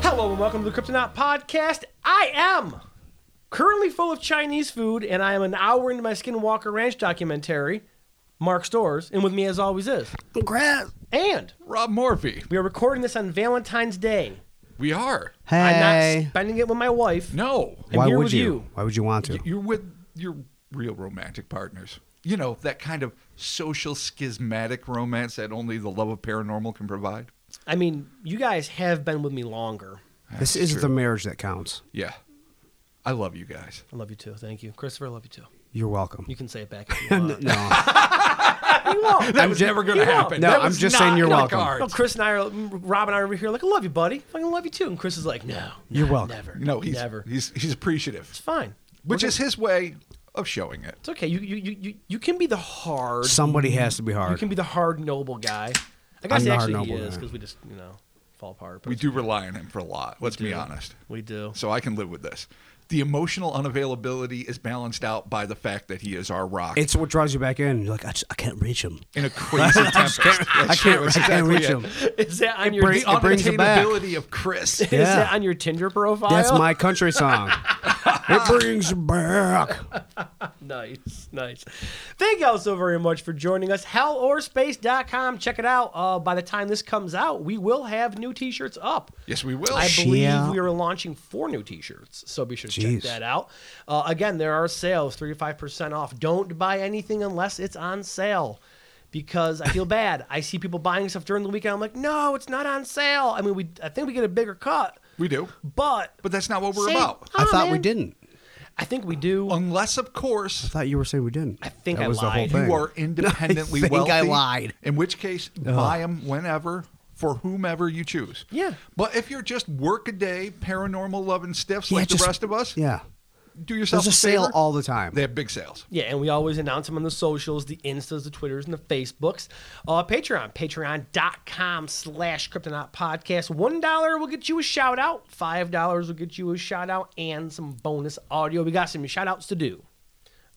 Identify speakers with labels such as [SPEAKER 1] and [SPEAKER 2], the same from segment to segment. [SPEAKER 1] Hello and welcome to the Kryptonaut Podcast. I am currently full of Chinese food, and I am an hour into my Skinwalker Ranch documentary. Mark Stores, and with me as always is.
[SPEAKER 2] Congrats,
[SPEAKER 1] And
[SPEAKER 3] Rob Morphy.
[SPEAKER 1] we are recording this on Valentine's Day.
[SPEAKER 3] We are.
[SPEAKER 1] I'm
[SPEAKER 2] Hey.
[SPEAKER 1] not spending it with my wife.
[SPEAKER 3] No.
[SPEAKER 1] I'm
[SPEAKER 2] Why
[SPEAKER 1] here
[SPEAKER 2] would
[SPEAKER 1] with
[SPEAKER 2] you?
[SPEAKER 1] you.
[SPEAKER 2] Why would you want to?
[SPEAKER 3] You're with your real romantic partners. You know, that kind of social schismatic romance that only the love of paranormal can provide.
[SPEAKER 1] I mean, you guys have been with me longer.
[SPEAKER 2] this is the marriage that counts.
[SPEAKER 3] Yeah. I love you guys.
[SPEAKER 1] I love you too. Thank you. Christopher, I love you too.
[SPEAKER 2] You're welcome.
[SPEAKER 1] You can say it back if you want.
[SPEAKER 2] no,
[SPEAKER 1] You won't.
[SPEAKER 3] That was never going to
[SPEAKER 1] you won't.
[SPEAKER 3] happen.
[SPEAKER 2] No,
[SPEAKER 3] That
[SPEAKER 2] I'm
[SPEAKER 3] was
[SPEAKER 2] just
[SPEAKER 3] not
[SPEAKER 2] saying you're
[SPEAKER 3] in the
[SPEAKER 2] welcome.
[SPEAKER 3] cards.
[SPEAKER 1] No, Chris and I are, Rob and I are over here like, I love you, buddy. Fucking love you too. And Chris is like, no.
[SPEAKER 2] You're
[SPEAKER 1] nah,
[SPEAKER 2] welcome.
[SPEAKER 1] Never.
[SPEAKER 3] No, he's,
[SPEAKER 1] never.
[SPEAKER 3] he's he's appreciative,
[SPEAKER 1] it's fine.
[SPEAKER 3] which is his way of showing it.
[SPEAKER 1] It's okay. You, you, you, you, you can be the hard.
[SPEAKER 2] somebody has to be hard.
[SPEAKER 1] You can be the hard, noble guy. I guess
[SPEAKER 2] I'm the hard
[SPEAKER 1] actually he
[SPEAKER 2] noble
[SPEAKER 1] is
[SPEAKER 2] guy.
[SPEAKER 1] because we just, you know, fall apart. But
[SPEAKER 3] We do rely on him for a lot. Let's be
[SPEAKER 1] do.
[SPEAKER 3] honest.
[SPEAKER 1] We do.
[SPEAKER 3] So I can live with this. The emotional unavailability is balanced out by the fact that he is our rock
[SPEAKER 2] it's what draws you back in. You're like, I, just, I can't reach him.
[SPEAKER 3] in a crazy tempest.
[SPEAKER 2] I can't, I can't reach him.
[SPEAKER 1] Is that on your
[SPEAKER 2] brings-
[SPEAKER 1] is
[SPEAKER 3] the
[SPEAKER 2] it brings it back.
[SPEAKER 3] unattainability of Chris.
[SPEAKER 2] Yeah.
[SPEAKER 1] that on your Tinder profile?
[SPEAKER 2] That's my country song. it brings you back.
[SPEAKER 1] nice, nice. Thank y'all so very much for joining us. Hellorspace.com. Check it out. Uh, by the time this comes out, we will have new T-shirts up.
[SPEAKER 3] Yes, we will.
[SPEAKER 1] I believe
[SPEAKER 2] Yeah.
[SPEAKER 1] we are launching four new T-shirts, so be sure to check
[SPEAKER 2] Jeez.
[SPEAKER 1] that out. Uh, again, there are sales, three to five percent off. Don't buy anything unless it's on sale, because I feel bad. I see people buying stuff during the weekend. I'm like, no, it's not on sale. I mean, we I think we get a bigger cut,
[SPEAKER 3] we do.
[SPEAKER 1] but
[SPEAKER 3] But that's not what we're
[SPEAKER 1] Say-
[SPEAKER 3] about. Oh,
[SPEAKER 2] I
[SPEAKER 1] Aw,
[SPEAKER 2] thought we
[SPEAKER 1] man.
[SPEAKER 2] didn't.
[SPEAKER 1] I think we do.
[SPEAKER 3] Unless, of course,
[SPEAKER 2] I thought you were saying we didn't. I
[SPEAKER 1] think
[SPEAKER 2] that
[SPEAKER 1] I
[SPEAKER 2] was
[SPEAKER 1] lied.
[SPEAKER 2] the whole thing.
[SPEAKER 3] you are independently
[SPEAKER 2] I think
[SPEAKER 3] wealthy.
[SPEAKER 2] I lied. Uh-huh.
[SPEAKER 3] In which case, buy 'em buy them whenever for whomever you choose.
[SPEAKER 1] Yeah.
[SPEAKER 3] But if you're just workaday, paranormal loving stiffs like
[SPEAKER 2] just-
[SPEAKER 3] the rest of us,
[SPEAKER 2] Yeah.
[SPEAKER 3] do yourself
[SPEAKER 2] There's a sale
[SPEAKER 3] favor.
[SPEAKER 2] all the time.
[SPEAKER 3] They have big sales.
[SPEAKER 1] Yeah, and we always announce them on the socials, the Instas, the Twitters, and the Facebooks. Uh, Patreon, patreon.com slash Kryptonaut Podcast. $1 will get you a shout out. $5 will get you a shout out and some bonus audio. We got some shout outs to do.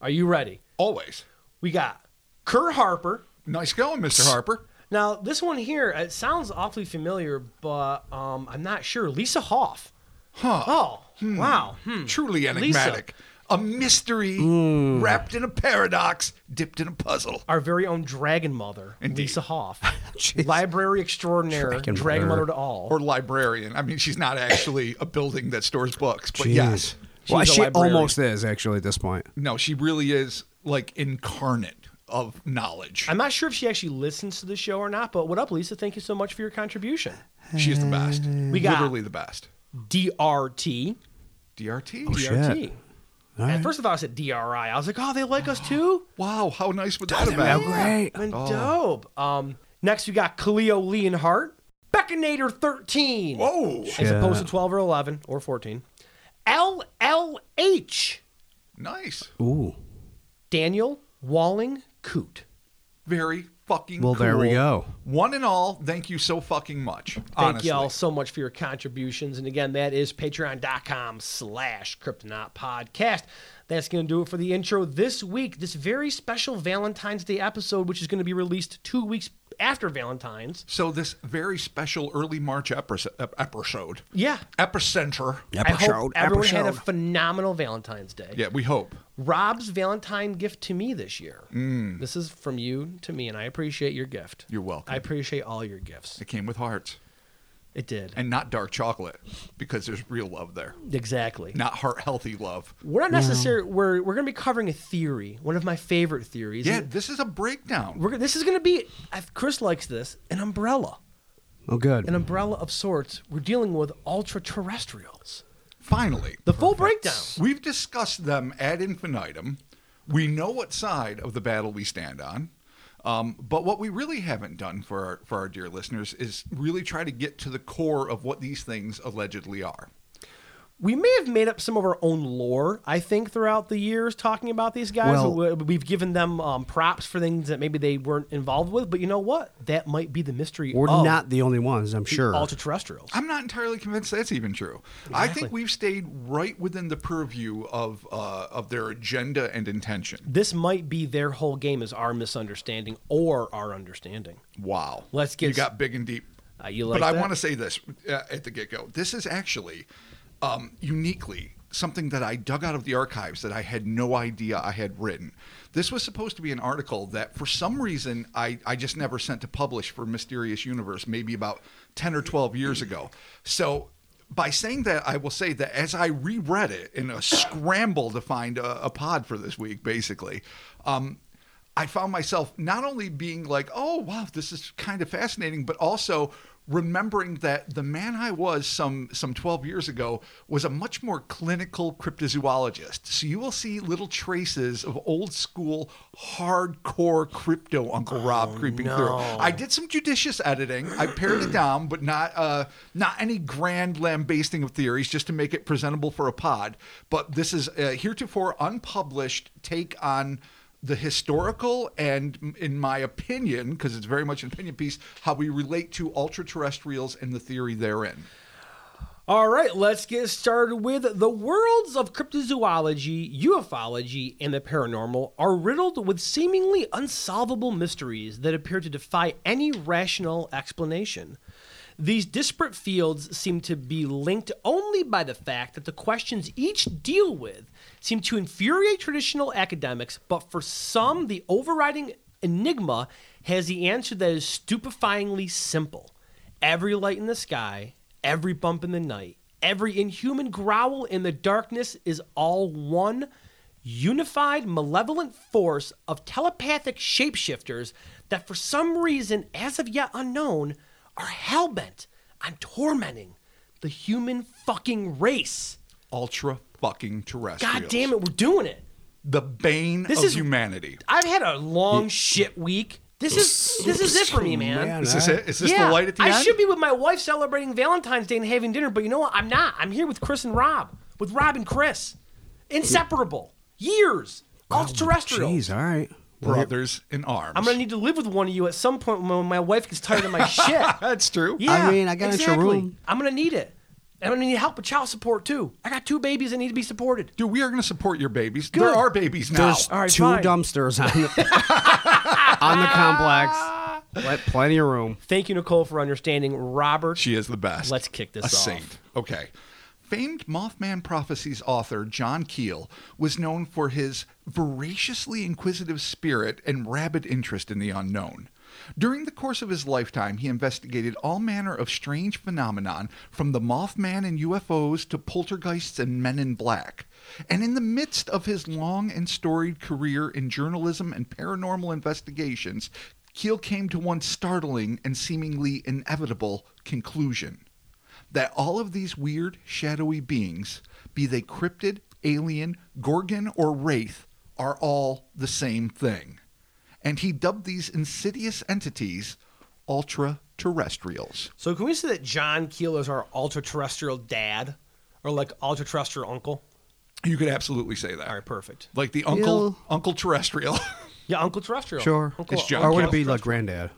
[SPEAKER 1] Are you ready?
[SPEAKER 3] Always.
[SPEAKER 1] We got Kerr Harper.
[SPEAKER 3] Nice going, Mr. Harper.
[SPEAKER 1] Now, this one here, it sounds awfully familiar, but um, I'm not sure. Lisa Hoff.
[SPEAKER 3] Huh.
[SPEAKER 1] Oh, wow. Hmm.
[SPEAKER 3] Truly enigmatic. A mystery
[SPEAKER 2] Hmm.
[SPEAKER 3] wrapped in a paradox, dipped in a puzzle.
[SPEAKER 1] our very own dragon mother,
[SPEAKER 3] Indeed.
[SPEAKER 1] Lisa Hoff,
[SPEAKER 2] Jeez.
[SPEAKER 1] library extraordinaire, dragon,
[SPEAKER 2] Dragon
[SPEAKER 1] mother
[SPEAKER 2] mother.
[SPEAKER 1] to all.
[SPEAKER 3] Or librarian. I mean, she's not actually a building that stores books, but
[SPEAKER 2] Jeez.
[SPEAKER 3] yes.
[SPEAKER 2] Well,
[SPEAKER 1] She's a
[SPEAKER 2] she
[SPEAKER 1] librarian.
[SPEAKER 2] almost is, actually, at this point.
[SPEAKER 3] No, she really is like incarnate of knowledge.
[SPEAKER 1] I'm not sure if she actually listens to the show or not, but what up, Lisa? Thank you so much for your contribution.
[SPEAKER 3] she is the best.
[SPEAKER 1] We got-
[SPEAKER 3] literally the best.
[SPEAKER 1] DRT.
[SPEAKER 3] DRT.
[SPEAKER 2] shit.
[SPEAKER 1] DRT.
[SPEAKER 2] All
[SPEAKER 1] At
[SPEAKER 2] right.
[SPEAKER 1] first, I thought I said DRI. I was like, oh, they like us too?
[SPEAKER 3] Wow, how nice would that have
[SPEAKER 2] Yeah,
[SPEAKER 3] been?
[SPEAKER 2] great.
[SPEAKER 1] And dope. Um, next, we got Cleo Leonhart, Beckinator 13,
[SPEAKER 3] Whoa,
[SPEAKER 1] as
[SPEAKER 2] Yeah.
[SPEAKER 1] opposed to 12 or 11 or 14. LLH,
[SPEAKER 3] nice.
[SPEAKER 2] Ooh.
[SPEAKER 1] Daniel Walling Coot.
[SPEAKER 3] Very fucking.
[SPEAKER 2] Well, there we
[SPEAKER 3] cool.
[SPEAKER 2] go.
[SPEAKER 3] One and all, thank you so fucking much.
[SPEAKER 1] Thank
[SPEAKER 3] honestly.
[SPEAKER 1] y'all so much for your contributions. And again, that is patreon.com slash kryptonaut podcast. That's going to do it for the intro this week. This very special Valentine's Day episode, which is going to be released two weeks after Valentine's.
[SPEAKER 3] So this very special early March epis- ep- episode.
[SPEAKER 1] Yeah.
[SPEAKER 3] Epicenter.
[SPEAKER 1] I hope everyone had a phenomenal Valentine's Day.
[SPEAKER 3] Yeah, we hope.
[SPEAKER 1] Rob's Valentine gift to me this year. This is from you to me, and I appreciate your gift.
[SPEAKER 3] Mm. You're welcome.
[SPEAKER 1] I appreciate all your gifts.
[SPEAKER 3] It came with hearts
[SPEAKER 1] It did.
[SPEAKER 3] and not dark chocolate because there's real love there,
[SPEAKER 1] exactly.
[SPEAKER 3] not heart healthy love.
[SPEAKER 1] We're not necessarily we're we're going to be covering a theory, one of my favorite theories.
[SPEAKER 3] Yeah,
[SPEAKER 1] and
[SPEAKER 3] this is a breakdown.
[SPEAKER 1] we're, gonna- this is going to be if Chris likes this an umbrella,
[SPEAKER 2] Oh, good.
[SPEAKER 1] an umbrella of sorts. We're dealing with ultra terrestrials.
[SPEAKER 3] Finally,
[SPEAKER 1] The full breakdown.
[SPEAKER 3] we've discussed them ad infinitum. We know what side of the battle we stand on. Um, but what we really haven't done for our, for our dear listeners is really try to get to the core of what these things allegedly are.
[SPEAKER 1] We may have made up some of our own lore, I think, throughout the years talking about these guys.
[SPEAKER 2] Well-
[SPEAKER 1] We- We've given them um, props for things that maybe they weren't involved with, but you know what? That might be the mystery.
[SPEAKER 2] We're
[SPEAKER 1] of
[SPEAKER 2] not the only ones, I'm sure.
[SPEAKER 1] ultra terrestrials.
[SPEAKER 3] I'm not entirely convinced that's even true. I think we've stayed right within the purview of uh, of their agenda and intention.
[SPEAKER 1] This might be their whole game is our misunderstanding or our understanding.
[SPEAKER 3] Wow.
[SPEAKER 1] Let's get
[SPEAKER 3] You got big and deep.
[SPEAKER 1] Uh, you like
[SPEAKER 3] but I
[SPEAKER 1] that?
[SPEAKER 3] want to say this uh, at the get go. This is actually um, uniquely something that I dug out of the archives that I had no idea I had written. This was supposed to be an article that, for some reason, I, I just never sent to publish for Mysterious Universe, maybe about 10 or 12 years ago. So, by saying that, I will say that as I reread it in a scramble to find a, a pod for this week, basically, um, I found myself not only being like, oh, wow, this is kind of fascinating, but also remembering that the man I was some some 12 years ago was a much more clinical cryptozoologist. So you will see little traces of old school hardcore crypto Uncle Rob creeping through. I did some judicious editing. I pared it down, but not uh not any grand lambasting of theories just to make it presentable for a pod, but this is a heretofore unpublished take on the historical and in my opinion because it's very much an opinion piece how we relate to ultra terrestrials and the theory therein
[SPEAKER 1] All right, let's get started with the worlds of cryptozoology, ufology, and the paranormal are riddled with seemingly unsolvable mysteries that appear to defy any rational explanation. These disparate fields seem to be linked only by the fact that the questions each deal with seem to infuriate traditional academics, but for some, the overriding enigma has the answer that is stupefyingly simple. Every light in the sky, every bump in the night, every inhuman growl in the darkness is all one unified, malevolent force of telepathic shapeshifters that, for some reason, as of yet unknown, are hellbent on tormenting the human fucking race.
[SPEAKER 3] ultra fucking terrestrials
[SPEAKER 1] God damn it, we're doing it.
[SPEAKER 3] the bane
[SPEAKER 1] This
[SPEAKER 3] of
[SPEAKER 1] is-
[SPEAKER 3] humanity
[SPEAKER 1] I've had a long shit week. This is this is it for me, man.
[SPEAKER 3] is this it is this
[SPEAKER 1] yeah,
[SPEAKER 3] the light at the
[SPEAKER 1] I
[SPEAKER 3] end
[SPEAKER 1] should be with my wife celebrating Valentine's Day and having dinner, but you know what? I'm not. I'm here with Chris and Rob, with Rob and Chris, inseparable, years, all terrestrial.
[SPEAKER 2] Jeez, all right.
[SPEAKER 3] brothers in arms
[SPEAKER 1] I'm gonna need to live with one of you at some point when my wife gets tired of my shit.
[SPEAKER 3] that's true
[SPEAKER 1] Yeah,
[SPEAKER 2] mean, I got an extra
[SPEAKER 1] exactly.
[SPEAKER 2] room.
[SPEAKER 1] I'm gonna need it. And I'm gonna need help with child support too. I got two babies that need to be supported.
[SPEAKER 3] Dude, we are going to support your babies. There are babies now.
[SPEAKER 2] There's
[SPEAKER 1] All right,
[SPEAKER 2] two
[SPEAKER 1] fine.
[SPEAKER 2] dumpsters on the, on the complex. Let plenty of room.
[SPEAKER 1] Thank you, Nicole, for understanding. Robert,
[SPEAKER 3] She is the best.
[SPEAKER 1] Let's kick this
[SPEAKER 3] a
[SPEAKER 1] off.
[SPEAKER 3] saint. Okay. Famed Mothman Prophecies author John Keel was known for his voraciously inquisitive spirit and rabid interest in the unknown. During the course of his lifetime, he investigated all manner of strange phenomenon, from the Mothman and UFOs to poltergeists and men in black. And in the midst of his long and storied career in journalism and paranormal investigations, Keel came to one startling and seemingly inevitable conclusion that all of these weird, shadowy beings, be they cryptid, alien, gorgon, or wraith, are all the same thing. And he dubbed these insidious entities ultra terrestrials.
[SPEAKER 1] So can we say that John Keel is our ultra-terrestrial dad, or like ultra-terrestrial uncle?
[SPEAKER 3] You could absolutely say that.
[SPEAKER 1] All right, perfect.
[SPEAKER 3] Like the uncle, Uncle Terrestrial.
[SPEAKER 1] Yeah, Uncle Terrestrial.
[SPEAKER 2] Sure.
[SPEAKER 1] Uncle,
[SPEAKER 3] It's John
[SPEAKER 2] Or
[SPEAKER 1] Uncle
[SPEAKER 2] would it be
[SPEAKER 1] Terrestrial.
[SPEAKER 2] like granddad?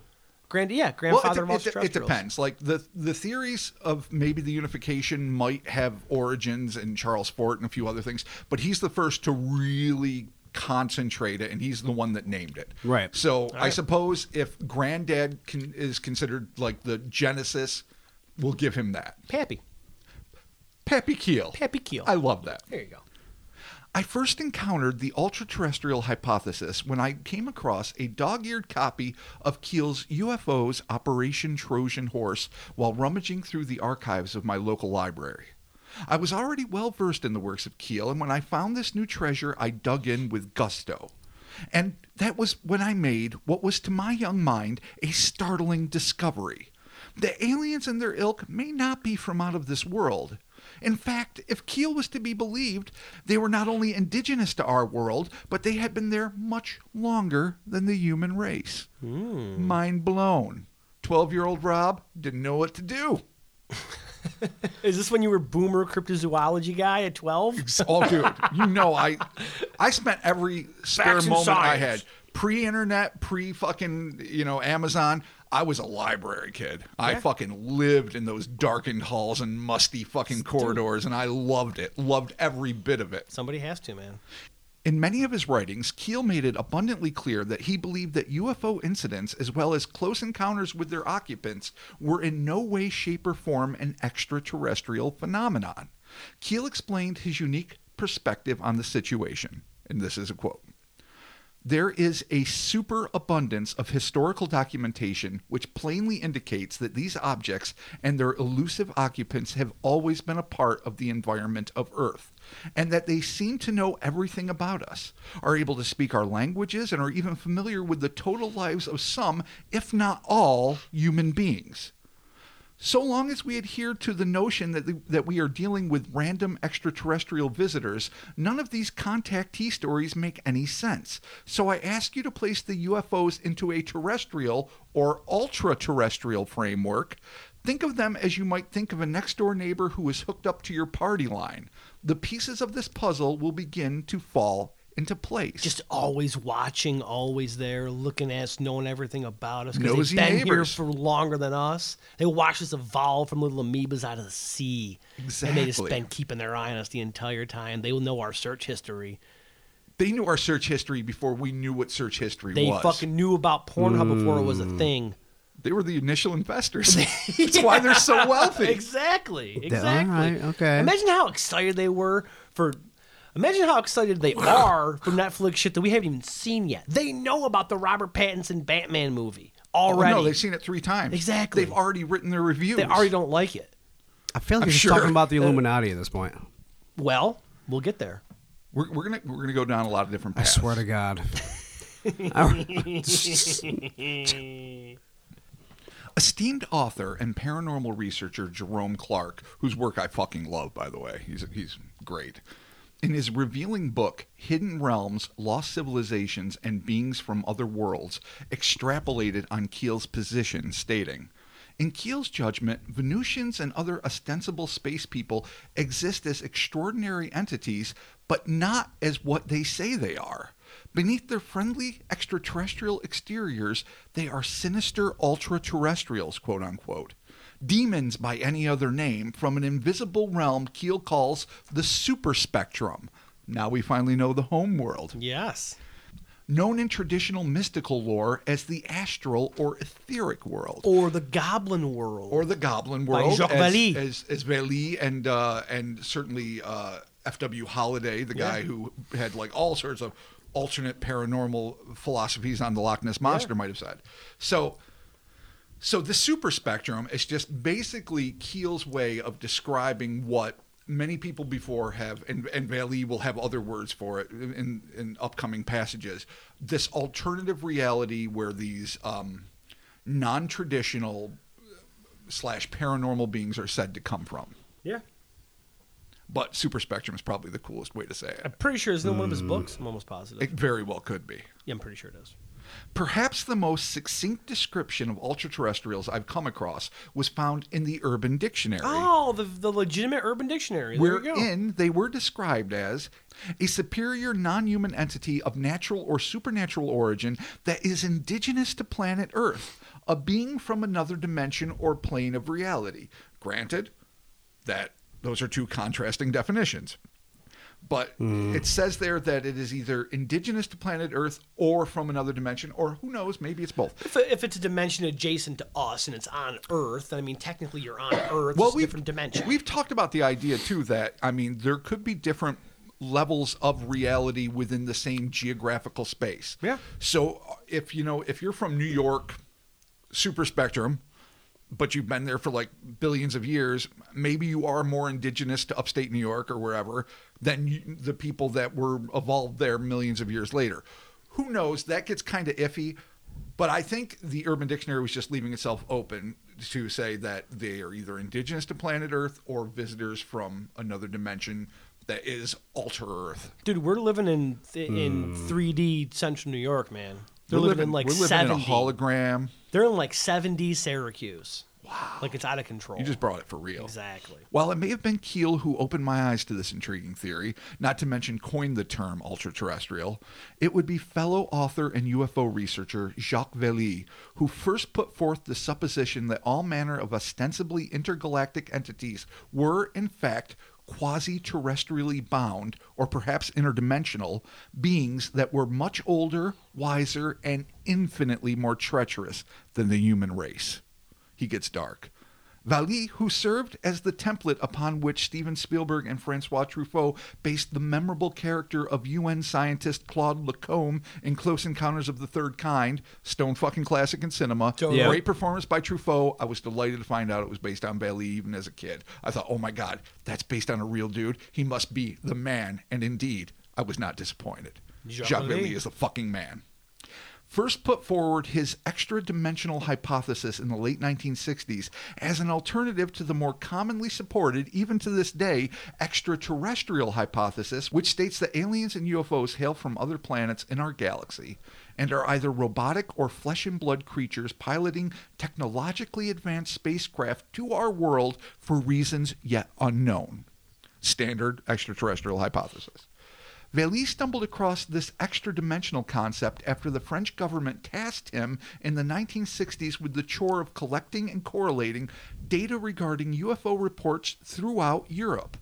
[SPEAKER 1] grand? Yeah,
[SPEAKER 3] well,
[SPEAKER 1] grandfather of
[SPEAKER 3] it, it, it
[SPEAKER 1] ultra-terrestrials.
[SPEAKER 3] depends. Like the the theories of maybe the unification might have origins in Charles Fort and a few other things, but he's the first to really concentrate it, and he's the one that named it.
[SPEAKER 2] Right.
[SPEAKER 3] So I suppose if Granddad can, is considered like the genesis, we'll give him that.
[SPEAKER 1] Pappy,
[SPEAKER 3] Pappy Keel.
[SPEAKER 1] Pappy Keel.
[SPEAKER 3] I love that.
[SPEAKER 1] there you go.
[SPEAKER 3] I first encountered the ultra-terrestrial hypothesis when I came across a dog-eared copy of Keel's UFO's Operation Trojan Horse while rummaging through the archives of my local library. I was already well versed in the works of Keel, and when I found this new treasure, I dug in with gusto. And that was when I made what was to my young mind a startling discovery. The aliens and their ilk may not be from out of this world. In fact, if Keel was to be believed, they were not only indigenous to our world, but they had been there much longer than the human race.
[SPEAKER 1] Hmm.
[SPEAKER 3] Mind blown. 12 year old Rob didn't know what to do.
[SPEAKER 1] Is this when you were boomer cryptozoology guy at twelve?
[SPEAKER 3] Oh, dude, you know, I I spent every spare
[SPEAKER 1] and
[SPEAKER 3] moment I
[SPEAKER 1] science.
[SPEAKER 3] had pre internet, pre fucking, you know, Amazon. I was a library kid. I fucking lived in those darkened halls and musty fucking corridors, and I loved it. Loved every bit of it.
[SPEAKER 1] Somebody has to, man.
[SPEAKER 3] In many of his writings, Keel made it abundantly clear that he believed that UFO incidents, as well as close encounters with their occupants, were in no way, shape, or form an extraterrestrial phenomenon. Keel explained his unique perspective on the situation, and this is a quote. There is a superabundance of historical documentation which plainly indicates that these objects and their elusive occupants have always been a part of the environment of Earth, and that they seem to know everything about us, are able to speak our languages, and are even familiar with the total lives of some, if not all, human beings. So long as we adhere to the notion that, the, that we are dealing with random extraterrestrial visitors, none of these contactee stories make any sense. So I ask you to place the UFOs into a terrestrial or ultra terrestrial framework. Think of them as you might think of a next door neighbor who is hooked up to your party line. The pieces of this puzzle will begin to fall into place.
[SPEAKER 1] Just always watching, always there, looking at us, knowing everything about us. 'cause
[SPEAKER 3] Nosy
[SPEAKER 1] they've been
[SPEAKER 3] neighbors.
[SPEAKER 1] here for longer than us. They watched us evolve from little amoebas out of the sea. And they just
[SPEAKER 3] Exactly.
[SPEAKER 1] been keeping their eye on us the entire time. They will know our search history.
[SPEAKER 3] they knew our search history before we knew what search history
[SPEAKER 1] They
[SPEAKER 3] was. Mm.
[SPEAKER 1] fucking knew about Pornhub before it was a thing.
[SPEAKER 3] they were the initial investors. That's why they're so wealthy.
[SPEAKER 1] Exactly. Exactly.
[SPEAKER 2] right, okay.
[SPEAKER 1] Imagine how excited they were for. Imagine how excited they are for Netflix shit that we haven't even seen yet. They know about the Robert Pattinson Batman movie already.
[SPEAKER 3] Oh, No, they've seen it three times.
[SPEAKER 1] Exactly.
[SPEAKER 3] They've already written their reviews.
[SPEAKER 1] they already don't like it.
[SPEAKER 2] I feel like
[SPEAKER 3] I'm
[SPEAKER 2] you're just
[SPEAKER 3] sure.
[SPEAKER 2] talking about the Illuminati at this point.
[SPEAKER 1] Well, we'll get there.
[SPEAKER 3] We're, we're gonna we're gonna go down a lot of different
[SPEAKER 2] I
[SPEAKER 3] paths.
[SPEAKER 2] swear to God.
[SPEAKER 3] Esteemed author and paranormal researcher Jerome Clark, whose work I fucking love, by the way, he's he's great. In his revealing book, Hidden Realms, Lost Civilizations, and Beings from Other Worlds, extrapolated on Keel's position, stating, In Keel's judgment, Venusians and other ostensible space people exist as extraordinary entities, but not as what they say they are. Beneath their friendly extraterrestrial exteriors, they are sinister ultra terrestrials, quote unquote. Demons by any other name from an invisible realm Keel calls the super spectrum. Now we finally know the homeworld.
[SPEAKER 1] Yes.
[SPEAKER 3] Known in traditional mystical lore as the astral or etheric world.
[SPEAKER 1] Or the Goblin World.
[SPEAKER 3] Or the goblin
[SPEAKER 1] By
[SPEAKER 3] world.
[SPEAKER 1] Jacques
[SPEAKER 3] as,
[SPEAKER 1] Vallée.
[SPEAKER 3] As, as Vallée and, uh, and certainly uh, F.W. Holliday, the guy
[SPEAKER 1] Yeah.
[SPEAKER 3] who had like all sorts of alternate paranormal philosophies on the Loch Ness Monster, might have said. So so the super spectrum is just basically Keel's way of describing what many people before have, and, and Valley will have other words for it in, in, in upcoming passages. This alternative reality where these um, non-traditional slash paranormal beings are said to come from.
[SPEAKER 1] yeah.
[SPEAKER 3] But super spectrum is probably the coolest way to say it.
[SPEAKER 1] I'm pretty sure it's in one of his books. I'm almost positive.
[SPEAKER 3] It very well could be.
[SPEAKER 1] yeah, I'm pretty sure it is.
[SPEAKER 3] Perhaps the most succinct description of ultraterrestrials I've come across was found in the Urban Dictionary.
[SPEAKER 1] Oh, the, the legitimate Urban Dictionary. There you go.
[SPEAKER 3] wherein they were described as a superior non human entity of natural or supernatural origin that is indigenous to planet Earth, a being from another dimension or plane of reality. Granted, that those are two contrasting definitions. But it says there that it is either indigenous to planet Earth or from another dimension, or who knows, maybe it's both.
[SPEAKER 1] If, if it's a dimension adjacent to us and it's on Earth, then I mean, technically you're on Earth.
[SPEAKER 3] well,
[SPEAKER 1] it's a
[SPEAKER 3] we've,
[SPEAKER 1] different dimension.
[SPEAKER 3] We've talked about the idea too that I mean there could be different levels of reality within the same geographical space.
[SPEAKER 1] Yeah.
[SPEAKER 3] So uh, if you know if you're from New York, super spectrum, but you've been there for like billions of years, maybe you are more indigenous to upstate New York or wherever than you, the people that were evolved there millions of years later. Who knows? That gets kind of iffy. But I think the Urban Dictionary was just leaving itself open to say that they are either indigenous to planet Earth or visitors from another dimension that is alter Earth.
[SPEAKER 1] Dude, we're living in th- in 3D central New York, man. They're living, in like
[SPEAKER 3] Hmm. we're living
[SPEAKER 1] 70.
[SPEAKER 3] in a hologram.
[SPEAKER 1] They're in like 70 Syracuse. Wow. Like it's out of control.
[SPEAKER 3] You just brought it for real.
[SPEAKER 1] Exactly.
[SPEAKER 3] While it may have been Keel who opened my eyes to this intriguing theory, not to mention coined the term ultraterrestrial, it would be fellow author and UFO researcher Jacques Vallée who first put forth the supposition that all manner of ostensibly intergalactic entities were, in fact, quasi terrestrially bound or perhaps interdimensional beings that were much older, wiser, and infinitely more treacherous than the human race. He gets dark. Valli, who served as the template upon which Steven Spielberg and Francois Truffaut based the memorable character of UN scientist Claude Lacombe in Close Encounters of the Third Kind, stone fucking classic in cinema.
[SPEAKER 1] Totally.
[SPEAKER 2] Yeah.
[SPEAKER 3] Great performance by Truffaut. I was delighted to find out it was based on Valli even as a kid. I thought, oh my God, that's based on a real dude. He must be the man. And indeed, I was not disappointed.
[SPEAKER 1] Jacques
[SPEAKER 3] Jacques
[SPEAKER 1] Vallée.
[SPEAKER 3] Vallée is a fucking man first put forward his extra dimensional hypothesis in the late 1960s as an alternative to the more commonly supported, even to this day, extraterrestrial hypothesis, which states that aliens and UFOs hail from other planets in our galaxy and are either robotic or flesh and blood creatures piloting technologically advanced spacecraft to our world for reasons yet unknown. Standard extraterrestrial hypothesis. Valli stumbled across this extra dimensional concept after the French government tasked him in the 1960s with the chore of collecting and correlating data regarding UFO reports throughout Europe.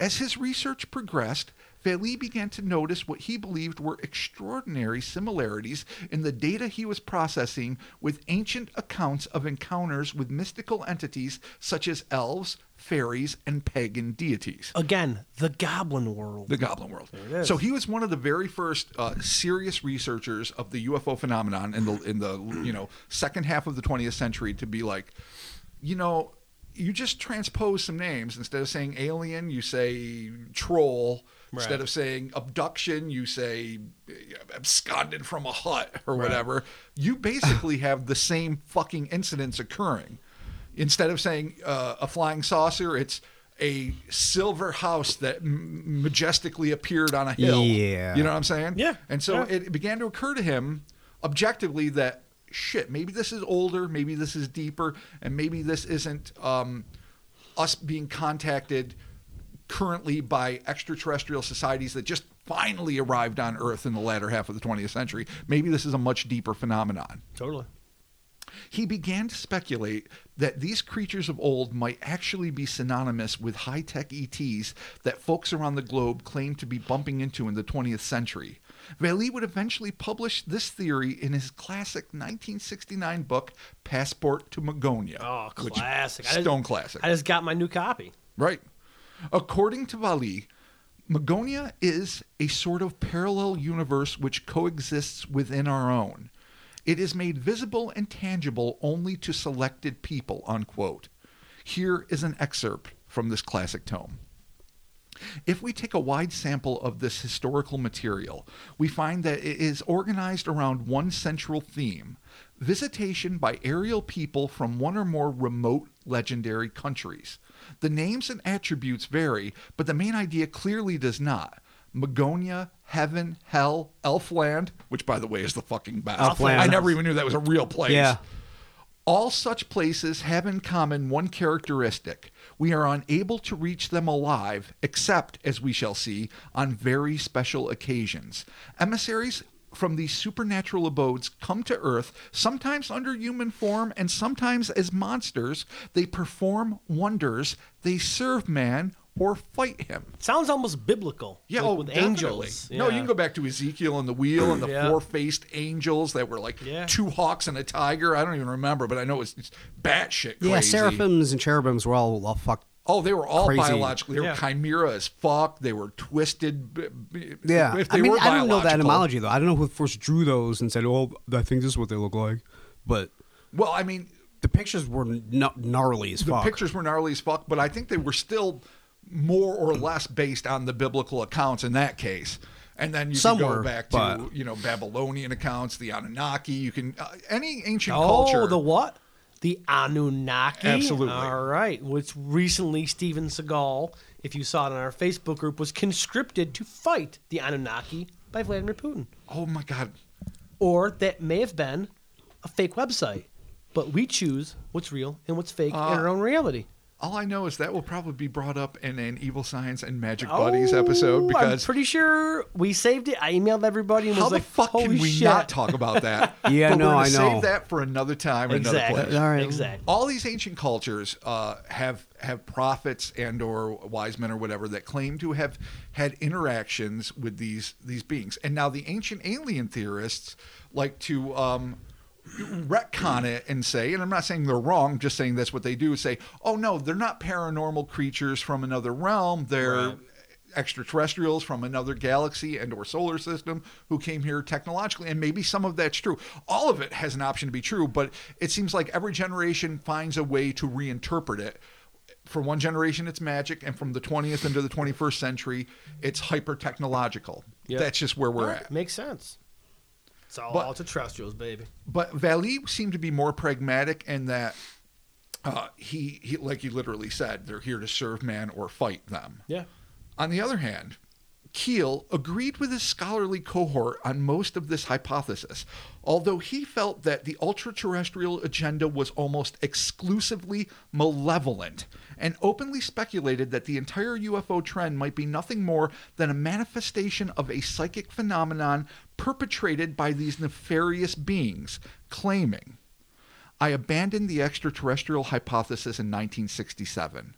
[SPEAKER 3] As his research progressed, Valli began to notice what he believed were extraordinary similarities in the data he was processing with ancient accounts of encounters with mystical entities such as elves, fairies, and pagan deities.
[SPEAKER 1] Again, the Goblin World.
[SPEAKER 3] The Goblin World.
[SPEAKER 1] is.
[SPEAKER 3] So he was one of the very first uh, serious researchers of the UFO phenomenon in the in the you know second half of the 20th century to be like, you know, you just transpose some names instead of saying alien, you say troll. Instead
[SPEAKER 1] Right.
[SPEAKER 3] of saying abduction, you say uh, absconded from a hut or whatever. You basically have the same fucking incidents occurring instead of saying uh, a flying saucer, it's a silver house that m- majestically appeared on a hill.
[SPEAKER 2] Yeah.
[SPEAKER 3] You know what I'm saying?
[SPEAKER 1] Yeah.
[SPEAKER 3] And so
[SPEAKER 1] Yeah.
[SPEAKER 3] it it began to occur to him objectively that shit, maybe this is older, maybe this is deeper, and maybe this isn't um, us being contacted currently by extraterrestrial societies that just finally arrived on Earth in the latter half of the 20th century. Maybe this is a much deeper phenomenon
[SPEAKER 1] Totally.
[SPEAKER 3] he began to speculate that these creatures of old might actually be synonymous with high tech ETs that folks around the globe claim to be bumping into in the 20th century. Vallee would eventually publish this theory in his classic 1969 book, Passport to Magonia.
[SPEAKER 1] Oh,
[SPEAKER 3] which-
[SPEAKER 1] classic. I just-
[SPEAKER 3] Stone classic.
[SPEAKER 1] I just got my new copy.
[SPEAKER 3] Right. According to Vali, Magonia is a sort of parallel universe which coexists within our own. It is made visible and tangible only to selected people, unquote. Here is an excerpt from this classic tome. If we take a wide sample of this historical material, we find that it is organized around one central theme visitation by aerial people from one or more remote legendary countries. The names and attributes vary, but the main idea clearly does not. Magonia, heaven, hell, elfland, which by the way is the fucking best.
[SPEAKER 2] Elfland.
[SPEAKER 3] I never even knew that was a real place.
[SPEAKER 2] Yeah.
[SPEAKER 3] All such places have in common one characteristic. We are unable to reach them alive, except, as we shall see, on very special occasions. Emissaries from these supernatural abodes come to Earth, sometimes under human form and sometimes as monsters. They perform wonders, they serve man, or fight him.
[SPEAKER 1] Sounds almost biblical.
[SPEAKER 3] Yeah,
[SPEAKER 1] like
[SPEAKER 3] oh,
[SPEAKER 1] with
[SPEAKER 3] definitely.
[SPEAKER 1] angels.
[SPEAKER 3] No, you
[SPEAKER 1] Yeah.
[SPEAKER 3] can go back to Ezekiel and the wheel and the
[SPEAKER 1] Yeah.
[SPEAKER 3] four-faced angels that were like
[SPEAKER 1] Yeah.
[SPEAKER 3] two hawks and a tiger. I don't even remember, but I know it's, it's batshit crazy.
[SPEAKER 2] Yeah, seraphims and cherubims were all, all fucked.
[SPEAKER 3] Oh, they were all
[SPEAKER 2] Crazy.
[SPEAKER 3] biological. They were
[SPEAKER 1] Yeah.
[SPEAKER 3] chimera as fuck. They were twisted. b- b-
[SPEAKER 2] Yeah,
[SPEAKER 3] if they
[SPEAKER 2] I mean,
[SPEAKER 3] were
[SPEAKER 2] I don't know that
[SPEAKER 3] biological-
[SPEAKER 2] etymology though. I don't know who first drew those and said, "Oh, I think this is what they look like," but
[SPEAKER 3] Well, I mean,
[SPEAKER 2] the pictures were gn- gnarly as
[SPEAKER 3] the
[SPEAKER 2] fuck.
[SPEAKER 3] pictures were gnarly as fuck, but I think they were still more or less based on the biblical accounts in that case. And then you
[SPEAKER 2] Some
[SPEAKER 3] can go
[SPEAKER 2] were,
[SPEAKER 3] back to
[SPEAKER 2] but-
[SPEAKER 3] you know Babylonian accounts, the Anunnaki. You can uh, any ancient
[SPEAKER 1] Oh,
[SPEAKER 3] culture.
[SPEAKER 1] the what? The Anunnaki.
[SPEAKER 3] Absolutely.
[SPEAKER 1] All right. Which recently Steven Seagal, if you saw it on our Facebook group, was conscripted to fight the Anunnaki by Vladimir Putin.
[SPEAKER 3] oh my god,
[SPEAKER 1] Or that may have been
[SPEAKER 3] Uh,
[SPEAKER 1] a fake website. But we choose what's real and what's fake in our own reality.
[SPEAKER 3] All I know is that will probably be brought up in an Evil Science and Magic Buddies episode
[SPEAKER 1] Oh,
[SPEAKER 3] because
[SPEAKER 1] I'm pretty sure we saved it. I emailed everybody and
[SPEAKER 3] how
[SPEAKER 1] was
[SPEAKER 3] the
[SPEAKER 1] like,
[SPEAKER 3] fuck
[SPEAKER 1] "Holy
[SPEAKER 3] can we
[SPEAKER 1] shit!"
[SPEAKER 3] not talk about that?
[SPEAKER 2] Yeah,
[SPEAKER 3] but
[SPEAKER 2] no,
[SPEAKER 3] we're gonna
[SPEAKER 2] I know.
[SPEAKER 3] Save that for another time, and
[SPEAKER 1] exactly.
[SPEAKER 3] another place.
[SPEAKER 2] All right.
[SPEAKER 1] Exactly.
[SPEAKER 3] all these ancient cultures uh, have have prophets and or wise men or whatever that claim to have had interactions with these these beings and now the ancient alien theorists like to um, retcon it and say and i'm not saying they're wrong just saying that's what they do say oh no they're not paranormal creatures from another realm they're extraterrestrials from another galaxy and or solar system who came here technologically and maybe some of that's true all of it has an option to be true but it seems like every generation finds a way to reinterpret it for one generation it's magic and from the 20th into the 21st century it's hyper technological
[SPEAKER 1] Yep.
[SPEAKER 3] that's just where we're at
[SPEAKER 1] Makes sense. It's all
[SPEAKER 3] But-
[SPEAKER 1] extraterrestrials, baby.
[SPEAKER 3] but Valley seemed to be more pragmatic in that uh, he, he like you literally said they're here to serve man or fight them
[SPEAKER 1] Yeah.
[SPEAKER 3] On the other hand, Keel agreed with his scholarly cohort on most of this hypothesis, although he felt that the ultra-terrestrial agenda was almost exclusively malevolent and openly speculated that the entire UFO trend might be nothing more than a manifestation of a psychic phenomenon perpetrated by these nefarious beings, claiming I abandoned the extraterrestrial hypothesis in 1967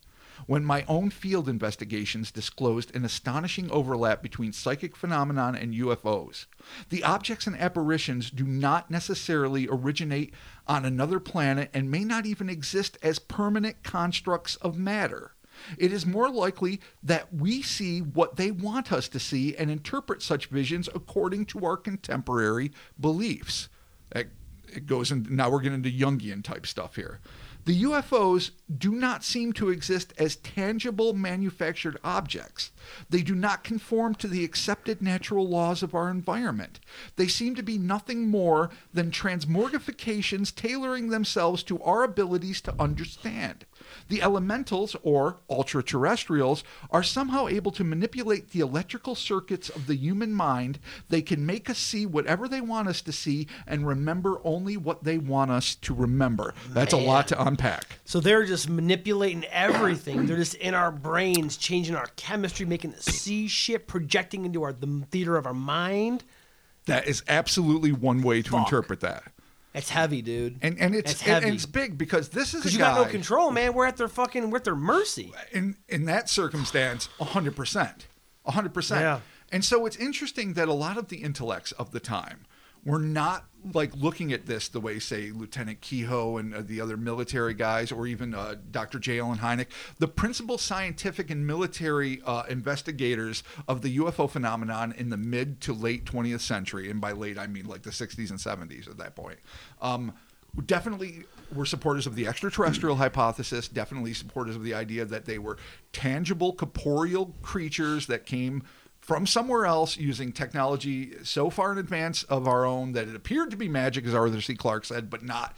[SPEAKER 3] when my own field investigations disclosed an astonishing overlap between psychic phenomenon and UFOs. The objects and apparitions do not necessarily originate on another planet and may not even exist as permanent constructs of matter. It is more likely that we see what they want us to see and interpret such visions according to our contemporary beliefs. That it goes in now we're getting into Jungian type stuff here. The UFOs do not seem to exist as tangible manufactured objects. They do not conform to the accepted natural laws of our environment. They seem to be nothing more than transmorgifications tailoring themselves to our abilities to understand. The elementals, or ultra terrestrials, are somehow able to manipulate the electrical circuits of the human mind. They can make us see whatever they want us to see and remember only what they want us to remember. That's a lot to unpack.
[SPEAKER 1] So they're just manipulating everything. they're just in our brains, changing our chemistry, making us see shit, projecting into our the theater of our mind.
[SPEAKER 3] That is absolutely one way to interpret that.
[SPEAKER 1] It's heavy, dude.
[SPEAKER 3] And and it's
[SPEAKER 1] That's
[SPEAKER 3] and,
[SPEAKER 1] heavy.
[SPEAKER 3] it's big because this is a
[SPEAKER 1] Because you
[SPEAKER 3] guy
[SPEAKER 1] got no control, man. We're at their fucking, we're at their mercy.
[SPEAKER 3] in in that circumstance 100% 100%
[SPEAKER 1] Yeah.
[SPEAKER 3] and so it's interesting that a lot of the intellects of the time were not like looking at this the way say lieutenant kehoe and uh, the other military guys or even uh, dr j allen hynek the principal scientific and military uh, investigators of the ufo phenomenon in the mid to late 20th century and by late i mean like the 60s and 70s at that point um, definitely were supporters of the extraterrestrial hypothesis, definitely supporters of the idea that they were tangible, corporeal creatures that came from somewhere else using technology so far in advance of our own that it appeared to be magic, as Arthur C. Clarke said, but not.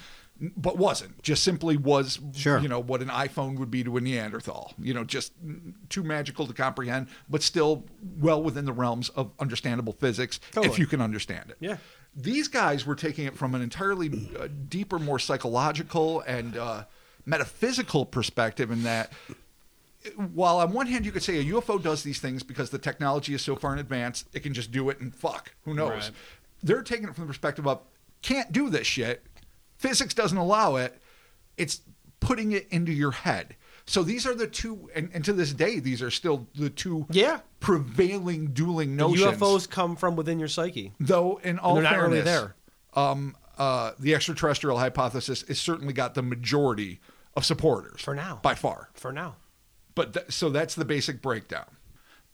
[SPEAKER 3] But wasn't just simply was
[SPEAKER 2] Sure.
[SPEAKER 3] you know what an iPhone would be to a Neanderthal you know just mm, too magical to comprehend but still well within the realms of understandable physics if
[SPEAKER 1] Totally.
[SPEAKER 3] you can understand it
[SPEAKER 1] Yeah.
[SPEAKER 3] these guys were taking it from an entirely uh, deeper, more psychological and uh, metaphysical perspective. In that, while on one hand you could say a UFO does these things because the technology is so far in advance, it can just do it and fuck, who knows?
[SPEAKER 1] Right.
[SPEAKER 3] They're taking it from the perspective of can't do this shit. Physics doesn't allow it. It's putting it into your head. So these are the two, and, and to this day, these are still the two
[SPEAKER 1] Yeah.
[SPEAKER 3] prevailing dueling
[SPEAKER 1] The
[SPEAKER 3] notions
[SPEAKER 1] UFOs come from within your psyche.
[SPEAKER 3] though in all
[SPEAKER 1] they're not
[SPEAKER 3] fairness,
[SPEAKER 1] really there.
[SPEAKER 3] Um, uh, the extraterrestrial hypothesis has certainly got the majority of supporters
[SPEAKER 1] For now.
[SPEAKER 3] by far.
[SPEAKER 1] For now.
[SPEAKER 3] But th- so that's the basic breakdown.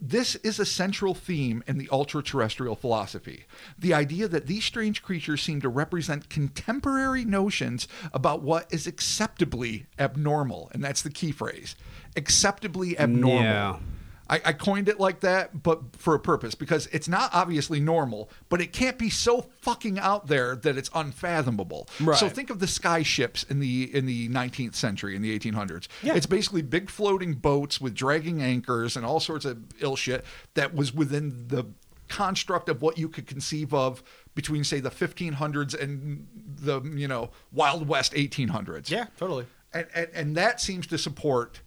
[SPEAKER 3] This is a central theme in the ultra terrestrial philosophy the idea that these strange creatures seem to represent contemporary notions about what is acceptably abnormal. And that's the key phrase acceptably abnormal.
[SPEAKER 2] Yeah.
[SPEAKER 3] I, I coined it like that, but for a purpose because it's not obviously normal, but it can't be so fucking out there that it's unfathomable.
[SPEAKER 1] Right.
[SPEAKER 3] So think of the sky ships in the in the 19th century in the 1800s.
[SPEAKER 1] Yeah.
[SPEAKER 3] It's basically big floating boats with dragging anchors and all sorts of ill shit that was within the construct of what you could conceive of between say the 1500s and the you know Wild West 1800s
[SPEAKER 1] Yeah, totally.
[SPEAKER 3] and, and, and that seems to support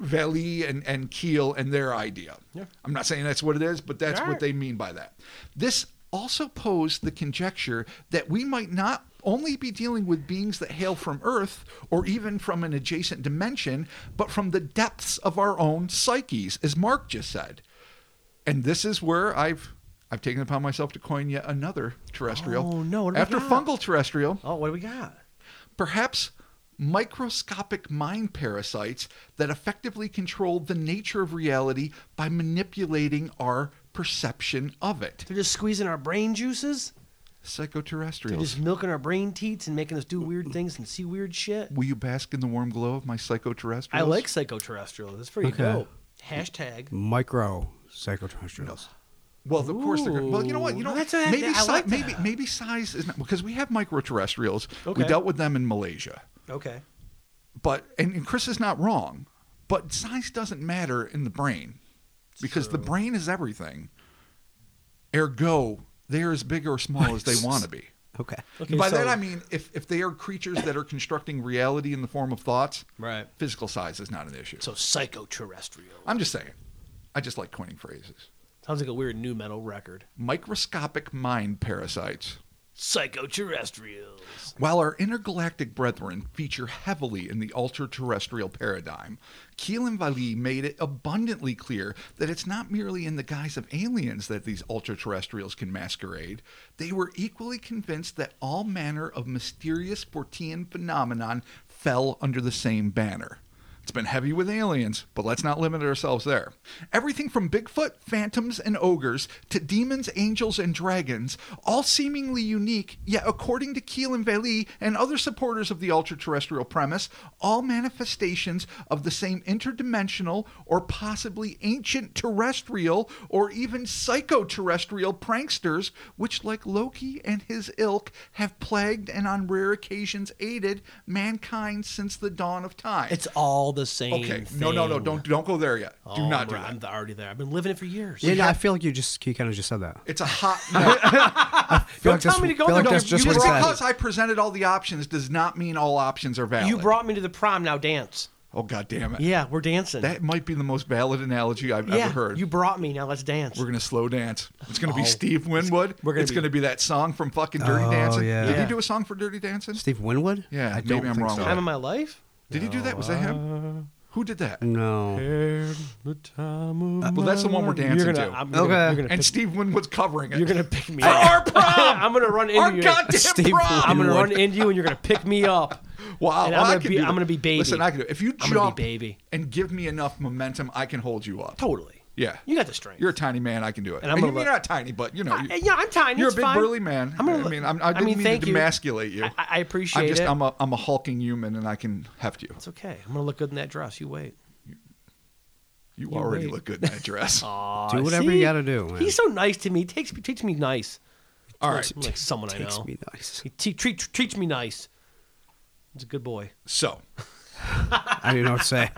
[SPEAKER 3] Valley and, and Keel and their idea.
[SPEAKER 1] Yeah.
[SPEAKER 3] I'm not saying that's what it is, but that's
[SPEAKER 1] Right.
[SPEAKER 3] what they mean by that. This also posed the conjecture that we might not only be dealing with beings that hail from Earth or even from an adjacent dimension, but from the depths of our own psyches, as Mark just said. And this is where I've I've taken it upon myself to coin yet another terrestrial.
[SPEAKER 1] Oh, no, what do we
[SPEAKER 3] After
[SPEAKER 1] got?
[SPEAKER 3] fungal terrestrial,
[SPEAKER 1] Oh, what do we got?
[SPEAKER 3] perhaps microscopic mind parasites that effectively control the nature of reality by manipulating our perception of it.
[SPEAKER 1] They're just squeezing our brain juices. They're
[SPEAKER 3] Psychoterrestrials.
[SPEAKER 1] just milking our brain teats and making us do weird things and see weird shit.
[SPEAKER 3] Will you bask in the warm glow of my psychoterrestrials?
[SPEAKER 1] I like psychoterrestrial. That's pretty
[SPEAKER 2] Okay.
[SPEAKER 1] dope. Hashtag.
[SPEAKER 2] Micro psychoterrestrials.
[SPEAKER 3] Well, of course they're. Well, you know what? You
[SPEAKER 1] Ooh.
[SPEAKER 3] know
[SPEAKER 1] That's what I-
[SPEAKER 3] maybe
[SPEAKER 1] I
[SPEAKER 3] si-
[SPEAKER 1] like
[SPEAKER 3] maybe
[SPEAKER 1] that.
[SPEAKER 3] maybe size is not because we have microterrestrials.
[SPEAKER 1] Okay.
[SPEAKER 3] We dealt with them in Malaysia,
[SPEAKER 1] Okay.
[SPEAKER 3] but and, and Chris is not wrong. But size doesn't matter in the brain because the brain is everything. Ergo, they're as big or small as they want to be.
[SPEAKER 2] Okay.
[SPEAKER 1] Okay.
[SPEAKER 3] By
[SPEAKER 1] so-
[SPEAKER 3] that I mean if if they are creatures that are constructing reality in the form of thoughts,
[SPEAKER 2] Right.
[SPEAKER 3] physical size is not an issue.
[SPEAKER 1] so psychoterrestrial.
[SPEAKER 3] I'm just saying. I just like coining phrases.
[SPEAKER 1] Sounds like a weird new metal record.
[SPEAKER 3] Microscopic mind parasites.
[SPEAKER 1] Psychoterrestrials.
[SPEAKER 3] While our intergalactic brethren feature heavily in the ultra terrestrial paradigm, Keel and Vali made it abundantly clear that it's not merely in the guise of aliens that these ultra terrestrials can masquerade. They were equally convinced that all manner of mysterious Fortean phenomenon fell under the same banner. It's been heavy with aliens, but let's not limit ourselves there. Everything from Bigfoot, phantoms, and ogres to demons, angels, and dragons, all seemingly unique, yet according to Keel and Valley and other supporters of the ultra-terrestrial premise, all manifestations of the same interdimensional or possibly ancient terrestrial or even psychoterrestrial pranksters, which like Loki and his ilk have plagued and on rare occasions aided mankind since the dawn of time.
[SPEAKER 1] It's all the same.
[SPEAKER 3] Okay. No, no, no.
[SPEAKER 1] thing.
[SPEAKER 3] Don't don't go there yet. Do
[SPEAKER 1] Oh,
[SPEAKER 3] not do
[SPEAKER 1] bro, I'm
[SPEAKER 3] that.
[SPEAKER 1] already there. I've been living it for years.
[SPEAKER 2] Yeah, no, I feel like you just you kind of just said that.
[SPEAKER 3] It's a hot. No,
[SPEAKER 1] Don't
[SPEAKER 2] Feel like
[SPEAKER 1] tell
[SPEAKER 2] that's-
[SPEAKER 1] me to go
[SPEAKER 2] feel
[SPEAKER 1] there.
[SPEAKER 2] like
[SPEAKER 3] no,
[SPEAKER 2] that's
[SPEAKER 1] You-
[SPEAKER 2] just
[SPEAKER 3] you-
[SPEAKER 2] what
[SPEAKER 3] just
[SPEAKER 2] it said.
[SPEAKER 3] because I presented all the options does not mean all options are valid.
[SPEAKER 1] You brought me to the prom. Now dance.
[SPEAKER 3] Oh God damn it.
[SPEAKER 1] Yeah, we're dancing.
[SPEAKER 3] That might be the most valid analogy I've
[SPEAKER 1] yeah,
[SPEAKER 3] ever heard.
[SPEAKER 1] you brought me. Now let's dance.
[SPEAKER 3] We're gonna slow dance. It's gonna
[SPEAKER 1] Oh.
[SPEAKER 3] be Steve Winwood.
[SPEAKER 1] We're gonna
[SPEAKER 3] it's
[SPEAKER 1] be-
[SPEAKER 3] gonna be that song from fucking Dirty Dancing.
[SPEAKER 2] Oh, yeah.
[SPEAKER 3] Did
[SPEAKER 1] Yeah.
[SPEAKER 3] he do a song for Dirty Dancing?
[SPEAKER 2] Steve Winwood?
[SPEAKER 3] Yeah,
[SPEAKER 2] I
[SPEAKER 3] maybe
[SPEAKER 2] don't
[SPEAKER 3] I'm
[SPEAKER 2] think
[SPEAKER 3] wrong
[SPEAKER 2] so.
[SPEAKER 3] with
[SPEAKER 1] Time of my life.
[SPEAKER 3] Did he do that? Was that
[SPEAKER 1] Uh,
[SPEAKER 3] him? Who did that?
[SPEAKER 2] No.
[SPEAKER 1] The time of
[SPEAKER 3] Uh, Well, that's the one we're dancing
[SPEAKER 1] you're gonna,
[SPEAKER 3] to.
[SPEAKER 1] I'm, you're gonna,
[SPEAKER 2] Okay.
[SPEAKER 1] you're gonna
[SPEAKER 3] and
[SPEAKER 1] pick,
[SPEAKER 3] Steve Winwood's covering it.
[SPEAKER 1] you're gonna pick me
[SPEAKER 3] for
[SPEAKER 1] up.
[SPEAKER 3] our prom.
[SPEAKER 1] I'm gonna run into
[SPEAKER 3] our
[SPEAKER 1] you.
[SPEAKER 3] goddamn
[SPEAKER 2] Steve
[SPEAKER 3] prom.
[SPEAKER 1] I'm gonna
[SPEAKER 2] Winwood.
[SPEAKER 1] run into you, and you're gonna pick me up.
[SPEAKER 3] Wow,
[SPEAKER 1] And
[SPEAKER 3] well,
[SPEAKER 1] I'm
[SPEAKER 3] I
[SPEAKER 1] gonna
[SPEAKER 3] can
[SPEAKER 1] be-
[SPEAKER 3] do
[SPEAKER 1] I'm
[SPEAKER 3] that.
[SPEAKER 1] gonna be baby.
[SPEAKER 3] Listen, I can do. it. If you
[SPEAKER 1] I'm gonna be
[SPEAKER 3] jump,
[SPEAKER 1] baby.
[SPEAKER 3] and give me enough momentum, I can hold you up.
[SPEAKER 1] Totally.
[SPEAKER 3] Yeah,
[SPEAKER 1] You got the strength.
[SPEAKER 3] You're a tiny man. I can do
[SPEAKER 1] And
[SPEAKER 3] it. And,
[SPEAKER 1] I'm
[SPEAKER 3] you
[SPEAKER 1] gonna
[SPEAKER 3] mean
[SPEAKER 1] let-
[SPEAKER 3] you're not tiny, but you know,
[SPEAKER 1] I,
[SPEAKER 3] you,
[SPEAKER 1] yeah, I'm tiny.
[SPEAKER 3] are a
[SPEAKER 1] it's
[SPEAKER 3] big
[SPEAKER 1] fine.
[SPEAKER 3] burly man.
[SPEAKER 1] I'm
[SPEAKER 3] i
[SPEAKER 1] gonna,
[SPEAKER 3] mean, I'm, I didn't
[SPEAKER 1] mean,
[SPEAKER 3] mean
[SPEAKER 1] thank
[SPEAKER 3] to
[SPEAKER 1] you.
[SPEAKER 3] demasculate you.
[SPEAKER 1] I, I appreciate
[SPEAKER 3] I'm just,
[SPEAKER 1] it.
[SPEAKER 3] I'm a, I'm a hulking human, and I can heft you.
[SPEAKER 1] it's okay. I'm gonna look good in that dress. You wait.
[SPEAKER 3] You, already
[SPEAKER 1] wait.
[SPEAKER 3] look good in that dress. All
[SPEAKER 1] Aw,
[SPEAKER 2] Do whatever
[SPEAKER 1] see?
[SPEAKER 2] you gotta do, man.
[SPEAKER 1] He's so nice to me. He takes me, treats me nice.
[SPEAKER 3] right.
[SPEAKER 1] I'm like someone I
[SPEAKER 2] Takes
[SPEAKER 1] know.
[SPEAKER 2] me nice.
[SPEAKER 1] He te- treat, treats me nice. He's a good boy.
[SPEAKER 3] So,
[SPEAKER 2] I didn't know what to say.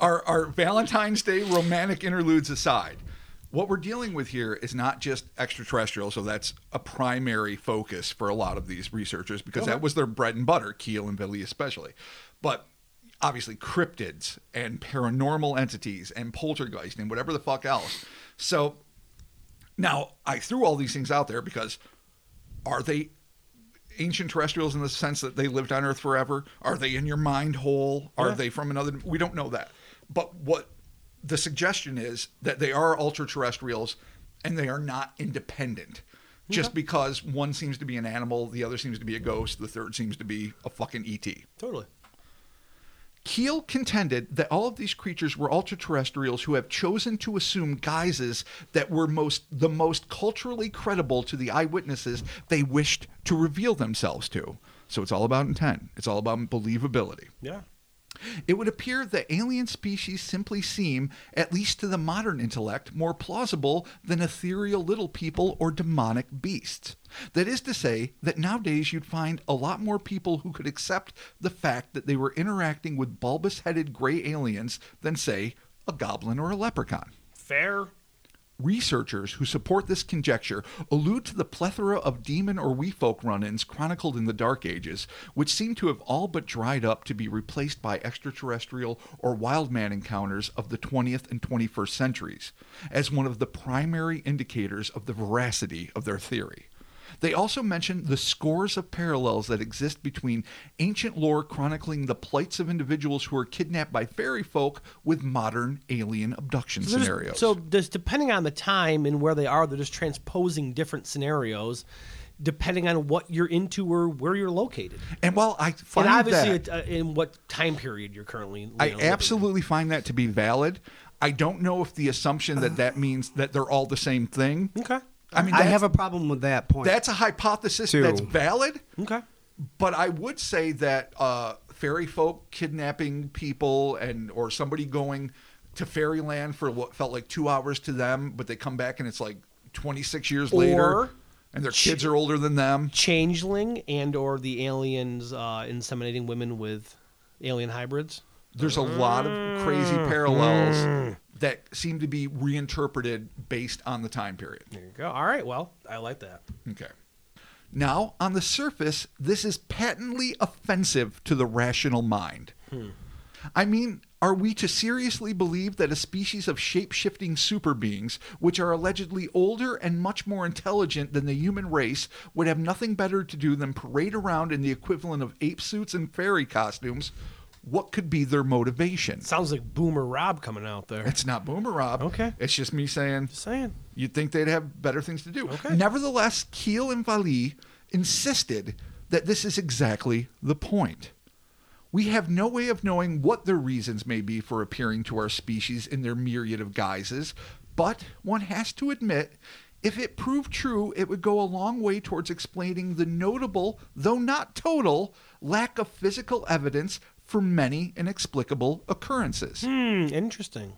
[SPEAKER 3] our our Valentine's Day romantic interludes aside. What we're dealing with here is not just extraterrestrial, so that's a primary focus for a lot of these researchers because that was their bread and butter, Keel and Billy especially. But obviously, cryptids and paranormal entities and poltergeist and whatever the fuck else. So now I threw all these things out there because are they ancient terrestrials in the sense that they lived on Earth forever? Are they in your mind hole? Are
[SPEAKER 1] Yeah.
[SPEAKER 3] they from another? We don't know that. But what the suggestion is that they are ultra terrestrials and they are not independent. Just because one seems to be an animal, the other seems to be a ghost, the third seems to be a fucking E ET.
[SPEAKER 1] Totally.
[SPEAKER 3] Keel contended that all of these creatures were ultraterrestrials who have chosen to assume guises that were most the most culturally credible to the eyewitnesses they wished to reveal themselves to. So it's all about intent. It's all about believability.
[SPEAKER 1] Yeah.
[SPEAKER 3] It would appear that alien species simply seem, at least to the modern intellect, more plausible than ethereal little people or demonic beasts. That is to say, that nowadays you'd find a lot more people who could accept the fact that they were interacting with bulbous headed gray aliens than, say, a goblin or a leprechaun.
[SPEAKER 1] Fair.
[SPEAKER 3] Researchers who support this conjecture allude to the plethora of demon or weefolk run ins chronicled in the Dark Ages, which seem to have all but dried up to be replaced by extraterrestrial or wild man encounters of the 20th and 21st centuries, as one of the primary indicators of the veracity of their theory. They also mention the scores of parallels that exist between ancient lore chronicling the plights of individuals who are kidnapped by fairy folk with modern alien abduction
[SPEAKER 1] There's-
[SPEAKER 3] scenarios.
[SPEAKER 1] So just depending on the time and where they are, they're just transposing different scenarios, depending on what you're into or where you're located,
[SPEAKER 3] and while I find
[SPEAKER 1] and obviously
[SPEAKER 3] that
[SPEAKER 1] it, uh, in what time period you're currently. you know,
[SPEAKER 3] I
[SPEAKER 1] living.
[SPEAKER 3] absolutely find that to be valid, I don't know if the assumption that that means that they're all the same thing.
[SPEAKER 1] Okay.
[SPEAKER 3] I mean,
[SPEAKER 2] I
[SPEAKER 3] that's,
[SPEAKER 2] have a problem with that point.
[SPEAKER 3] that's a hypothesis
[SPEAKER 2] Two.
[SPEAKER 3] that's valid.
[SPEAKER 1] Okay.
[SPEAKER 3] But I would say that uh, fairy folk kidnapping people and or somebody going to fairyland for what felt like two hours to them, but they come back and it's like 26 years later,
[SPEAKER 1] Or-
[SPEAKER 3] and their kids are older than them.
[SPEAKER 1] Changeling and or the aliens uh, inseminating women with alien hybrids.
[SPEAKER 3] There's a lot of crazy parallels that seem to be reinterpreted based on the time period.
[SPEAKER 1] There you go. All right. Well, I like that.
[SPEAKER 3] Okay. Now, on the surface, this is patently offensive to the rational mind. I mean, are we to seriously believe that a species of shape shifting super beings, which are allegedly older and much more intelligent than the human race, would have nothing better to do than parade around in the equivalent of ape suits and fairy costumes? What could be their motivation?
[SPEAKER 1] Sounds like Boomer Rob coming out there.
[SPEAKER 3] It's not Boomer Rob.
[SPEAKER 1] Okay.
[SPEAKER 3] It's just me saying
[SPEAKER 1] Just saying.
[SPEAKER 3] You'd think they'd have better things to do.
[SPEAKER 1] Okay.
[SPEAKER 3] Nevertheless, Keel and Vali insisted that this is exactly the point. We have no way of knowing what their reasons may be for appearing to our species in their myriad of guises, but one has to admit, if it proved true, it would go a long way towards explaining the notable, though not total, lack of physical evidence for many inexplicable occurrences.
[SPEAKER 1] Hmm. Interesting.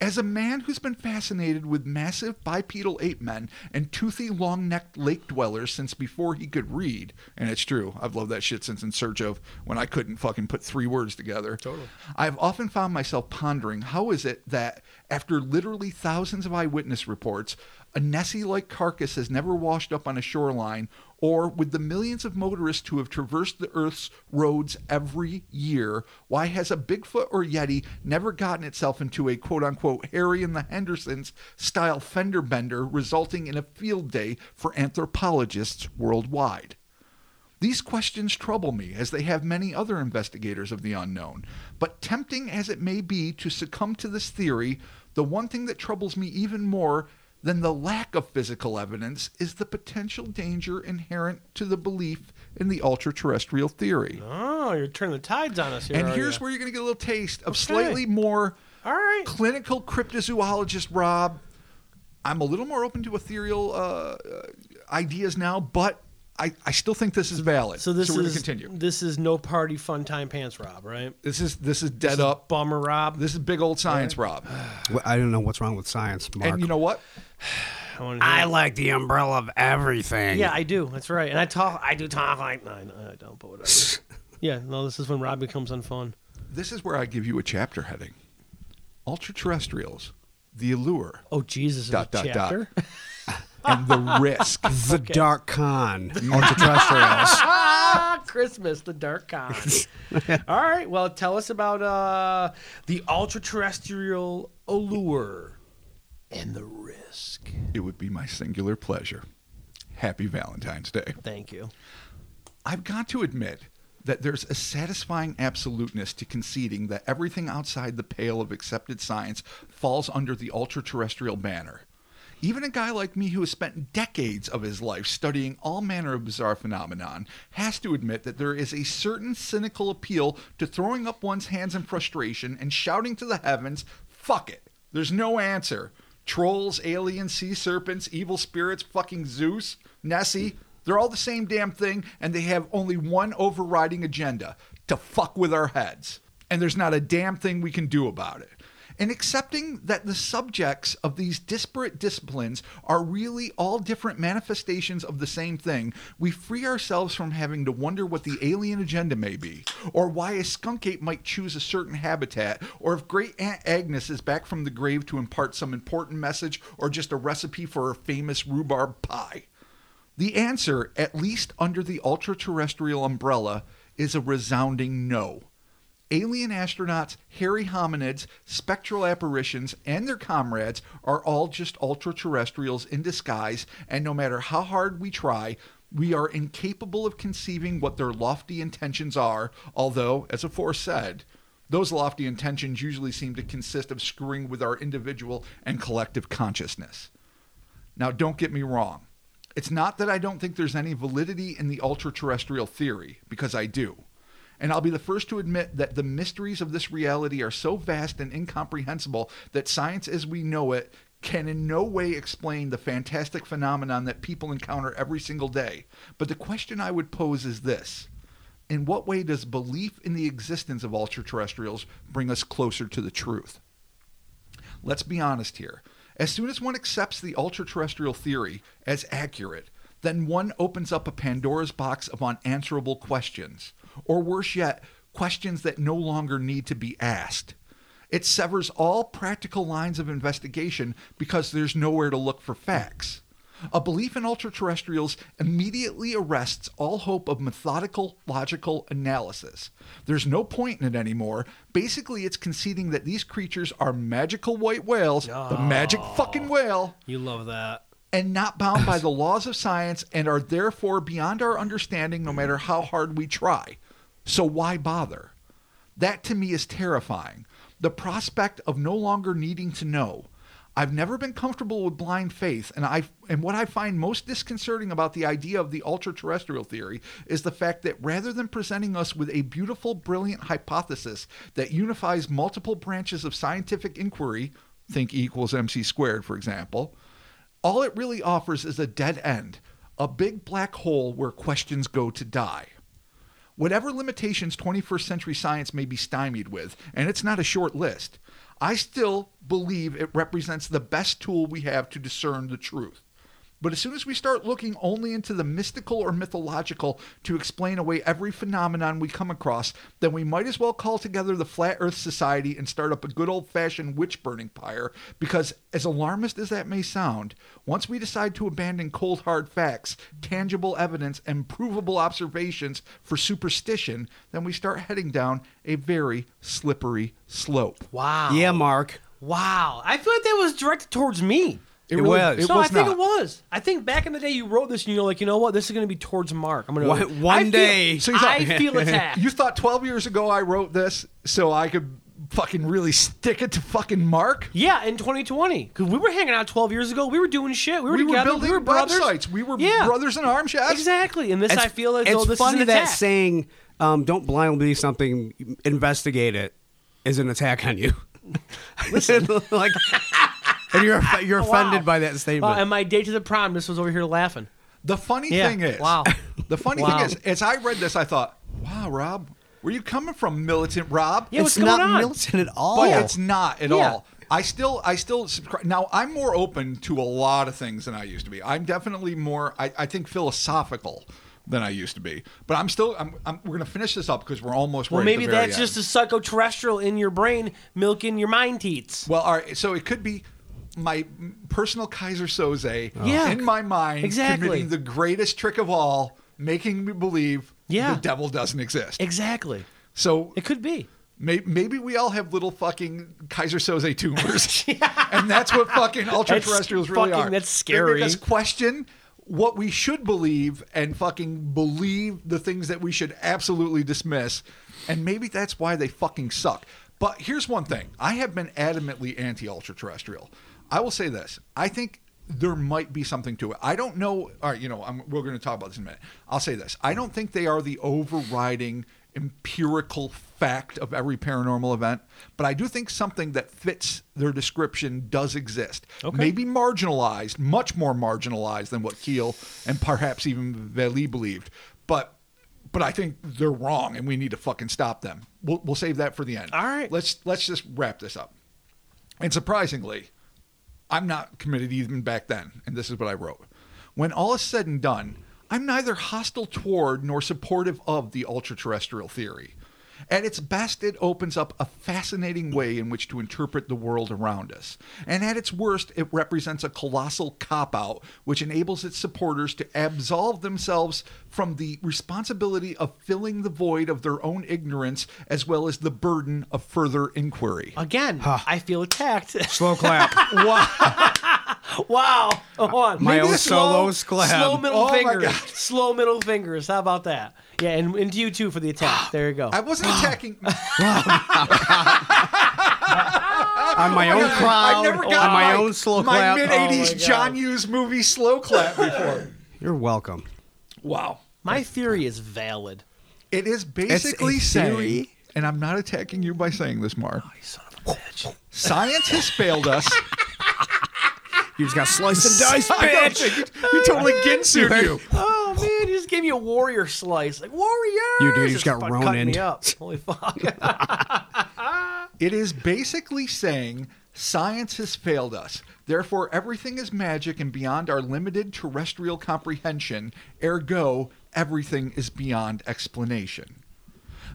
[SPEAKER 3] As a man who's been fascinated with massive bipedal ape men and toothy, long necked lake dwellers since before he could read, and it's true, I've loved that shit since In Search of when I couldn't fucking put three words together. Totally. I've often found myself pondering how is it that, after literally thousands of eyewitness reports, a Nessie like carcass has never washed up on a shoreline, or with the millions of motorists who have traversed the Earth's roads every year, why has a Bigfoot or Yeti never gotten itself into a quote unquote Harry and the Hendersons style fender bender, resulting in a field day for anthropologists worldwide? These questions trouble me, as they have many other investigators of the unknown. But tempting as it may be to succumb to this theory, the one thing that troubles me even more than the lack of physical evidence is the potential danger inherent to the belief in the ultra-terrestrial theory.
[SPEAKER 1] Oh, you're turning the tides on us here.
[SPEAKER 3] and
[SPEAKER 1] are
[SPEAKER 3] here's
[SPEAKER 1] ya?
[SPEAKER 3] where you're going to get a little taste of slightly more
[SPEAKER 1] All right.
[SPEAKER 3] clinical cryptozoologist Rob. I'm a little more open to ethereal uh, uh, ideas now, but I, I still think this is valid.
[SPEAKER 1] So this
[SPEAKER 3] we're gonna
[SPEAKER 1] is
[SPEAKER 3] continue.
[SPEAKER 1] this is no party fun time pants Rob, right?
[SPEAKER 3] This is this is dead up.
[SPEAKER 1] Bummer Rob.
[SPEAKER 3] This is big old science, Rob.
[SPEAKER 2] Well, I don't know what's wrong with science, Mark.
[SPEAKER 3] And you know what?
[SPEAKER 1] I wanna hear
[SPEAKER 2] I
[SPEAKER 1] it.
[SPEAKER 2] like the umbrella of everything.
[SPEAKER 1] yeah, I do. That's right. And I talk. I do talk like. No, I know I don't. But whatever. yeah. No, this is when Rob becomes unfun.
[SPEAKER 3] This is where I give you a chapter heading: Ultraterrestrials, the allure,
[SPEAKER 1] Oh Jesus!
[SPEAKER 3] Dot,
[SPEAKER 1] Dot,
[SPEAKER 3] dot, dot.
[SPEAKER 1] chapter.
[SPEAKER 3] and the risk.
[SPEAKER 2] the dark con ultra-terrestrials.
[SPEAKER 1] Ah, Christmas, the dark con. All right. Well, tell us about uh, the ultra terrestrial allure and the risk.
[SPEAKER 3] It would be my singular pleasure. Happy Valentine's Day.
[SPEAKER 1] Thank you.
[SPEAKER 3] I've got to admit that there's a satisfying absoluteness to conceding that everything outside the pale of accepted science falls under the ultra-terrestrial banner. Even a guy like me who has spent decades of his life studying all manner of bizarre phenomenon has to admit that there is a certain cynical appeal to throwing up one's hands in frustration and shouting to the heavens, fuck it. There's no answer. Trolls, aliens, sea serpents, evil spirits, fucking Zeus, Nessie, they're all the same damn thing, and they have only one overriding agenda to fuck with our heads. And there's not a damn thing we can do about it. and accepting that the subjects of these disparate disciplines are really all different manifestations of the same thing, we free ourselves from having to wonder what the alien agenda may be, or why a skunk ape might choose a certain habitat, or if Great Aunt Agnes is back from the grave to impart some important message or just a recipe for her famous rhubarb pie. The answer, at least under the ultra terrestrial umbrella, is a resounding no. Alien astronauts, hairy hominids, spectral apparitions, and their comrades are all just ultra terrestrials in disguise, and no matter how hard we try, we are incapable of conceiving what their lofty intentions are, although, as aforesaid, those lofty intentions usually seem to consist of screwing with our individual and collective consciousness. Now, don't get me wrong. It's not that I don't think there's any validity in the ultra terrestrial theory, because I do. And I'll be the first to admit that the mysteries of this reality are so vast and incomprehensible that science as we know it can in no way explain the fantastic phenomenon that people encounter every single day. But the question I would pose is this In what way does belief in the existence of ultra terrestrials bring us closer to the truth? Let's be honest here. As soon as one accepts the ultra terrestrial theory as accurate, then one opens up a Pandora's box of unanswerable questions, or worse yet, questions that no longer need to be asked. It severs all practical lines of investigation because there's nowhere to look for facts. A belief in ultraterrestrials immediately arrests all hope of methodical, logical analysis. There's no point in it anymore. Basically, it's conceding that these creatures are magical white whales, the magic fucking whale,
[SPEAKER 1] You love that.
[SPEAKER 3] and not bound by the laws of science and are therefore beyond our understanding no matter how hard we try. So why bother? That to me is terrifying. The prospect of no longer needing to know. I've never been comfortable with blind faith, and I and what I find most disconcerting about the idea of the ultra-terrestrial theory is the fact that rather than presenting us with a beautiful, brilliant hypothesis that unifies multiple branches of scientific inquiry, think E equals MC squared, for example, all it really offers is a dead end, a big black hole where questions go to die. Whatever limitations 21st century science may be stymied with, and it's not a short list, I still believe it represents the best tool we have to discern the truth. But as soon as we start looking only into the mystical or mythological to explain away every phenomenon we come across, then we might as well call together the Flat Earth Society and start up a good old fashioned witch burning pyre, because as alarmist as that may sound, once we decide to abandon cold hard facts, tangible evidence, and provable observations for superstition, then we start heading down a very slippery slope.
[SPEAKER 1] Wow.
[SPEAKER 2] Yeah, Mark.
[SPEAKER 1] Wow. I feel like that was directed towards me.
[SPEAKER 2] It was.
[SPEAKER 3] It
[SPEAKER 1] no,
[SPEAKER 3] was
[SPEAKER 1] I think
[SPEAKER 3] not.
[SPEAKER 1] it was. I think back in the day you wrote this and you're like, you know what, this is going to be towards Mark. I'm going
[SPEAKER 2] One-
[SPEAKER 1] to
[SPEAKER 2] one day.
[SPEAKER 1] Feel,
[SPEAKER 2] So
[SPEAKER 3] you thought-
[SPEAKER 1] I feel attacked.
[SPEAKER 3] You thought 12 years ago I wrote this so I could fucking really stick it to fucking Mark?
[SPEAKER 1] yeah, in 2020, because we were hanging out 12 years ago. We were doing shit. We were
[SPEAKER 3] We were
[SPEAKER 1] together.
[SPEAKER 3] building
[SPEAKER 1] we were brothers.
[SPEAKER 3] websites. We were
[SPEAKER 1] Yeah.
[SPEAKER 3] brothers in arms, yes?
[SPEAKER 1] Exactly. And this, I feel as
[SPEAKER 2] it's
[SPEAKER 1] though this
[SPEAKER 2] fun
[SPEAKER 1] is an
[SPEAKER 2] that
[SPEAKER 1] attack.
[SPEAKER 2] saying, um, "Don't blindly something, investigate it," is an attack on you. Listen, like, and you're off- you're offended
[SPEAKER 1] Wow.
[SPEAKER 2] by that statement.
[SPEAKER 1] Wow, and my date to the prom, this was over here laughing.
[SPEAKER 3] The funny
[SPEAKER 1] Yeah.
[SPEAKER 3] thing is,
[SPEAKER 1] Wow.
[SPEAKER 3] The funny
[SPEAKER 1] Wow.
[SPEAKER 3] thing is, as I read this, I thought, wow, Rob, where you coming from, militant Rob?
[SPEAKER 1] Yeah, what's
[SPEAKER 2] it's not
[SPEAKER 1] going on?
[SPEAKER 2] militant at all.
[SPEAKER 3] but it's not at
[SPEAKER 1] Yeah.
[SPEAKER 3] all. I still, I still subscribe. Now I'm more open to a lot of things than I used to be. I'm definitely more, I, I think, philosophical than I used to be. But I'm still, I'm, I'm we're gonna finish this up because we're almost.
[SPEAKER 1] Well,
[SPEAKER 3] right at
[SPEAKER 1] maybe
[SPEAKER 3] the very
[SPEAKER 1] that's
[SPEAKER 3] end.
[SPEAKER 1] just a psychoterrestrial in your brain milking your mind teats.
[SPEAKER 3] Well, all right. So it could be my personal Kaiser Soze
[SPEAKER 1] Yeah.
[SPEAKER 3] in my mind
[SPEAKER 1] Exactly.
[SPEAKER 3] committing the greatest trick of all, making me believe
[SPEAKER 1] Yeah.
[SPEAKER 3] the devil doesn't exist.
[SPEAKER 1] Exactly.
[SPEAKER 3] so
[SPEAKER 1] It could be.
[SPEAKER 3] may- maybe we all have little fucking Kaiser Soze tumors. And that's what fucking ultra-terrestrials really
[SPEAKER 1] fucking-
[SPEAKER 3] are.
[SPEAKER 1] that's
[SPEAKER 3] They make
[SPEAKER 1] scary.
[SPEAKER 3] us question what we should believe and fucking believe the things that we should absolutely dismiss. And maybe that's why they fucking suck. But here's one thing I have been adamantly anti ultra-terrestrial. I will say this I think there might be something to it. I don't know. All right, you know, I'm, we're going to talk about this in a minute. I'll say this I don't think they are the overriding empirical fact of every paranormal event, but I do think something that fits their description does exist. Maybe marginalized, much more marginalized than what Keel and perhaps even Veli believed, but but I think they're wrong and we need to fucking stop them. We'll, we'll save that for the end.
[SPEAKER 1] All right.
[SPEAKER 3] Let's let's just wrap this up. And surprisingly, I'm not committed even back then. And this is what I wrote. When all is said and done, I'm neither hostile toward nor supportive of the ultra-terrestrial theory. At its best, it opens up a fascinating way in which to interpret the world around us. And at its worst, it represents a colossal cop out which enables its supporters to absolve themselves from the responsibility of filling the void of their own ignorance as well as the burden of further inquiry.
[SPEAKER 1] Again, I feel attacked.
[SPEAKER 2] Slow clap.
[SPEAKER 1] wow. Hold on.
[SPEAKER 2] My
[SPEAKER 1] Maybe
[SPEAKER 2] own
[SPEAKER 1] a slow-
[SPEAKER 2] solo clap.
[SPEAKER 1] Slow middle
[SPEAKER 3] Oh my
[SPEAKER 1] fingers.
[SPEAKER 3] God.
[SPEAKER 1] Slow middle fingers. How about that? Yeah, and, and to you too for the attack. There you go.
[SPEAKER 3] I wasn't attacking.
[SPEAKER 2] on my own crowd.
[SPEAKER 3] I've never
[SPEAKER 2] on
[SPEAKER 3] gotten
[SPEAKER 2] my own slow
[SPEAKER 3] my
[SPEAKER 2] clap.
[SPEAKER 3] mid
[SPEAKER 1] Oh
[SPEAKER 3] '80s
[SPEAKER 1] my God.
[SPEAKER 3] John Hughes movie slow clap before.
[SPEAKER 2] Oh. You're welcome.
[SPEAKER 3] wow,
[SPEAKER 1] My theory is valid.
[SPEAKER 3] it is basically saying,
[SPEAKER 2] theory.
[SPEAKER 3] and I'm not attacking you by saying this, Mark.
[SPEAKER 1] Oh, Son of a bitch.
[SPEAKER 3] Science has failed us.
[SPEAKER 2] You just got sliced and diced,
[SPEAKER 3] I don't
[SPEAKER 2] bitch.
[SPEAKER 3] think it- you totally ginsued
[SPEAKER 2] Right.
[SPEAKER 3] you.
[SPEAKER 1] Oh man, you just gave me a warrior slice. Like warrior.
[SPEAKER 2] You did, you just got
[SPEAKER 1] Cut
[SPEAKER 2] Ronin'd.
[SPEAKER 1] me up. Holy fuck.
[SPEAKER 3] It is basically saying science has failed us. Therefore, everything is magic and beyond our limited terrestrial comprehension. Ergo, everything is beyond explanation.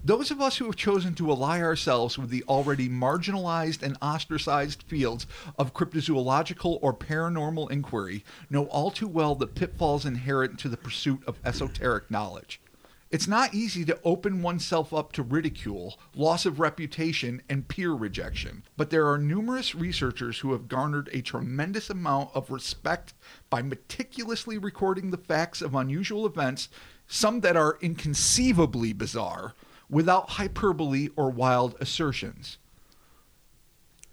[SPEAKER 3] Those of us who have chosen to ally ourselves with the already marginalized and ostracized fields of cryptozoological or paranormal inquiry know all too well the pitfalls inherent to the pursuit of esoteric knowledge. It's not easy to open oneself up to ridicule, loss of reputation, and peer rejection, but there are numerous researchers who have garnered a tremendous amount of respect by meticulously recording the facts of unusual events, some that are inconceivably bizarre, without hyperbole or wild assertions.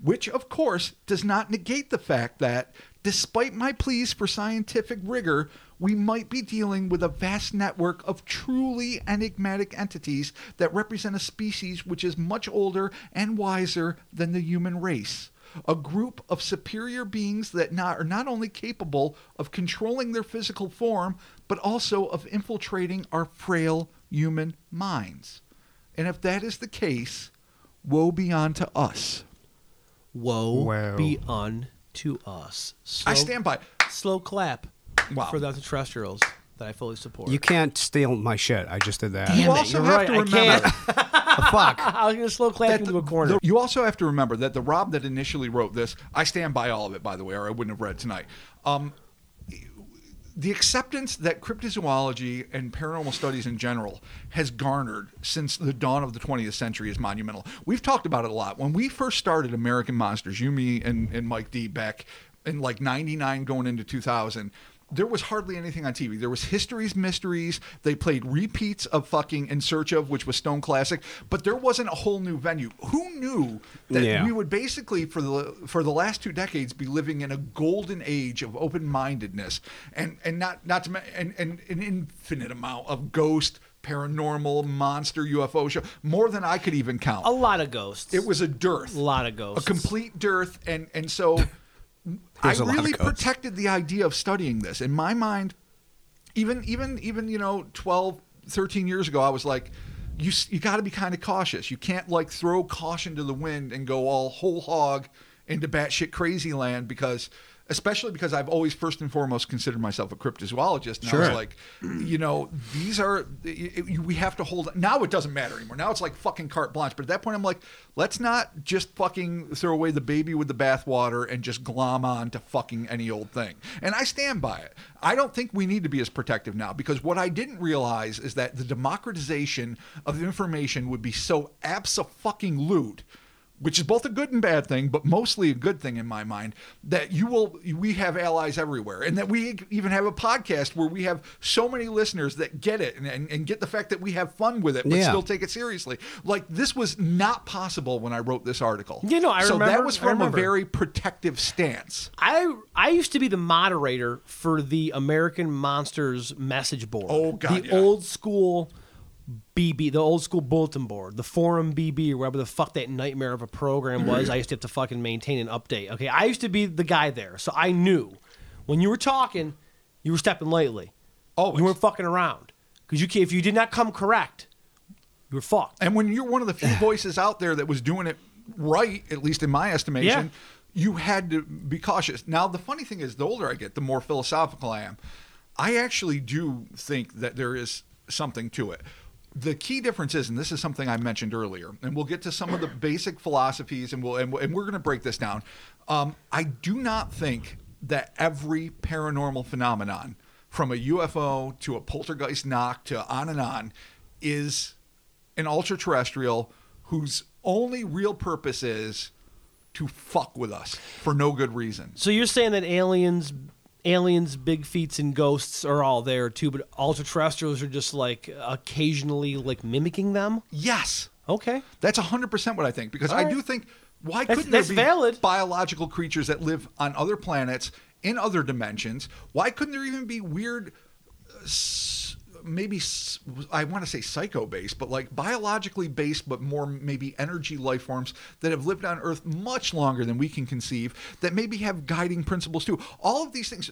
[SPEAKER 3] Which, of course, does not negate the fact that, despite my pleas for scientific rigor, we might be dealing with a vast network of truly enigmatic entities that represent a species which is much older and wiser than the human race. A group of superior beings that not, are not only capable of controlling their physical form, but also of infiltrating our frail human minds. And if that is the case, woe be unto us.
[SPEAKER 1] Woe
[SPEAKER 2] Wow.
[SPEAKER 1] be unto us. Slow,
[SPEAKER 3] I stand by.
[SPEAKER 1] Slow clap
[SPEAKER 3] Wow.
[SPEAKER 1] for the extraterrestrials that I fully support.
[SPEAKER 2] You can't steal my shit. I just did that.
[SPEAKER 1] Damn
[SPEAKER 3] You
[SPEAKER 1] it,
[SPEAKER 3] also
[SPEAKER 1] you're
[SPEAKER 3] have
[SPEAKER 1] right,
[SPEAKER 3] to
[SPEAKER 1] I can't.
[SPEAKER 3] remember
[SPEAKER 2] Fuck.
[SPEAKER 1] I was gonna slow clap
[SPEAKER 3] that
[SPEAKER 1] you
[SPEAKER 3] the-
[SPEAKER 1] into a corner.
[SPEAKER 3] the- you also have to remember that the Rob that initially wrote this, I stand by all of it, by the way, or I wouldn't have read tonight. Um, the acceptance that cryptozoology and paranormal studies in general has garnered since the dawn of the 20th century is monumental. We've talked about it a lot. When we first started American Monsters, you, me, and, and Mike D back in like 99 going into 2000, there was hardly anything on TV. There was histories, mysteries. They played repeats of fucking In Search of, which was Stone Classic, but there wasn't a whole new venue. Who knew that
[SPEAKER 2] Yeah.
[SPEAKER 3] we would basically for the for the last two decades be living in a golden age of open-mindedness and and not not to ma- and, and an infinite amount of ghost paranormal monster ufo show more than i could even count
[SPEAKER 1] a lot of ghosts.
[SPEAKER 3] it was a dearth
[SPEAKER 1] a lot of
[SPEAKER 3] a
[SPEAKER 1] ghosts.
[SPEAKER 3] complete dearth and and so i
[SPEAKER 2] There's a lot of
[SPEAKER 3] really
[SPEAKER 2] codes.
[SPEAKER 3] protected the idea of studying this in my mind even even even you know 12 13 years ago i was like you s- you got to be kind of cautious you can't like throw caution to the wind and go all whole hog into batshit crazy land because especially because i've always first and foremost considered myself a cryptozoologist and i was
[SPEAKER 2] Sure.
[SPEAKER 3] like you know these are it- it- we have to hold now it doesn't matter anymore now it's like fucking carte blanche but at that point i'm like let's not just fucking throw away the baby with the bathwater and just glom on to fucking any old thing and i stand by it i don't think we need to be as protective now because what i didn't realize is that the democratization of information would be so abso-fucking-lute which is both a good and bad thing, but mostly a good thing in my mind, that you will we have allies everywhere. And that we even have a podcast where we have so many listeners that get it and, and, and get the fact that we have fun with it, but
[SPEAKER 2] Yeah.
[SPEAKER 3] still take it seriously. Like this was not possible when I wrote this article.
[SPEAKER 1] You know, I
[SPEAKER 3] so that
[SPEAKER 1] remember-
[SPEAKER 3] was
[SPEAKER 1] I
[SPEAKER 3] from a
[SPEAKER 1] remember.
[SPEAKER 3] very protective stance.
[SPEAKER 1] I I used to be the moderator for the American Monsters message board.
[SPEAKER 3] Oh, God,
[SPEAKER 1] the
[SPEAKER 3] yeah.
[SPEAKER 1] old school BB, the old school bulletin board, the forum BB, or whatever the fuck that nightmare of a program was. I used to have to fucking maintain and update. Okay, I used to be the guy there, so I knew when you were talking, you were stepping lightly.
[SPEAKER 3] Always.
[SPEAKER 1] you weren't fucking around because you ca- if you did not come correct, you were fucked.
[SPEAKER 3] And when you're one of the few voices out there that was doing it right, at least in my estimation, you had to be cautious. Now, the funny thing is, the older I get, the more philosophical I am. I actually do think that there is something to it. The key difference is, and this is something I mentioned earlier, and we'll get to some of the basic philosophies, and we'll and, we'll- and we're going to break this down. Um, I do not think that every paranormal phenomenon, from a UFO to a poltergeist knock to on and on, is an ultra terrestrial whose only real purpose is to fuck with us for no good reason.
[SPEAKER 1] So you're saying that aliens, aliens, big feats, and ghosts are all there too, but ultra-terrestrials are just like occasionally like mimicking them.
[SPEAKER 3] Yes,
[SPEAKER 1] Okay.
[SPEAKER 3] that's 100% what I think because I
[SPEAKER 1] right.
[SPEAKER 3] do think why
[SPEAKER 1] That's-
[SPEAKER 3] couldn't
[SPEAKER 1] that's
[SPEAKER 3] there be
[SPEAKER 1] valid.
[SPEAKER 3] biological creatures that live on other planets in other dimensions? Why couldn't there even be weird uh, s- maybe s- I want to say psycho based, but like biologically based, but more maybe energy life forms that have lived on Earth much longer than we can conceive, that maybe have guiding principles too. All of these things,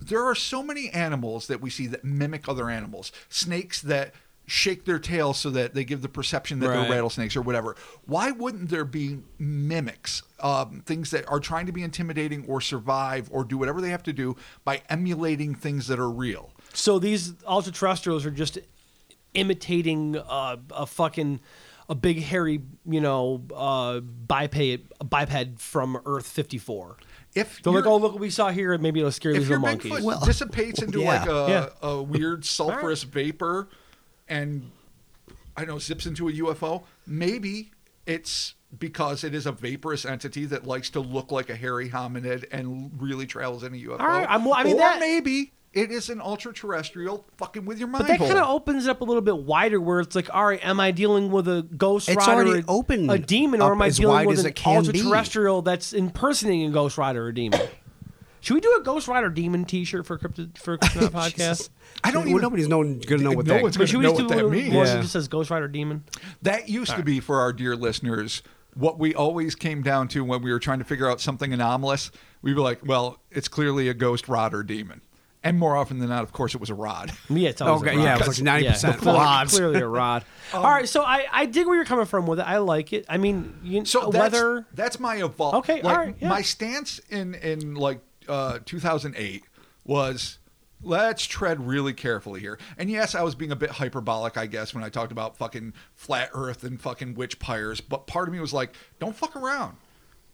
[SPEAKER 3] there are so many animals that we see that mimic other animals. Snakes that shake their tails so that they give the perception that
[SPEAKER 2] Right.
[SPEAKER 3] they're rattlesnakes or whatever. Why wouldn't there be mimics, um, things that are trying to be intimidating or survive or do whatever they have to do by emulating things that are real?
[SPEAKER 1] So these ultra-terrestrials are just imitating uh, a fucking a big hairy, you know, uh, biped biped from Earth 54.
[SPEAKER 3] If
[SPEAKER 1] They're like,
[SPEAKER 3] you're-
[SPEAKER 1] oh look what we saw here, and maybe it'll scare these
[SPEAKER 3] if your
[SPEAKER 1] little monkeys.
[SPEAKER 3] Bigfoot dissipates into
[SPEAKER 2] yeah.
[SPEAKER 3] like a,
[SPEAKER 1] Yeah.
[SPEAKER 3] a weird sulfurous vapor and I don't know zips into a UFO, maybe it's because it is a vaporous entity that likes to look like a hairy hominid and really travels in a UFO.
[SPEAKER 1] All right, I'm- well, I mean,
[SPEAKER 3] or
[SPEAKER 1] that-
[SPEAKER 3] maybe it is an ultra terrestrial fucking with your mind.
[SPEAKER 1] But that
[SPEAKER 3] hole.
[SPEAKER 1] kind of opens it up a little bit wider, where it's like, all right, am I dealing with a ghost
[SPEAKER 2] It's
[SPEAKER 1] rider,
[SPEAKER 2] already
[SPEAKER 1] or a-
[SPEAKER 2] open
[SPEAKER 1] a demon, or
[SPEAKER 2] up
[SPEAKER 1] am I
[SPEAKER 2] as
[SPEAKER 1] dealing
[SPEAKER 2] wide
[SPEAKER 1] with
[SPEAKER 2] as
[SPEAKER 1] an
[SPEAKER 2] it can be.
[SPEAKER 1] ultra-terrestrial that's impersonating a ghost rider or demon? Should we do a ghost rider demon T-shirt for crypto for Kryptonite podcast?
[SPEAKER 3] I don't
[SPEAKER 2] Well,
[SPEAKER 3] even-
[SPEAKER 2] nobody's known gonna know what
[SPEAKER 3] No
[SPEAKER 2] that.
[SPEAKER 3] one's
[SPEAKER 1] But
[SPEAKER 3] gonna-
[SPEAKER 1] should we
[SPEAKER 3] know
[SPEAKER 1] just do
[SPEAKER 3] what that
[SPEAKER 1] one
[SPEAKER 3] means.
[SPEAKER 1] one
[SPEAKER 2] Yeah.
[SPEAKER 1] that just says ghost rider demon?
[SPEAKER 3] That used to be for our dear listeners what we always came down to when we were trying to figure out something anomalous. We were like, well, it's clearly a ghost, rod, or demon. And more often than not, of course, it was a rod.
[SPEAKER 1] Yeah, it's always a
[SPEAKER 2] okay,
[SPEAKER 1] rock.
[SPEAKER 2] yeah, it was like ninety percent Um,
[SPEAKER 1] clearly,
[SPEAKER 2] rods.
[SPEAKER 1] Clearly a rod. All right, so I, I dig where you're coming from with it. I like it. I mean, you, uh,
[SPEAKER 3] So that's,
[SPEAKER 1] whether
[SPEAKER 3] that's my evolve.
[SPEAKER 1] Okay,
[SPEAKER 3] like,
[SPEAKER 1] all right, yeah.
[SPEAKER 3] My stance in in like uh, 2008 was let's tread really carefully here. And yes, I was being a bit hyperbolic, I guess, when I talked about fucking flat Earth and fucking witch pyres. But part of me was like, don't fuck around.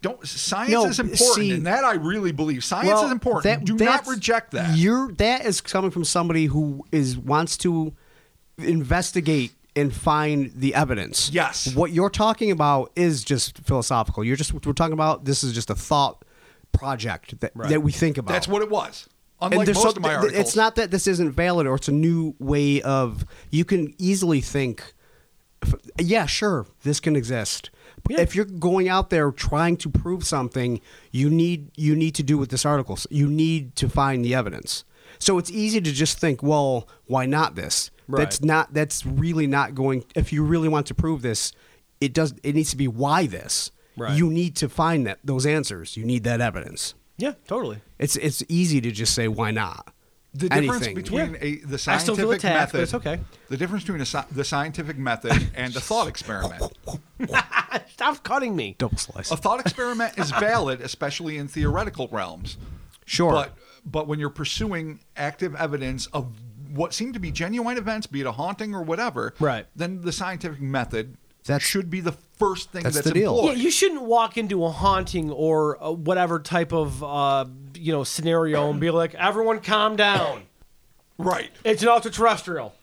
[SPEAKER 3] Don't science
[SPEAKER 2] No,
[SPEAKER 3] is important,
[SPEAKER 2] see-
[SPEAKER 3] and that I really believe. Science is important. Do not
[SPEAKER 2] that's-
[SPEAKER 3] reject that.
[SPEAKER 2] You're that is coming from somebody who is wants to investigate and find the evidence.
[SPEAKER 3] Yes.
[SPEAKER 2] What you're talking about is just philosophical. You're just we're talking about this is just a thought project that, that we think about.
[SPEAKER 3] That's what it was.
[SPEAKER 2] And
[SPEAKER 3] Unlike
[SPEAKER 2] there's
[SPEAKER 3] most
[SPEAKER 2] so-
[SPEAKER 3] of my
[SPEAKER 2] th-
[SPEAKER 3] articles,
[SPEAKER 2] It's not that this isn't valid or it's a new way of. You can easily think, f- yeah, sure, this can exist. But
[SPEAKER 1] Yeah.
[SPEAKER 2] if you're going out there trying to prove something, you need you need to do with this article. s- You need to find the evidence. So it's easy to just think, well, why not this? That's
[SPEAKER 1] Right.
[SPEAKER 2] not. That's really not going. If you really want to prove this, it does. It needs to be why this.
[SPEAKER 1] Right.
[SPEAKER 2] You need to find that those answers. You need that evidence.
[SPEAKER 1] yeah, totally.
[SPEAKER 2] It's it's easy to just say why not.
[SPEAKER 3] the difference
[SPEAKER 2] Anything.
[SPEAKER 3] between
[SPEAKER 1] Yeah.
[SPEAKER 3] a, the
[SPEAKER 1] I still feel
[SPEAKER 3] scientific
[SPEAKER 1] attacked,
[SPEAKER 3] method.
[SPEAKER 1] but it's okay.
[SPEAKER 3] The difference between a, sci- the scientific method and a thought experiment.
[SPEAKER 1] Stop cutting me.
[SPEAKER 2] double slice.
[SPEAKER 3] A thought experiment is valid, especially in theoretical realms.
[SPEAKER 2] Sure.
[SPEAKER 3] But but when you're pursuing active evidence of what seem to be genuine events, be it a haunting or whatever,
[SPEAKER 1] Right.
[SPEAKER 3] Then the scientific method
[SPEAKER 2] That's-
[SPEAKER 3] should be the first thing
[SPEAKER 2] that's
[SPEAKER 3] that's,
[SPEAKER 2] the deal.
[SPEAKER 1] Yeah,
[SPEAKER 3] employed.
[SPEAKER 1] you shouldn't walk into a haunting or uh whatever type of uh, you know scenario and be like, "Everyone, calm down.
[SPEAKER 3] right.
[SPEAKER 1] It's an ultra-terrestrial."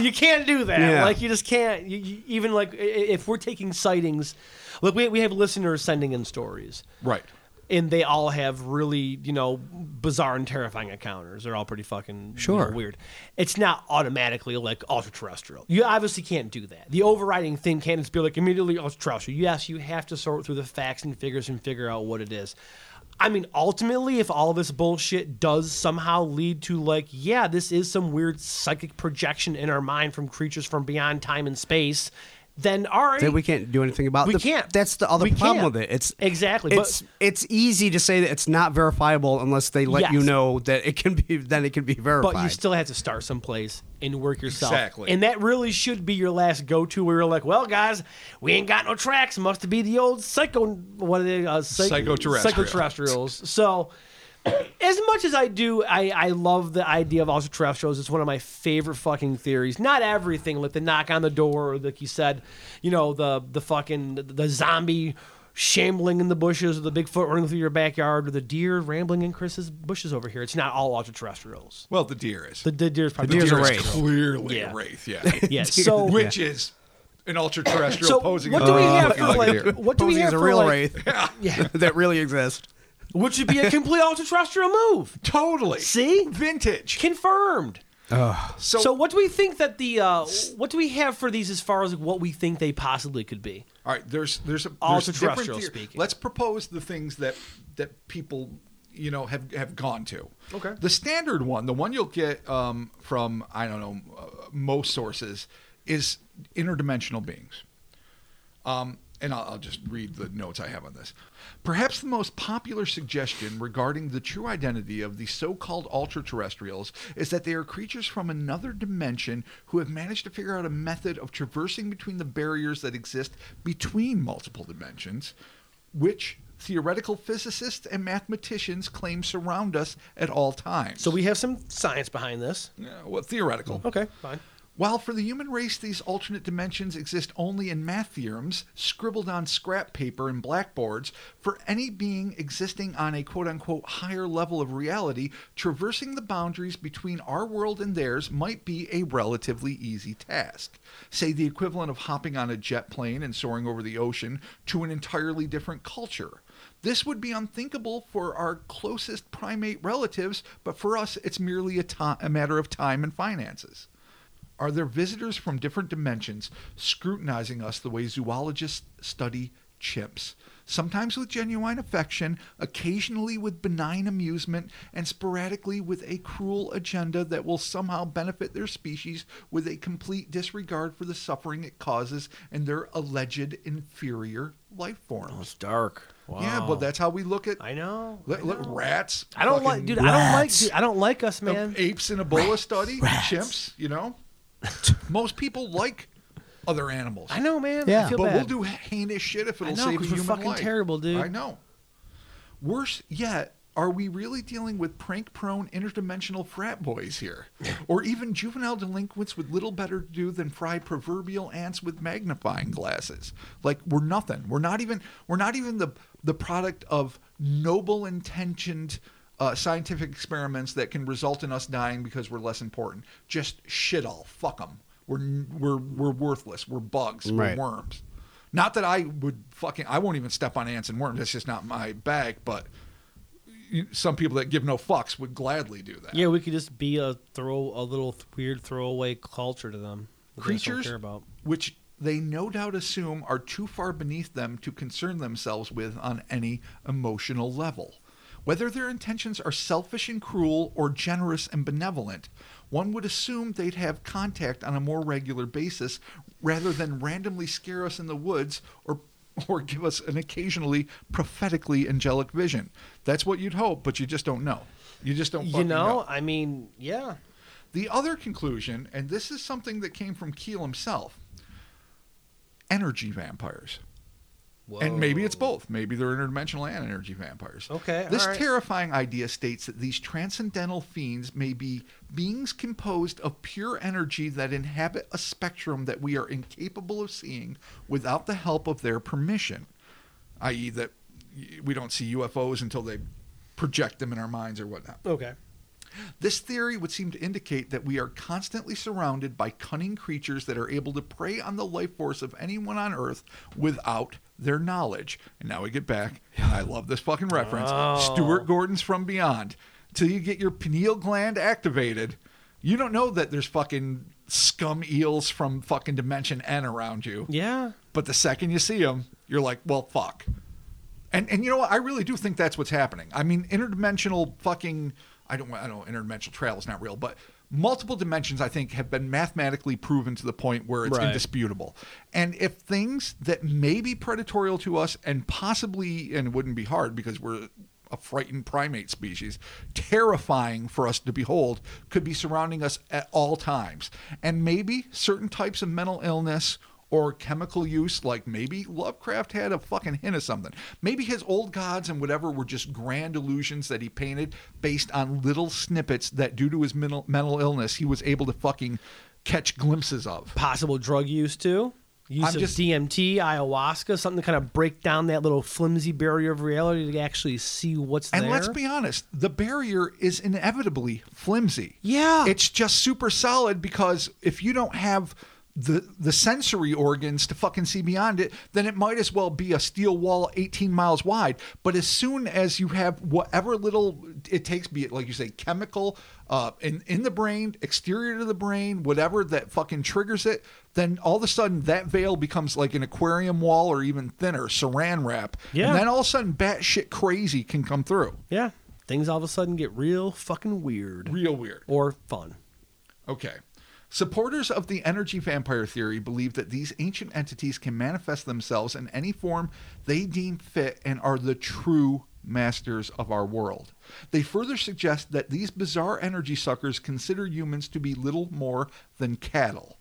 [SPEAKER 1] you can't do that.
[SPEAKER 2] Yeah.
[SPEAKER 1] Like you just can't. You, you, even like i- i- if we're taking sightings, like we we have listeners sending in stories,
[SPEAKER 3] Right.
[SPEAKER 1] and they all have really you know bizarre and terrifying encounters. They're all pretty fucking you know,
[SPEAKER 2] Sure.
[SPEAKER 1] weird. It's not automatically like ultra-terrestrial. You obviously can't do that. The overriding thing can't just be like immediately ultra-terrestrial. Yes, you have to sort through the facts and figures and figure out what it is. I mean, ultimately, if all this bullshit does somehow lead to like, yeah, this is some weird psychic projection in our mind from creatures from beyond time and space, then all right,
[SPEAKER 2] Then we can't do anything about.
[SPEAKER 1] We
[SPEAKER 2] the-
[SPEAKER 1] can't.
[SPEAKER 2] That's the other
[SPEAKER 1] We
[SPEAKER 2] problem
[SPEAKER 1] can't.
[SPEAKER 2] with it. It's
[SPEAKER 1] Exactly, but-
[SPEAKER 2] It's it's easy to say that it's not verifiable unless they let you
[SPEAKER 1] Yes.
[SPEAKER 2] know that it can be. Then it can be verified.
[SPEAKER 1] But you still have to start someplace, and work yourself.
[SPEAKER 3] Exactly.
[SPEAKER 1] And that really should be your last go to where you're like, well, guys, we ain't got no tracks. Must be the old psycho, what are they, uh, psych-
[SPEAKER 3] Psychoterrestrial.
[SPEAKER 1] psychoterrestrials. So, as much as I do, I, I love the idea of also terrestrials. It's one of my favorite fucking theories. Not everything, like the knock on the door, or like you said, you know, the the fucking the zombie shambling in the bushes, or the Bigfoot running through your backyard, or the deer rambling in Chris's bushes over here. It's not all ultra terrestrials.
[SPEAKER 3] Well, the deer is.
[SPEAKER 1] The, the deer's probably
[SPEAKER 2] deer's
[SPEAKER 3] deer
[SPEAKER 2] a
[SPEAKER 3] is
[SPEAKER 2] wraith.
[SPEAKER 3] clearly
[SPEAKER 1] Yeah.
[SPEAKER 3] a wraith. Yeah.
[SPEAKER 1] yeah. So
[SPEAKER 3] Which is an ultra terrestrial
[SPEAKER 1] so
[SPEAKER 3] posing.
[SPEAKER 1] what
[SPEAKER 3] as
[SPEAKER 1] do
[SPEAKER 3] a
[SPEAKER 1] we
[SPEAKER 3] deer,
[SPEAKER 1] have
[SPEAKER 3] looking
[SPEAKER 1] for
[SPEAKER 3] like a
[SPEAKER 1] like,
[SPEAKER 3] deer.
[SPEAKER 1] what do we
[SPEAKER 2] Posing
[SPEAKER 1] have
[SPEAKER 2] as a
[SPEAKER 1] for
[SPEAKER 2] real
[SPEAKER 1] like,
[SPEAKER 2] wraith that really exists.
[SPEAKER 1] which would be a complete ultra terrestrial move?
[SPEAKER 3] Totally.
[SPEAKER 1] See?
[SPEAKER 3] Vintage.
[SPEAKER 1] Confirmed.
[SPEAKER 3] So,
[SPEAKER 1] So what do we think that the uh, what do we have for these as far as what we think they possibly could be?
[SPEAKER 3] all right, there's there's a
[SPEAKER 1] All
[SPEAKER 3] there's
[SPEAKER 1] to
[SPEAKER 3] different
[SPEAKER 1] terrestrial
[SPEAKER 3] theor-
[SPEAKER 1] speaking.
[SPEAKER 3] Let's propose the things that that people you know have have gone to.
[SPEAKER 1] Okay.
[SPEAKER 3] The standard one, the one you'll get um, from I don't know uh, most sources, is interdimensional beings. Um, and I'll, I'll just read the notes I have on this. Perhaps the most popular suggestion regarding the true identity of the so called ultra terrestrials is that they are creatures from another dimension who have managed to figure out a method of traversing between the barriers that exist between multiple dimensions, which theoretical physicists and mathematicians claim surround us at all times.
[SPEAKER 1] So we have some science behind this.
[SPEAKER 3] Yeah, well, theoretical.
[SPEAKER 1] Okay, fine.
[SPEAKER 3] While for the human race, these alternate dimensions exist only in math theorems scribbled on scrap paper and blackboards, for any being existing on a quote unquote higher level of reality, traversing the boundaries between our world and theirs might be a relatively easy task. Say the equivalent of hopping on a jet plane and soaring over the ocean to an entirely different culture. This would be unthinkable for our closest primate relatives, but for us, it's merely a, ti- a matter of time and finances. Are there visitors from different dimensions scrutinizing us the way zoologists study chimps? Sometimes with genuine affection, occasionally with benign amusement, and sporadically with a cruel agenda that will somehow benefit their species with a complete disregard for the suffering it causes and their alleged inferior life forms.
[SPEAKER 1] It's dark.
[SPEAKER 3] Yeah, but that's how we look at.
[SPEAKER 1] Oh, I know.
[SPEAKER 3] Look, look, rats.
[SPEAKER 1] I don't like,
[SPEAKER 3] fucking
[SPEAKER 1] dude. I don't like,
[SPEAKER 2] rats.
[SPEAKER 1] dude. I don't like us,
[SPEAKER 3] the
[SPEAKER 1] man.
[SPEAKER 3] apes in Ebola study, chimps, you know. Most people like other animals.
[SPEAKER 1] I know, man.
[SPEAKER 2] Yeah.
[SPEAKER 1] I feel
[SPEAKER 3] but
[SPEAKER 1] bad.
[SPEAKER 3] we'll do heinous shit if it'll
[SPEAKER 1] know,
[SPEAKER 3] save a
[SPEAKER 1] 'cause we're
[SPEAKER 3] human
[SPEAKER 1] fucking
[SPEAKER 3] life.
[SPEAKER 1] terrible, dude.
[SPEAKER 3] I know. Worse yet, are we really dealing with prank-prone interdimensional frat boys here, or even juvenile delinquents with little better to do than fry proverbial ants with magnifying glasses? Like we're nothing. We're not even. We're not even the the product of noble intentioned. Uh, scientific experiments that can result in us dying because we're less important. Just shit all. Fuck them. We're, n- we're, we're worthless. We're bugs.
[SPEAKER 2] Right.
[SPEAKER 3] We're worms. Not that I would fucking I won't even step on ants and worms. That's just not my bag. But you- some people that give no fucks would gladly do that.
[SPEAKER 1] Yeah, we could just be a throw a little th- weird throwaway culture to them. that they just don't
[SPEAKER 3] creatures
[SPEAKER 1] care about.
[SPEAKER 3] which they no doubt assume are too far beneath them to concern themselves with on any emotional level. Whether their intentions are selfish and cruel or generous and benevolent, one would assume they'd have contact on a more regular basis rather than randomly scare us in the woods or or give us an occasionally prophetically angelic vision. That's what you'd hope, but you just don't know. You just don't
[SPEAKER 1] You
[SPEAKER 3] fucking
[SPEAKER 1] know, I mean, yeah.
[SPEAKER 3] the other conclusion, and this is something that came from Keel himself energy vampires. And maybe it's both. Maybe they're interdimensional and energy vampires.
[SPEAKER 1] Okay,
[SPEAKER 3] This
[SPEAKER 1] all right.
[SPEAKER 3] terrifying idea states that these transcendental fiends may be beings composed of pure energy that inhabit a spectrum that we are incapable of seeing without the help of their permission, i.e., that we don't see UFOs until they project them in our minds or whatnot.
[SPEAKER 1] Okay.
[SPEAKER 3] This theory would seem to indicate that we are constantly surrounded by cunning creatures that are able to prey on the life force of anyone on Earth without their knowledge. And now we get back, and I love this fucking reference Stuart Gordon's From Beyond. Till you get your pineal gland activated, you don't know that there's fucking scum eels from fucking Dimension N around you.
[SPEAKER 1] Yeah.
[SPEAKER 3] But the second you see them, you're like, well, fuck. And and you know what? I really do think that's what's happening. I mean, interdimensional fucking. I don't. I don't. Interdimensional travel is not real, but multiple dimensions I think have been mathematically proven to the point where it's
[SPEAKER 1] Right.
[SPEAKER 3] indisputable. And if things that may be predatorial to us and possibly and it wouldn't be hard because we're a frightened primate species, terrifying for us to behold, could be surrounding us at all times. And maybe certain types of mental illness or chemical use, like maybe Lovecraft had a fucking hint of something. Maybe his old gods and whatever were just grand illusions that he painted based on little snippets that, due to his mental, mental illness, he was able to fucking catch glimpses of.
[SPEAKER 1] Possible drug use too. Use
[SPEAKER 3] I'm
[SPEAKER 1] of
[SPEAKER 3] just-
[SPEAKER 1] DMT, ayahuasca, something to kind of break down that little flimsy barrier of reality to actually see what's
[SPEAKER 3] And
[SPEAKER 1] there.
[SPEAKER 3] let's be honest, the barrier is inevitably flimsy.
[SPEAKER 1] Yeah.
[SPEAKER 3] It's just super solid because if you don't have the the sensory organs to fucking see beyond it, then it might as well be a steel wall 18 miles wide. But as soon as you have whatever little it takes, be it like you say, chemical uh, in in the brain, exterior to the brain, whatever that fucking triggers it, then all of a sudden that veil becomes like an aquarium wall or even thinner, saran wrap.
[SPEAKER 1] Yeah.
[SPEAKER 3] And then all of a sudden, batshit crazy can come through.
[SPEAKER 1] yeah, things all of a sudden get real fucking weird
[SPEAKER 3] Real weird.
[SPEAKER 1] or fun.
[SPEAKER 3] Okay. Supporters of the energy vampire theory believe that these ancient entities can manifest themselves in any form they deem fit and are the true masters of our world. They further suggest that these bizarre energy suckers consider humans to be little more than cattle.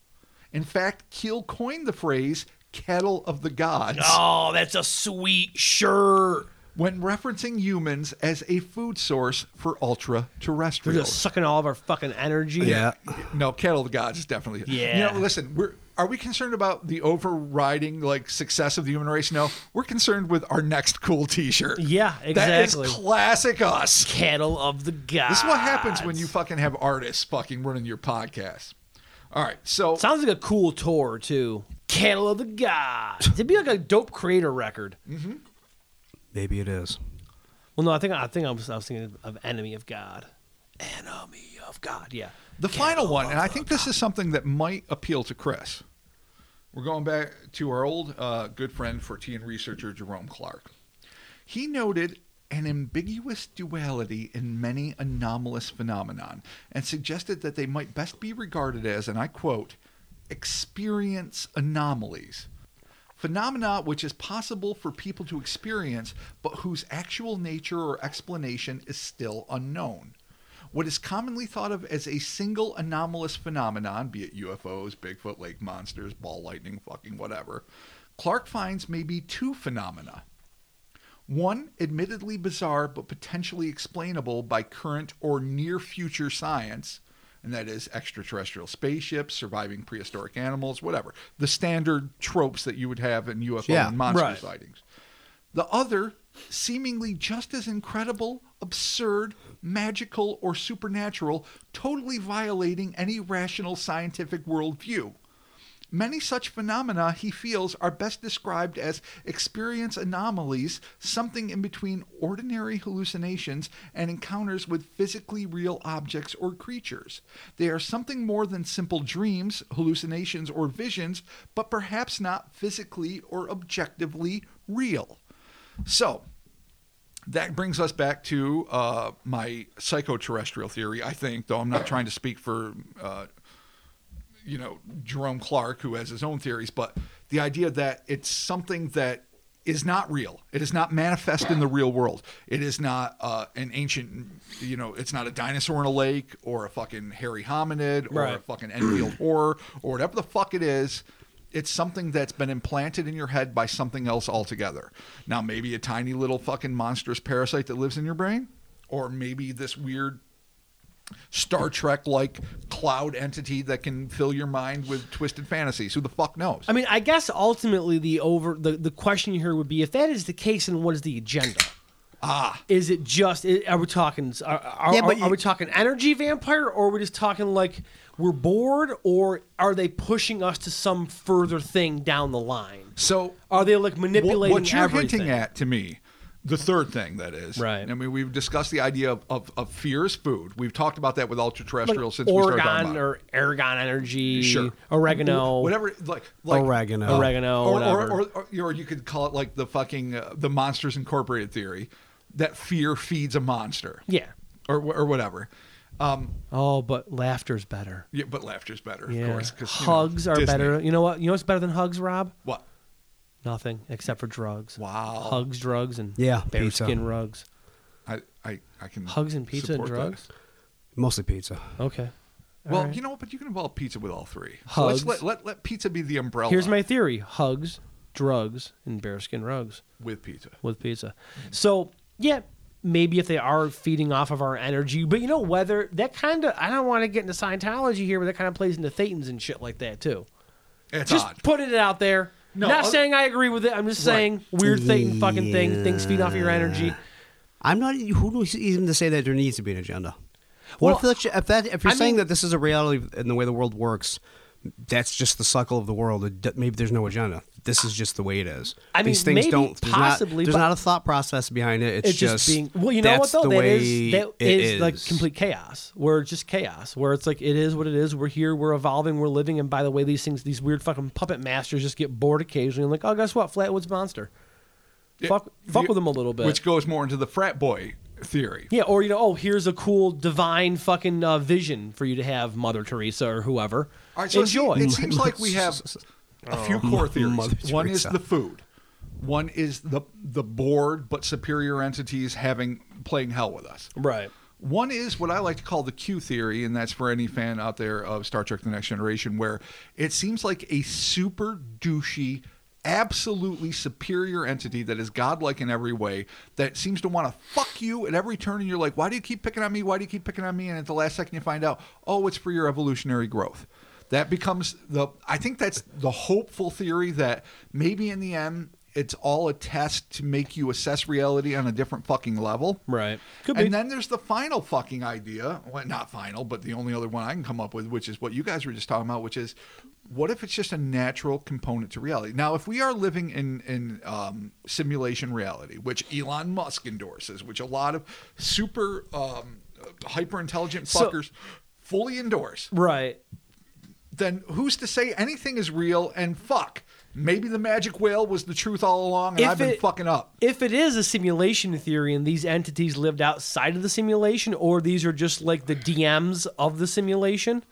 [SPEAKER 3] In fact, Keel coined the phrase cattle of the gods
[SPEAKER 1] Oh, that's a sweet shirt.
[SPEAKER 3] when referencing humans as a food source for ultra
[SPEAKER 1] They're
[SPEAKER 3] terrestrials.
[SPEAKER 1] just sucking all of our fucking energy.
[SPEAKER 2] Yeah.
[SPEAKER 3] No, Cattle of the Gods is definitely.
[SPEAKER 1] Yeah.
[SPEAKER 3] You know, listen, we're are we concerned about the overriding like success of the human race? No, we're concerned with our next cool T-shirt.
[SPEAKER 1] Yeah, exactly.
[SPEAKER 3] That is classic us.
[SPEAKER 1] Cattle of the gods.
[SPEAKER 3] This is what happens when you fucking have artists fucking running your podcast. All right, so
[SPEAKER 1] Sounds like a cool tour too. Cattle of the gods. It'd be like a dope creator record.
[SPEAKER 2] Maybe it is.
[SPEAKER 1] Well, no, I think I think I was, I was thinking of enemy of God. Enemy of God. Yeah.
[SPEAKER 3] the final one, and I think this is something that might appeal to Chris. We're going back to our old uh, good friend, Fortean researcher Jerome Clark. He noted an ambiguous duality in many anomalous phenomenon and suggested that they might best be regarded as, and I quote, experience anomalies. Phenomena which is possible for people to experience, but whose actual nature or explanation is still unknown. What is commonly thought of as a single anomalous phenomenon, be it UFOs, Bigfoot, lake monsters, ball lightning, fucking whatever, Clark finds maybe two phenomena. One, admittedly bizarre but potentially explainable by current or near future science, and that is extraterrestrial spaceships, surviving prehistoric animals, whatever. The standard tropes that you would have in UFO
[SPEAKER 2] Yeah,
[SPEAKER 3] and monster
[SPEAKER 1] right.
[SPEAKER 3] sightings. The other, seemingly just as incredible, absurd, magical, or supernatural, totally violating any rational scientific worldview. Many such phenomena, he feels, are best described as experience anomalies, something in between ordinary hallucinations and encounters with physically real objects or creatures. They are something more than simple dreams, hallucinations, or visions, but perhaps not physically or objectively real. So, that brings us back to uh, my psychoterrestrial theory, I think, though I'm not trying to speak for. Uh, you know Jerome Clark, who has his own theories, but the idea that it's something that is not real. It is not manifest in the real world. It is not uh, an ancient, you know, it's not a dinosaur in a lake or a fucking hairy hominid or a
[SPEAKER 1] Right.
[SPEAKER 3] fucking Enfield horror or whatever the fuck it is. It's something that's been implanted in your head by something else altogether. Now, maybe a tiny little fucking monstrous parasite that lives in your brain, or maybe this weird Star Trek like cloud entity that can fill your mind with twisted fantasies. Who the fuck knows?
[SPEAKER 1] I mean, I guess ultimately the over the, the question here would be if that is the case, then what is the agenda? Ah, is it just i- are we talking are, are,
[SPEAKER 2] Yeah, but
[SPEAKER 1] are-
[SPEAKER 2] you-
[SPEAKER 1] are we talking energy vampire or are we just talking like we're bored or are they pushing us to some further thing down the line?
[SPEAKER 3] so
[SPEAKER 1] Are they like
[SPEAKER 3] wh-
[SPEAKER 1] manipulating
[SPEAKER 3] what you're
[SPEAKER 1] everything?
[SPEAKER 3] hinting at to me, the third thing that is,
[SPEAKER 1] Right.
[SPEAKER 3] I mean, we've discussed the idea of, of, of fear is food. We've talked about that with ultra terrestrial
[SPEAKER 1] Like
[SPEAKER 3] since we started talking
[SPEAKER 1] Oregon
[SPEAKER 3] about
[SPEAKER 1] or Aragon energy,
[SPEAKER 3] it. sure
[SPEAKER 1] oregano,
[SPEAKER 3] whatever, like, like
[SPEAKER 2] Oregano.
[SPEAKER 1] Oregano,
[SPEAKER 3] or,
[SPEAKER 1] whatever.
[SPEAKER 3] or, or, or, or you could call it like the fucking uh, the Monsters Incorporated theory that fear feeds a monster,
[SPEAKER 1] yeah.
[SPEAKER 3] or or whatever. Um,
[SPEAKER 1] Oh, but laughter's better.
[SPEAKER 3] Yeah, but laughter's better,
[SPEAKER 1] Yeah.
[SPEAKER 3] of course. 'cause, you know,
[SPEAKER 1] hugs are
[SPEAKER 3] Disney.
[SPEAKER 1] better. You know what? You know what's better than hugs, Rob?
[SPEAKER 3] What?
[SPEAKER 1] Nothing except for drugs.
[SPEAKER 3] Wow.
[SPEAKER 1] Hugs, drugs, and
[SPEAKER 2] Yeah,
[SPEAKER 1] bear
[SPEAKER 2] pizza.
[SPEAKER 1] skin rugs.
[SPEAKER 3] I I, I can
[SPEAKER 1] Hugs and pizza and
[SPEAKER 3] support that.
[SPEAKER 1] drugs.
[SPEAKER 2] Mostly pizza.
[SPEAKER 1] Okay. All
[SPEAKER 3] Well,
[SPEAKER 1] right.
[SPEAKER 3] you know what? But you can involve pizza with all three. So let's
[SPEAKER 1] Hugs.
[SPEAKER 3] let, let let pizza be the umbrella.
[SPEAKER 1] here's my theory: hugs, drugs, and bearskin rugs.
[SPEAKER 3] with pizza.
[SPEAKER 1] with pizza. So yeah, maybe if they are feeding off of our energy, but you know whether that kind of I don't want to get into Scientology here, but that kind of plays into Thetans and shit like that too.
[SPEAKER 3] It's
[SPEAKER 1] just
[SPEAKER 3] odd.
[SPEAKER 1] putting it out there.
[SPEAKER 3] No,
[SPEAKER 1] Not
[SPEAKER 3] other-
[SPEAKER 1] saying I agree with it. I'm just
[SPEAKER 3] Right.
[SPEAKER 1] saying weird Thetan fucking thing. Things feed off your energy.
[SPEAKER 2] I'm not who knows even to say that there needs to be an agenda.
[SPEAKER 1] Well,
[SPEAKER 2] What if, that's, if that if you're
[SPEAKER 1] I
[SPEAKER 2] saying
[SPEAKER 1] mean-
[SPEAKER 2] that this is a reality and the way the world works, that's just the cycle of the world. It, d- maybe there's no agenda. This is just the way it is.
[SPEAKER 1] I mean,
[SPEAKER 2] These things
[SPEAKER 1] maybe,
[SPEAKER 2] don't there's
[SPEAKER 1] possibly,
[SPEAKER 2] Not, there's
[SPEAKER 1] but-
[SPEAKER 2] not a thought process behind it. It's,
[SPEAKER 1] It's just, being well, you know what
[SPEAKER 2] that's
[SPEAKER 1] though?
[SPEAKER 2] The
[SPEAKER 1] That
[SPEAKER 2] way
[SPEAKER 1] is that
[SPEAKER 2] it
[SPEAKER 1] is, like
[SPEAKER 2] is.
[SPEAKER 1] complete chaos. Where it's just chaos. Where it's like it is what it is. We're here. We're evolving. We're living. And by the way, these things, these weird fucking puppet masters just get bored occasionally and like, oh, guess what? Flatwoods monster. fuck, fuck with them a little bit.
[SPEAKER 3] Which goes more into the frat boy theory.
[SPEAKER 1] Yeah, or you know, oh, here's a cool divine fucking uh, vision for you to have, Mother Teresa or whoever.
[SPEAKER 3] All right, so it se-
[SPEAKER 1] Enjoy.
[SPEAKER 3] It, seems like we have a few core theories.
[SPEAKER 2] Mother
[SPEAKER 3] One is
[SPEAKER 2] Teresa.
[SPEAKER 3] the food. One is the the board, but superior entities having playing hell with us.
[SPEAKER 1] right.
[SPEAKER 3] One is what I like to call the Q theory, and that's for any fan out there of Star Trek The Next Generation, where it seems like a super douchey, absolutely superior entity that is godlike in every way that seems to want to fuck you at every turn. And you're like, why do you keep picking on me? Why do you keep picking on me? And at the last second, you find out, oh, it's for your evolutionary growth. That becomes the, I think that's the hopeful theory that maybe in the end, it's all a test to make you assess reality on a different fucking level.
[SPEAKER 1] Right. Could be.
[SPEAKER 3] And then there's the final fucking idea. Well, not final, but the only other one I can come up with, which is what you guys were just talking about, which is what if it's just a natural component to reality? Now, if we are living in in um, simulation reality, which Elon Musk endorses, which a lot of super um, hyper intelligent
[SPEAKER 1] So-
[SPEAKER 3] fuckers fully endorse,
[SPEAKER 1] Right.
[SPEAKER 3] then who's to say anything is real? And fuck, maybe the magic whale was the truth all along, and
[SPEAKER 1] If
[SPEAKER 3] I've been
[SPEAKER 1] it-
[SPEAKER 3] fucking up.
[SPEAKER 1] If it is a simulation theory and these entities lived outside of the simulation, or these are just like the DMs of the simulation,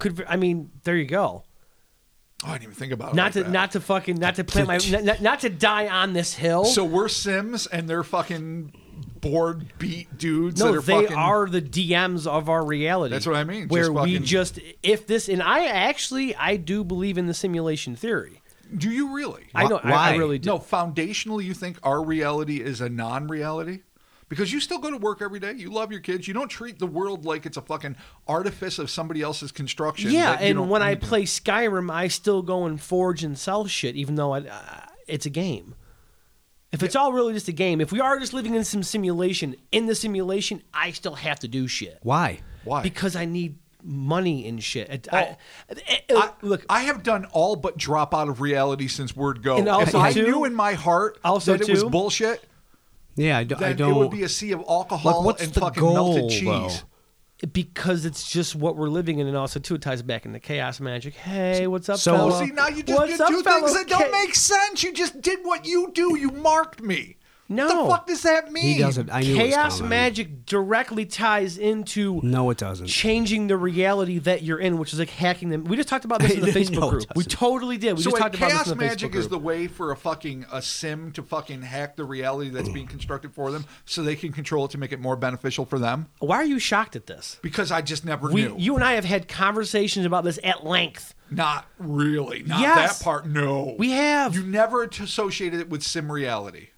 [SPEAKER 1] could I mean, there you go.
[SPEAKER 3] Oh, I didn't even think about it.
[SPEAKER 1] Not
[SPEAKER 3] like
[SPEAKER 1] to
[SPEAKER 3] that.
[SPEAKER 1] not to fucking not to plant my not- not, not to die on this hill.
[SPEAKER 3] So we're Sims and they're fucking bored beat dudes. that
[SPEAKER 1] No,
[SPEAKER 3] are
[SPEAKER 1] they
[SPEAKER 3] fucking,
[SPEAKER 1] are the DMs of our reality.
[SPEAKER 3] That's what I mean, just
[SPEAKER 1] Where we
[SPEAKER 3] fucking-
[SPEAKER 1] just if this and I actually I do believe in the simulation theory.
[SPEAKER 3] Do you really?
[SPEAKER 1] I know I- I,
[SPEAKER 2] why?
[SPEAKER 1] really do.
[SPEAKER 3] No, foundationally, you think our reality is a non-reality because you still go to work every day. You love your kids. You don't treat the world like it's a fucking artifice of somebody else's construction.
[SPEAKER 1] yeah,
[SPEAKER 3] that you
[SPEAKER 1] and
[SPEAKER 3] don't
[SPEAKER 1] when I
[SPEAKER 3] need to-
[SPEAKER 1] play Skyrim, I still go and forge and sell shit, even though I, uh, it's a game. If it's all really just a game, if we are just living in some simulation, in the simulation, I still have to do shit.
[SPEAKER 2] why?
[SPEAKER 3] why? Oh.
[SPEAKER 1] Because I need money and shit. I- I-
[SPEAKER 3] I,
[SPEAKER 1] look,
[SPEAKER 3] I have done all but drop out of reality since Word Go.
[SPEAKER 1] And also
[SPEAKER 3] if I
[SPEAKER 1] too-
[SPEAKER 3] knew in my heart
[SPEAKER 1] also
[SPEAKER 3] that it was
[SPEAKER 1] too-
[SPEAKER 3] bullshit,
[SPEAKER 2] Yeah, I, do,
[SPEAKER 3] then
[SPEAKER 2] I don't.
[SPEAKER 3] it would be a sea of alcohol
[SPEAKER 2] Like, what's
[SPEAKER 3] and
[SPEAKER 2] the
[SPEAKER 3] fucking melted
[SPEAKER 2] goal,
[SPEAKER 3] cheese.
[SPEAKER 2] though?
[SPEAKER 1] because it's just what we're living in, and also too it ties back into chaos magic. Hey, what's up,
[SPEAKER 2] So-
[SPEAKER 1] fella?
[SPEAKER 2] Well,
[SPEAKER 3] See, now you just
[SPEAKER 1] What's
[SPEAKER 3] did
[SPEAKER 1] up,
[SPEAKER 3] two
[SPEAKER 1] fellow
[SPEAKER 3] things that don't
[SPEAKER 1] ca-
[SPEAKER 3] make sense. You just did what you do. You marked me.
[SPEAKER 1] No.
[SPEAKER 3] What the fuck does that mean?
[SPEAKER 2] he doesn't. I knew it was
[SPEAKER 1] Chaos
[SPEAKER 2] coming.
[SPEAKER 1] magic directly ties into
[SPEAKER 2] No, it doesn't.
[SPEAKER 1] changing the reality that you're in, which is like hacking them. We just talked about this in the
[SPEAKER 2] No,
[SPEAKER 1] Facebook
[SPEAKER 2] it
[SPEAKER 1] group. We
[SPEAKER 2] doesn't.
[SPEAKER 1] totally did. We
[SPEAKER 3] so
[SPEAKER 1] just
[SPEAKER 3] wait,
[SPEAKER 1] talked about this
[SPEAKER 3] chaos
[SPEAKER 1] in the Facebook
[SPEAKER 3] magic
[SPEAKER 1] group.
[SPEAKER 3] is the way for a fucking a sim to fucking hack the reality that's being constructed for them, so they can control it to make it more beneficial for them.
[SPEAKER 1] Why are you shocked at this?
[SPEAKER 3] Because I just never
[SPEAKER 1] We,
[SPEAKER 3] knew.
[SPEAKER 1] you and I have had conversations about this at length.
[SPEAKER 3] Not really. Not
[SPEAKER 1] Yes.
[SPEAKER 3] that part. No.
[SPEAKER 1] We have.
[SPEAKER 3] You never t- associated it with sim reality.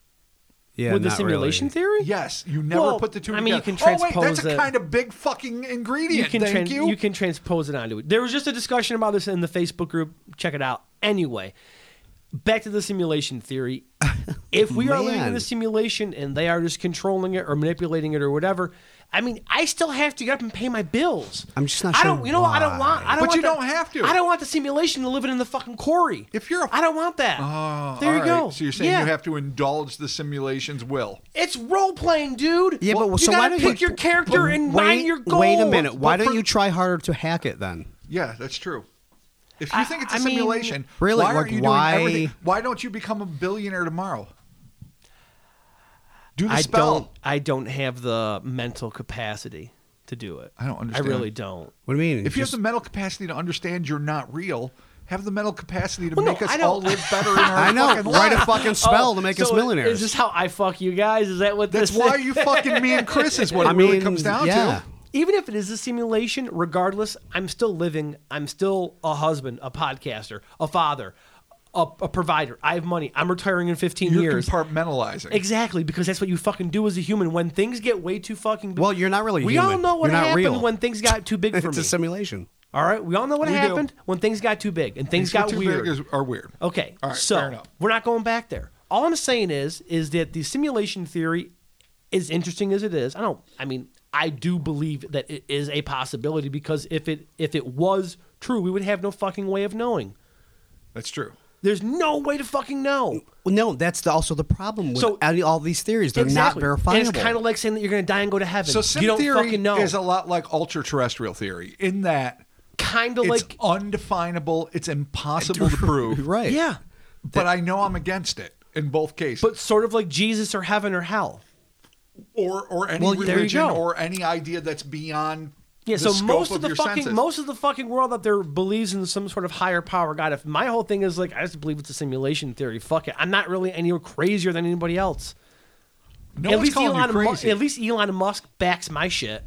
[SPEAKER 2] yeah,
[SPEAKER 1] with the
[SPEAKER 2] not really.
[SPEAKER 1] simulation theory?
[SPEAKER 3] Yes, you never
[SPEAKER 1] Well,
[SPEAKER 3] put the two
[SPEAKER 1] I mean,
[SPEAKER 3] together.
[SPEAKER 1] you can
[SPEAKER 3] oh wait,
[SPEAKER 1] transpose
[SPEAKER 3] that's a
[SPEAKER 1] it.
[SPEAKER 3] kind of big fucking ingredient.
[SPEAKER 1] you can
[SPEAKER 3] Thank
[SPEAKER 1] tran-
[SPEAKER 3] you.
[SPEAKER 1] can transpose it onto it. There was just a discussion about this in the Facebook group. Check it out. Anyway, back to the simulation theory. If we are living in
[SPEAKER 2] Man.
[SPEAKER 1] a simulation and they are just controlling it or manipulating it or whatever, I mean, I still have to get up and pay my bills.
[SPEAKER 2] I'm just not
[SPEAKER 1] I
[SPEAKER 2] sure
[SPEAKER 1] don't. You know, I don't want. I
[SPEAKER 2] why.
[SPEAKER 1] don't
[SPEAKER 3] But you
[SPEAKER 1] want
[SPEAKER 3] don't have to.
[SPEAKER 1] I don't want the simulation to live it in the fucking quarry.
[SPEAKER 3] If you're a-
[SPEAKER 1] I don't want that.
[SPEAKER 3] Oh,
[SPEAKER 1] there you
[SPEAKER 3] all right.
[SPEAKER 1] go.
[SPEAKER 3] So you're saying
[SPEAKER 1] Yeah.
[SPEAKER 3] you have to indulge the simulation's will.
[SPEAKER 1] It's role playing, dude.
[SPEAKER 2] Yeah, but
[SPEAKER 1] you
[SPEAKER 2] so
[SPEAKER 1] gotta
[SPEAKER 2] why
[SPEAKER 1] pick
[SPEAKER 2] don't
[SPEAKER 1] your character
[SPEAKER 2] but
[SPEAKER 1] and
[SPEAKER 2] wait,
[SPEAKER 1] mind your goal.
[SPEAKER 2] Wait a minute. Why
[SPEAKER 3] But
[SPEAKER 2] don't
[SPEAKER 3] for-
[SPEAKER 2] you try harder to hack it then?
[SPEAKER 3] Yeah, that's true. If
[SPEAKER 1] I-
[SPEAKER 3] you think it's a
[SPEAKER 1] I mean-
[SPEAKER 3] simulation,
[SPEAKER 2] Really,
[SPEAKER 3] why
[SPEAKER 2] like,
[SPEAKER 3] aren't you
[SPEAKER 2] why-
[SPEAKER 3] doing everything? Why don't you become a billionaire tomorrow? Do the
[SPEAKER 1] I
[SPEAKER 3] spell.
[SPEAKER 1] don't. I don't have the mental capacity to do it.
[SPEAKER 3] I don't understand.
[SPEAKER 1] I really don't.
[SPEAKER 2] What do you mean?
[SPEAKER 3] If you have
[SPEAKER 2] Just-
[SPEAKER 3] the mental capacity to understand you're not real, have the mental capacity to
[SPEAKER 1] Well, no,
[SPEAKER 3] make
[SPEAKER 1] I
[SPEAKER 3] us
[SPEAKER 1] don't-
[SPEAKER 3] all live better in our
[SPEAKER 2] I know.
[SPEAKER 3] fucking
[SPEAKER 2] Write a
[SPEAKER 3] lives.
[SPEAKER 2] fucking spell to make
[SPEAKER 1] Oh, so
[SPEAKER 2] us millionaires.
[SPEAKER 1] Is this how I fuck you guys? Is that what
[SPEAKER 3] That's
[SPEAKER 1] this
[SPEAKER 3] why
[SPEAKER 1] is?
[SPEAKER 3] you fucking me and Chris is what
[SPEAKER 2] I
[SPEAKER 3] it really
[SPEAKER 2] mean,
[SPEAKER 3] comes down
[SPEAKER 2] yeah.
[SPEAKER 3] to.
[SPEAKER 1] Even if it is a simulation, regardless, I'm still living. I'm still a husband, a podcaster, a father, a, a provider. I have money. I'm retiring in 15
[SPEAKER 3] You're
[SPEAKER 1] years.
[SPEAKER 3] compartmentalizing.
[SPEAKER 1] Exactly, because that's what you fucking do as a human. When things get way too fucking big.
[SPEAKER 2] Well, you're not really
[SPEAKER 1] We
[SPEAKER 2] human.
[SPEAKER 1] all know what
[SPEAKER 2] You're not
[SPEAKER 1] happened
[SPEAKER 2] real.
[SPEAKER 1] when things got too big for
[SPEAKER 2] it's
[SPEAKER 1] me.
[SPEAKER 2] a simulation.
[SPEAKER 1] all right, we all know what
[SPEAKER 3] We do.
[SPEAKER 1] happened when things got too big and things
[SPEAKER 3] These
[SPEAKER 1] got
[SPEAKER 3] two
[SPEAKER 1] weird. Oh.
[SPEAKER 3] figures are weird.
[SPEAKER 1] Okay.
[SPEAKER 3] All right,
[SPEAKER 1] so
[SPEAKER 3] fair enough.
[SPEAKER 1] we're not going back there. All I'm saying is, is that the simulation theory, as interesting as it is, I don't. I mean, I do believe that it is a possibility because if it if it was true, we would have no fucking way of knowing.
[SPEAKER 3] That's true.
[SPEAKER 1] There's no way to fucking know.
[SPEAKER 2] Well, no, that's the, also the problem with
[SPEAKER 1] So-
[SPEAKER 2] all all these theories. They're
[SPEAKER 1] Exactly.
[SPEAKER 2] not verifiable.
[SPEAKER 1] And it's kind of like saying that you're going to die and go to heaven.
[SPEAKER 3] So sim
[SPEAKER 1] you don't
[SPEAKER 3] theory
[SPEAKER 1] fucking know.
[SPEAKER 3] is a lot like ultra terrestrial theory in that
[SPEAKER 1] kind of
[SPEAKER 3] it's
[SPEAKER 1] like
[SPEAKER 3] undefinable, it's impossible to prove.
[SPEAKER 2] right.
[SPEAKER 1] yeah,
[SPEAKER 3] But I know I'm against it in both cases.
[SPEAKER 1] but sort of like Jesus or heaven or hell.
[SPEAKER 3] or or any
[SPEAKER 1] Well, there you
[SPEAKER 3] religion
[SPEAKER 1] go.
[SPEAKER 3] or any idea that's beyond
[SPEAKER 1] Yeah,
[SPEAKER 3] the
[SPEAKER 1] so
[SPEAKER 3] scope
[SPEAKER 1] most of, the
[SPEAKER 3] your
[SPEAKER 1] fucking
[SPEAKER 3] senses.
[SPEAKER 1] most of the fucking world out there believes in some sort of higher power god. If my whole thing is like I just believe it's a simulation theory, fuck it. I'm not really any crazier than anybody else.
[SPEAKER 3] no
[SPEAKER 1] at
[SPEAKER 3] one's
[SPEAKER 1] least
[SPEAKER 3] calling you
[SPEAKER 1] Elon Musk
[SPEAKER 3] crazy.
[SPEAKER 1] at least Elon Musk backs my shit.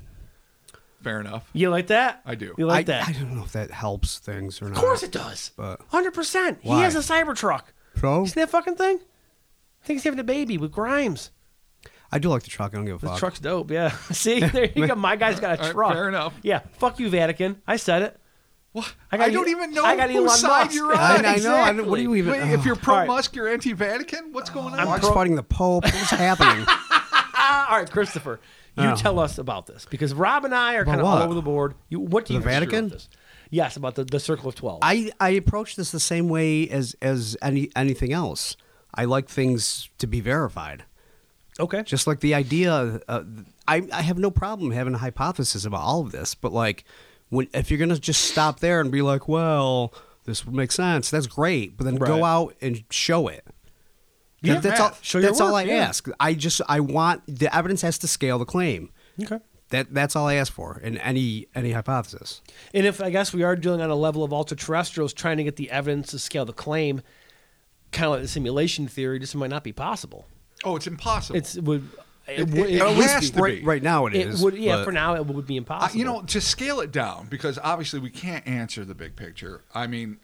[SPEAKER 3] Fair enough.
[SPEAKER 1] You like that?
[SPEAKER 3] I do.
[SPEAKER 1] You
[SPEAKER 2] I,
[SPEAKER 1] like that?
[SPEAKER 2] I don't know if that helps things or not.
[SPEAKER 1] of course it does.
[SPEAKER 2] But-
[SPEAKER 1] Hundred percent. He
[SPEAKER 2] Why?
[SPEAKER 1] has a Cybertruck.
[SPEAKER 2] So?
[SPEAKER 1] You see that fucking thing? I think he's having a baby with Grimes.
[SPEAKER 2] I do like the truck. I don't give a
[SPEAKER 1] The
[SPEAKER 2] fuck.
[SPEAKER 1] truck's dope, yeah. See, there you go. My guy's got
[SPEAKER 3] All
[SPEAKER 1] a
[SPEAKER 3] right,
[SPEAKER 1] truck.
[SPEAKER 3] fair enough.
[SPEAKER 1] Yeah. Fuck you, Vatican. I said it.
[SPEAKER 3] What?
[SPEAKER 1] I
[SPEAKER 3] I,
[SPEAKER 1] got
[SPEAKER 3] don't
[SPEAKER 1] E-
[SPEAKER 3] even know
[SPEAKER 1] I got
[SPEAKER 3] whose
[SPEAKER 1] Elon
[SPEAKER 3] side
[SPEAKER 1] Musk.
[SPEAKER 3] you're on.
[SPEAKER 2] I, I know. I don't, what
[SPEAKER 1] Exactly.
[SPEAKER 2] do you even?
[SPEAKER 3] Wait,
[SPEAKER 2] ugh.
[SPEAKER 3] if you're pro
[SPEAKER 1] All right.
[SPEAKER 3] Musk, you're anti Vatican? What's going on?
[SPEAKER 2] Mark's fighting the Pope. What's happening?
[SPEAKER 1] Ah, all right, Christopher, you
[SPEAKER 2] Oh.
[SPEAKER 1] tell us about this because Rob and I are kind of all
[SPEAKER 2] what?
[SPEAKER 1] over the board. You, what do you
[SPEAKER 2] The
[SPEAKER 1] consider
[SPEAKER 2] Vatican?
[SPEAKER 1] about this? Yes, about the, the Circle of Twelve.
[SPEAKER 2] I I approach this the same way as as any anything else. I like things to be verified.
[SPEAKER 1] okay.
[SPEAKER 2] Just like the idea, uh, I I have no problem having a hypothesis about all of this, but like when if you're gonna just stop there and be like, well, this would make sense. That's great, but then
[SPEAKER 1] Right.
[SPEAKER 2] go out and show it.
[SPEAKER 1] Yeah,
[SPEAKER 2] That- that's
[SPEAKER 3] Matt,
[SPEAKER 2] all.
[SPEAKER 1] show your
[SPEAKER 2] that's all I
[SPEAKER 1] work, yeah.
[SPEAKER 2] ask. I just I want the evidence has to scale the claim.
[SPEAKER 1] okay.
[SPEAKER 2] That that's all I ask for in any any hypothesis.
[SPEAKER 1] And if I guess we are dealing on a level of ultra terrestrials, trying to get the evidence to scale the claim, kind of like the simulation theory, just might not be possible.
[SPEAKER 3] Oh, it's impossible.
[SPEAKER 1] It's it would. It,
[SPEAKER 3] It-
[SPEAKER 1] would.
[SPEAKER 3] it-
[SPEAKER 1] It,
[SPEAKER 3] at
[SPEAKER 1] would
[SPEAKER 3] least
[SPEAKER 1] be.
[SPEAKER 3] to
[SPEAKER 2] right
[SPEAKER 3] be.
[SPEAKER 2] right now it
[SPEAKER 1] It
[SPEAKER 2] is.
[SPEAKER 1] would. Yeah.
[SPEAKER 2] but-
[SPEAKER 1] For now, it would be
[SPEAKER 3] I,
[SPEAKER 1] impossible.
[SPEAKER 3] you know, to scale it down, because obviously we can't answer the big picture. I mean,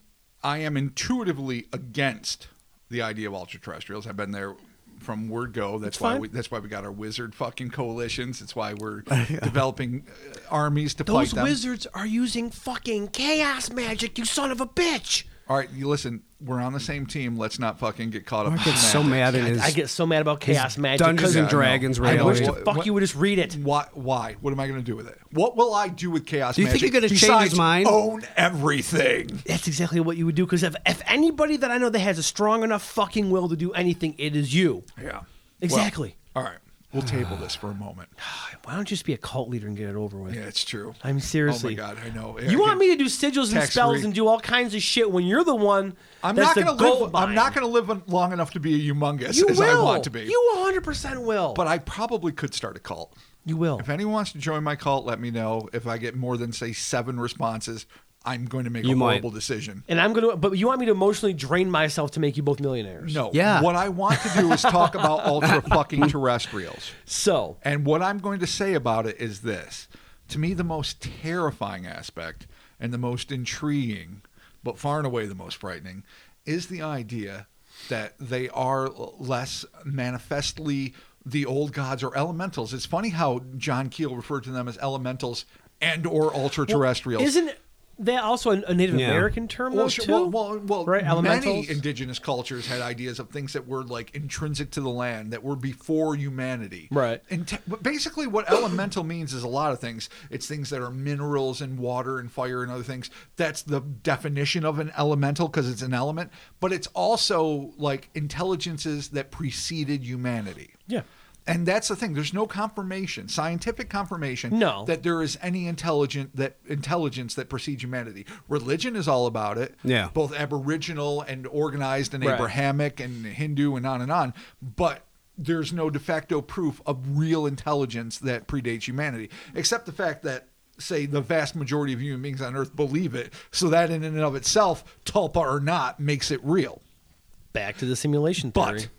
[SPEAKER 3] I am intuitively against the idea of ultra terrestrials. I've been there from word go. That's why
[SPEAKER 1] fine.
[SPEAKER 3] we, that's why we got our wizard fucking coalitions. It's why we're developing uh, armies to
[SPEAKER 1] those
[SPEAKER 3] fight them.
[SPEAKER 1] wizards are using fucking chaos magic. You son of a bitch.
[SPEAKER 3] All right, you listen. We're on the same team. Let's not fucking get caught up.
[SPEAKER 2] Mark
[SPEAKER 3] in
[SPEAKER 2] gets so
[SPEAKER 3] semantics.
[SPEAKER 2] mad at his
[SPEAKER 1] I get so mad about chaos magic. 'cause
[SPEAKER 2] Dungeons
[SPEAKER 3] Yeah,
[SPEAKER 2] and
[SPEAKER 3] I know.
[SPEAKER 2] Dragons.
[SPEAKER 1] I wish
[SPEAKER 2] reality.
[SPEAKER 1] to fuck
[SPEAKER 3] What-
[SPEAKER 1] you would just read it.
[SPEAKER 3] Why? Why? What am I going to do with it? What will I do with chaos?
[SPEAKER 2] Do you think
[SPEAKER 3] magic
[SPEAKER 2] you're gonna change his
[SPEAKER 3] besides
[SPEAKER 2] mind?
[SPEAKER 3] Own everything.
[SPEAKER 1] That's exactly what you would do. Because if, if anybody that I know that has a strong enough fucking will to do anything, it is you.
[SPEAKER 3] Yeah.
[SPEAKER 1] Exactly.
[SPEAKER 3] Well, all right, we'll table this for a moment.
[SPEAKER 1] Why don't you just be a cult leader and get it over with?
[SPEAKER 3] Yeah, it's true.
[SPEAKER 1] I mean, seriously.
[SPEAKER 3] Oh my god, I know.
[SPEAKER 1] You want me to do sigils and
[SPEAKER 3] Tax
[SPEAKER 1] spells
[SPEAKER 3] free.
[SPEAKER 1] and do all kinds of shit when you're the one
[SPEAKER 3] I'm
[SPEAKER 1] that's
[SPEAKER 3] not
[SPEAKER 1] the
[SPEAKER 3] going to
[SPEAKER 1] gold
[SPEAKER 3] live. I'm
[SPEAKER 1] mine.
[SPEAKER 3] not going to live long enough to be a humongous
[SPEAKER 1] You
[SPEAKER 3] as
[SPEAKER 1] will.
[SPEAKER 3] I want to be.
[SPEAKER 1] You 100 percent will.
[SPEAKER 3] but I probably could start a cult.
[SPEAKER 1] you will.
[SPEAKER 3] If anyone wants to join my cult, let me know. If I get more than say seven responses, I'm going to make a
[SPEAKER 2] You might.
[SPEAKER 3] horrible decision.
[SPEAKER 1] And I'm gonna. But you want me to emotionally drain myself to make you both millionaires?
[SPEAKER 3] No.
[SPEAKER 2] Yeah.
[SPEAKER 3] What I want to do is talk about ultra fucking terrestrials.
[SPEAKER 1] So
[SPEAKER 3] And what I'm going to say about it is this to me, the most terrifying aspect and the most intriguing, but far and away the most frightening, is the idea that they are l- less manifestly the old gods or elementals. It's funny how John Keel referred to them as elementals and or ultra terrestrials.
[SPEAKER 1] isn't that also a a Native
[SPEAKER 2] Yeah.
[SPEAKER 1] American term though
[SPEAKER 3] Well, sure.
[SPEAKER 1] too?
[SPEAKER 3] well, well, well,
[SPEAKER 1] right? Elementals.
[SPEAKER 3] many indigenous cultures had ideas of things that were like intrinsic to the land that were before humanity.
[SPEAKER 1] Right.
[SPEAKER 3] And te- but basically, what elemental means is a lot of things. It's things that are minerals and water and fire and other things. That's the definition of an elemental because it's an element. But it's also like intelligences that preceded humanity.
[SPEAKER 1] Yeah.
[SPEAKER 3] And that's the thing. There's no confirmation, scientific confirmation,
[SPEAKER 1] No.
[SPEAKER 3] that there is any intelligent that intelligence that precedes humanity. Religion is all about it.
[SPEAKER 2] Yeah.
[SPEAKER 3] Both aboriginal and organized and
[SPEAKER 1] Right.
[SPEAKER 3] Abrahamic and Hindu and on and on. But there's no de facto proof of real intelligence that predates humanity, except the fact that say the vast majority of human beings on earth believe it. So that in and of itself, tulpa or not, makes it real.
[SPEAKER 1] Back to the simulation theory.
[SPEAKER 3] But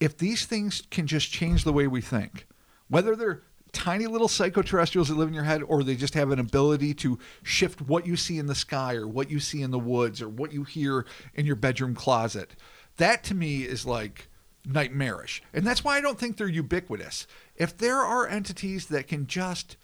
[SPEAKER 3] if these things can just change the way we think, whether they're tiny little psychoterrestrials that live in your head or they just have an ability to shift what you see in the sky or what you see in the woods or what you hear in your bedroom closet, that to me is like nightmarish. And that's why I don't think they're ubiquitous. If there are entities that can just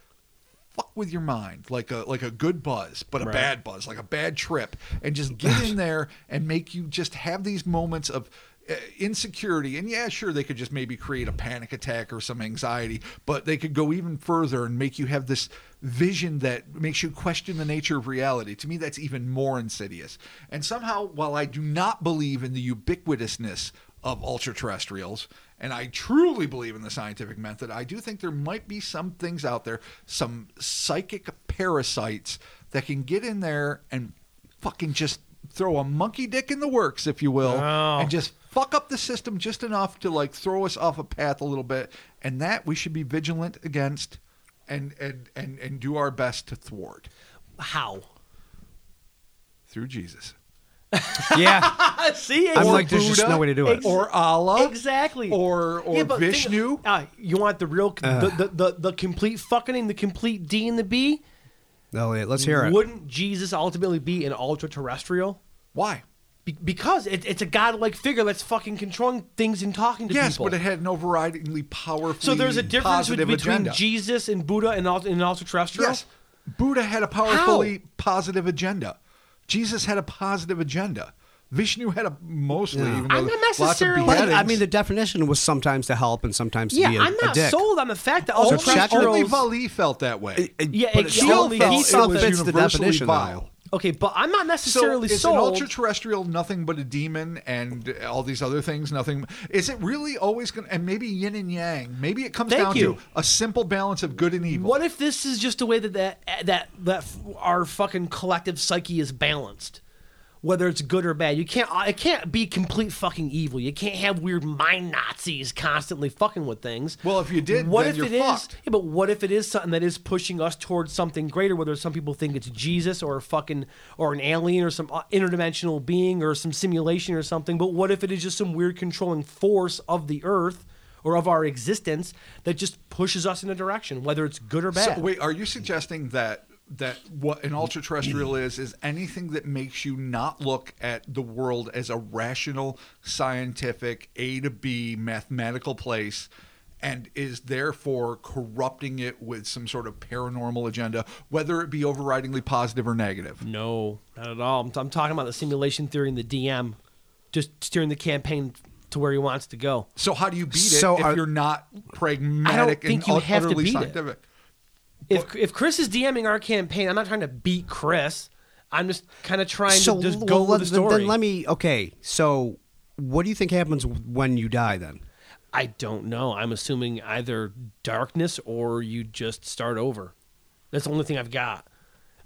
[SPEAKER 3] fuck with your mind like a like a good buzz but a
[SPEAKER 1] Right.
[SPEAKER 3] bad buzz like a bad trip and just get in there and make you just have these moments of uh, insecurity and yeah sure they could just maybe create a panic attack or some anxiety but they could go even further and make you have this vision that makes you question the nature of reality to me that's even more insidious and somehow while i do not believe in the ubiquitousness of ultra-terrestrials and i truly believe in the scientific method i do think there might be some things out there some psychic parasites that can get in there and fucking just throw a monkey dick in the works if you will
[SPEAKER 1] Wow.
[SPEAKER 3] and just fuck up the system just enough to like throw us off a path a little bit and that we should be vigilant against and and and, and do our best to thwart
[SPEAKER 1] How?
[SPEAKER 3] through jesus
[SPEAKER 2] Yeah,
[SPEAKER 1] See,
[SPEAKER 2] I'm
[SPEAKER 1] or
[SPEAKER 2] like, there's just
[SPEAKER 3] Buddha,
[SPEAKER 2] no way to do it.
[SPEAKER 3] or allah
[SPEAKER 1] Exactly.
[SPEAKER 3] or or
[SPEAKER 1] Yeah, but think-
[SPEAKER 3] vishnu Uh.
[SPEAKER 1] uh, you want the real, the, the, the, the complete fucking and the complete D and the B?
[SPEAKER 2] Elliot, let's hear it.
[SPEAKER 1] Wouldn't Jesus ultimately be an ultra terrestrial?
[SPEAKER 3] why
[SPEAKER 1] Be- because it, it's a godlike figure that's fucking controlling things and talking to
[SPEAKER 3] Yes,
[SPEAKER 1] people.
[SPEAKER 3] but it had an overridingly powerful.
[SPEAKER 1] so there's a difference with- between
[SPEAKER 3] agenda.
[SPEAKER 1] Jesus and Buddha and, ult- and ultra terrestrial?
[SPEAKER 3] Yes, Buddha had a powerfully positive agenda. Jesus had a positive agenda. Vishnu had a mostly.
[SPEAKER 2] Yeah.
[SPEAKER 3] Even
[SPEAKER 1] I'm
[SPEAKER 3] though
[SPEAKER 1] not
[SPEAKER 3] lots of
[SPEAKER 1] necessarily-
[SPEAKER 2] But
[SPEAKER 3] beheadings.
[SPEAKER 2] I mean, the definition was sometimes to help and sometimes
[SPEAKER 1] Yeah,
[SPEAKER 2] to be a,
[SPEAKER 1] I'm
[SPEAKER 2] a
[SPEAKER 1] not
[SPEAKER 2] dick.
[SPEAKER 1] sold on the fact that
[SPEAKER 3] only,
[SPEAKER 1] ultra
[SPEAKER 2] Check your-
[SPEAKER 3] only
[SPEAKER 1] terrestrials.
[SPEAKER 3] Vali felt that way.
[SPEAKER 1] Yeah, it-
[SPEAKER 2] but it
[SPEAKER 1] he
[SPEAKER 2] still
[SPEAKER 1] only-
[SPEAKER 2] felt-
[SPEAKER 1] he
[SPEAKER 2] it
[SPEAKER 1] felt
[SPEAKER 2] fits
[SPEAKER 1] that-
[SPEAKER 2] the
[SPEAKER 3] universally
[SPEAKER 2] definition, though.
[SPEAKER 3] vile.
[SPEAKER 1] Okay, but I'm not
[SPEAKER 3] So
[SPEAKER 1] necessarily
[SPEAKER 3] it's an
[SPEAKER 1] sold.
[SPEAKER 3] ultra terrestrial, nothing but a demon, and all these other things. Nothing. Is it really always going? to And maybe yin and yang. Maybe it comes
[SPEAKER 1] Thank
[SPEAKER 3] down
[SPEAKER 1] you.
[SPEAKER 3] to a simple balance of good and evil.
[SPEAKER 1] What if this is just a way that that that that f- our fucking collective psyche is balanced, whether it's good or bad? You can't uh, it can't be complete fucking evil. You can't have weird mind Nazis constantly fucking with things.
[SPEAKER 3] Well, if you did,
[SPEAKER 1] what
[SPEAKER 3] then
[SPEAKER 1] if
[SPEAKER 3] you're
[SPEAKER 1] it is-
[SPEAKER 3] fucked.
[SPEAKER 1] Yeah, but what if it is something that is pushing us towards something greater? Whether some people think it's Jesus or a fucking or an alien or some uh, interdimensional being or some simulation or something. But what if it is just some weird controlling force of the Earth? Or of our existence that just pushes us in a direction, whether it's good or bad.
[SPEAKER 3] So wait, are you suggesting that that what an ultra terrestrial is is anything that makes you not look at the world as a rational, scientific, A to B mathematical place and is therefore corrupting it with some sort of paranormal agenda, whether it be overridingly positive or negative?
[SPEAKER 1] No, not at all. I'm, I'm talking about the simulation theory and the DM, just steering the campaign to where he wants to go.
[SPEAKER 3] So how do you beat it
[SPEAKER 2] So
[SPEAKER 3] if
[SPEAKER 2] are-
[SPEAKER 3] you're not pragmatic
[SPEAKER 1] think
[SPEAKER 3] and
[SPEAKER 1] you
[SPEAKER 3] ut-
[SPEAKER 1] have to
[SPEAKER 3] utterly
[SPEAKER 1] beat it.
[SPEAKER 3] scientific?
[SPEAKER 1] If if Chris is DMing our campaign, I'm not trying to beat Chris. I'm just kind of trying
[SPEAKER 2] So
[SPEAKER 1] to just
[SPEAKER 2] well,
[SPEAKER 1] go with
[SPEAKER 2] let-
[SPEAKER 1] the
[SPEAKER 2] then-
[SPEAKER 1] story.
[SPEAKER 2] Then let me. Okay, so what do you think happens when you die? Then
[SPEAKER 1] I don't know. I'm assuming either darkness or you just start over. That's the only thing I've got.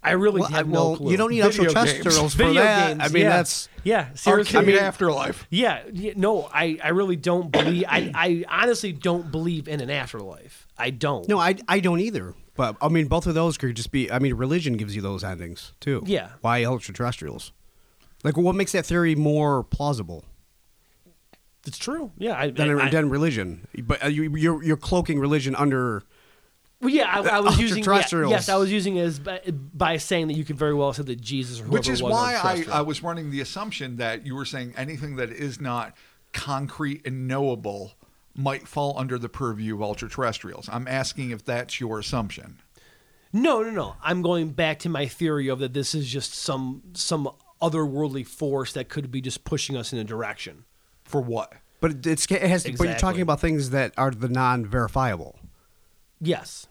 [SPEAKER 1] I really
[SPEAKER 2] Well, I-
[SPEAKER 1] have no
[SPEAKER 2] well,
[SPEAKER 1] clue.
[SPEAKER 2] you don't need
[SPEAKER 3] Video
[SPEAKER 2] extraterrestrials
[SPEAKER 3] games.
[SPEAKER 2] for
[SPEAKER 1] Video
[SPEAKER 2] that.
[SPEAKER 1] games,
[SPEAKER 2] I mean,
[SPEAKER 1] yeah.
[SPEAKER 2] that's
[SPEAKER 1] yeah. Seriously,
[SPEAKER 3] Arcade afterlife.
[SPEAKER 1] Yeah, y- no, I, I really don't believe. I, I honestly don't believe in an afterlife. I don't.
[SPEAKER 2] no, I I don't either. But I mean, both of those could just be. I mean, religion gives you those endings too.
[SPEAKER 1] Yeah.
[SPEAKER 2] Why extraterrestrials? Like, what makes that theory more plausible
[SPEAKER 1] it's true. Yeah, I,
[SPEAKER 2] than,
[SPEAKER 1] I-
[SPEAKER 2] than religion? But uh, you, you're you're cloaking religion under.
[SPEAKER 1] well, yeah, I, I was using yeah,
[SPEAKER 2] Extraterrestrials.
[SPEAKER 1] yes, I was using it as by, by saying that you could very well have said that Jesus or whoever
[SPEAKER 3] Which is
[SPEAKER 1] was
[SPEAKER 3] why I,
[SPEAKER 1] extraterrestrial.
[SPEAKER 3] I was running the assumption that you were saying anything that is not concrete and knowable might fall under the purview of ultra terrestrials. I'm asking if that's your assumption.
[SPEAKER 1] no, no, no. I'm going back to my theory of that this is just some some otherworldly force that could be just pushing us in a direction.
[SPEAKER 3] For what?
[SPEAKER 2] But it- it's it has. But you're
[SPEAKER 1] Exactly.
[SPEAKER 2] talking about things that are the non-verifiable.
[SPEAKER 1] Yes,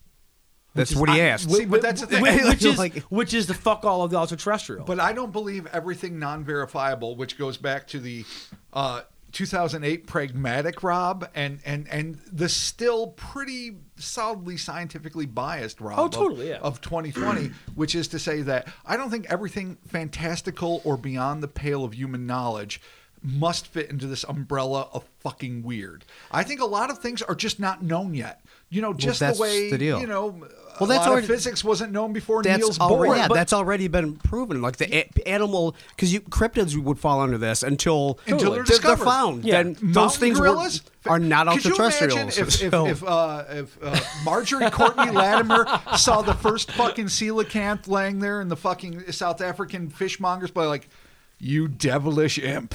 [SPEAKER 2] That's
[SPEAKER 1] is-
[SPEAKER 2] what he
[SPEAKER 1] I-
[SPEAKER 2] asked.
[SPEAKER 3] See, but that's the thing.
[SPEAKER 1] Whi- which is
[SPEAKER 2] Like-
[SPEAKER 1] which is the fuck all of the ultra-terrestrial.
[SPEAKER 3] But I don't believe everything non-verifiable, which goes back to the uh, 2008 pragmatic Rob and and and the still pretty solidly scientifically biased Rob.
[SPEAKER 1] Oh,
[SPEAKER 3] of-
[SPEAKER 1] totally, yeah.
[SPEAKER 3] Of 2020, which is to say that I don't think everything fantastical or beyond the pale of human knowledge must fit into this umbrella of fucking weird. I think a lot of things are just not known yet. You know, just
[SPEAKER 2] that's
[SPEAKER 3] the way
[SPEAKER 2] the deal.
[SPEAKER 3] you know.
[SPEAKER 2] Well,
[SPEAKER 3] Well,
[SPEAKER 2] that's
[SPEAKER 3] that's lot
[SPEAKER 2] already-
[SPEAKER 3] of physics wasn't known before
[SPEAKER 2] That's
[SPEAKER 3] Niels
[SPEAKER 2] already,
[SPEAKER 3] Bohr.
[SPEAKER 2] yeah,
[SPEAKER 3] but-
[SPEAKER 2] that's already been proven. Like the a- animal, because you cryptids would fall under this until
[SPEAKER 3] Until they're
[SPEAKER 2] they're, they're
[SPEAKER 3] discovered.
[SPEAKER 2] found.
[SPEAKER 1] Yeah.
[SPEAKER 2] Then those
[SPEAKER 3] Mountain
[SPEAKER 2] things were-
[SPEAKER 3] gorillas
[SPEAKER 2] are not
[SPEAKER 3] Could you imagine
[SPEAKER 2] extraterrestrials.
[SPEAKER 3] If, if,
[SPEAKER 2] So-
[SPEAKER 3] if, uh, if uh, Marjorie Courtney Latimer saw the first fucking coelacanth laying there in the fucking South African fishmongers, by like, you devilish imp.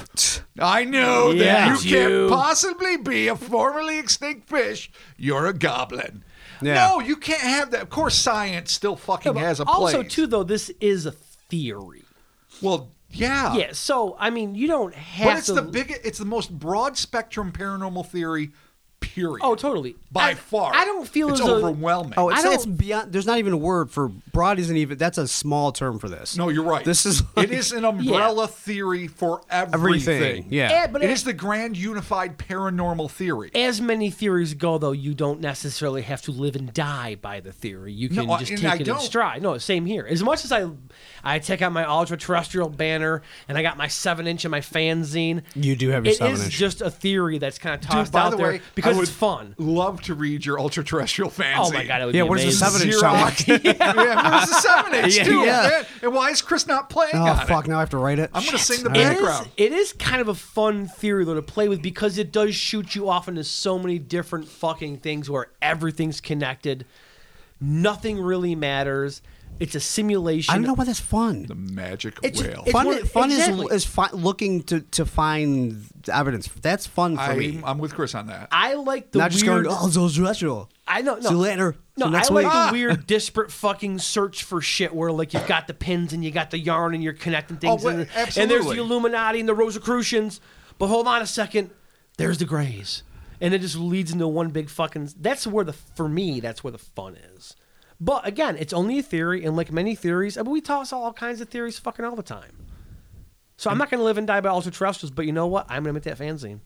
[SPEAKER 3] I know
[SPEAKER 1] Yeah.
[SPEAKER 3] that you,
[SPEAKER 1] You."
[SPEAKER 3] can't possibly be a formerly extinct fish. You're a goblin.
[SPEAKER 2] Yeah.
[SPEAKER 3] No, you can't have that. Of course, science still fucking has a place.
[SPEAKER 1] also, too, though, this is a theory.
[SPEAKER 3] Well, yeah.
[SPEAKER 1] Yeah, so I mean, you don't have
[SPEAKER 3] Ah. But it's
[SPEAKER 1] to.
[SPEAKER 3] the biggest. It's the most broad spectrum paranormal theory. Period.
[SPEAKER 1] Oh, totally.
[SPEAKER 3] By
[SPEAKER 1] I-
[SPEAKER 3] far,
[SPEAKER 1] I don't feel
[SPEAKER 3] it's
[SPEAKER 1] as a-
[SPEAKER 3] overwhelming.
[SPEAKER 2] Oh, it's,
[SPEAKER 1] I don't-
[SPEAKER 2] it's beyond. There's not even a word for broad. Isn't even that's a small term for this.
[SPEAKER 3] no, you're right.
[SPEAKER 2] This is
[SPEAKER 3] it is an umbrella theory for everything.
[SPEAKER 2] everything. Yeah,
[SPEAKER 1] Eh, but
[SPEAKER 3] it is the grand unified paranormal theory.
[SPEAKER 1] as many theories go, though, you don't necessarily have to live and die by the theory. You can
[SPEAKER 3] No, I-
[SPEAKER 1] just
[SPEAKER 3] and
[SPEAKER 1] take
[SPEAKER 3] I
[SPEAKER 1] it in
[SPEAKER 3] don't.
[SPEAKER 1] stride. No, same here. As much as I, I take out my ultra terrestrial banner and I got my seven inch and my fanzine.
[SPEAKER 2] You do have your
[SPEAKER 1] it is
[SPEAKER 2] 7-inch.
[SPEAKER 1] just a theory that's kind of tossed
[SPEAKER 3] Dude, Uh, by
[SPEAKER 1] out
[SPEAKER 3] the
[SPEAKER 1] there
[SPEAKER 3] way,
[SPEAKER 1] because
[SPEAKER 3] I
[SPEAKER 1] it's
[SPEAKER 3] would
[SPEAKER 1] fun.
[SPEAKER 3] Love to read your ultra terrestrial fanzine.
[SPEAKER 1] Oh my god, it would
[SPEAKER 2] yeah.
[SPEAKER 1] be
[SPEAKER 2] What does a
[SPEAKER 1] amazing.
[SPEAKER 2] seven inch
[SPEAKER 3] Xerox.
[SPEAKER 2] sound like?
[SPEAKER 3] yeah, where's the seven inch
[SPEAKER 2] Yeah,
[SPEAKER 3] too?
[SPEAKER 2] yeah.
[SPEAKER 3] man? And why is Chris not playing
[SPEAKER 2] Oh
[SPEAKER 3] on it?
[SPEAKER 2] fuck! Now I have to write it.
[SPEAKER 3] I'm gonna
[SPEAKER 2] Shit.
[SPEAKER 3] sing the
[SPEAKER 2] All
[SPEAKER 1] It
[SPEAKER 3] band.
[SPEAKER 2] right.
[SPEAKER 1] is,
[SPEAKER 3] background.
[SPEAKER 1] it is kind of a fun theory though to play with because it does shoot you off into so many different fucking things where everything's connected. Nothing really matters. It's a simulation.
[SPEAKER 2] I don't know why that's fun.
[SPEAKER 3] The magic
[SPEAKER 1] It's-
[SPEAKER 3] whale.
[SPEAKER 1] it's-
[SPEAKER 2] fun
[SPEAKER 1] one-
[SPEAKER 2] fun
[SPEAKER 1] exactly.
[SPEAKER 2] is is fi- looking to to find evidence. That's fun for me.
[SPEAKER 3] I'm, I'm with Chris on that.
[SPEAKER 1] I like the
[SPEAKER 2] Not just
[SPEAKER 1] weird.
[SPEAKER 2] going, oh, those terrestrial.
[SPEAKER 1] I know. No,
[SPEAKER 2] See you later.
[SPEAKER 1] No,
[SPEAKER 2] See you next
[SPEAKER 1] I like
[SPEAKER 2] week. Ah!
[SPEAKER 1] the weird, disparate fucking search for shit where like you've got the pins and you got the yarn and you're connecting things.
[SPEAKER 3] wait,
[SPEAKER 1] and, and there's
[SPEAKER 3] absolutely.
[SPEAKER 1] the Illuminati and the Rosicrucians. But hold on a second, there's the Greys, and it just leads into one big fucking. That's where the for me, that's where the fun is. But again, it's only a theory, and like many theories, I mean, we toss all kinds of theories fucking all the time. So I'm not gonna live and die by ultra terrestrials, but you know what? I'm gonna make that fanzine.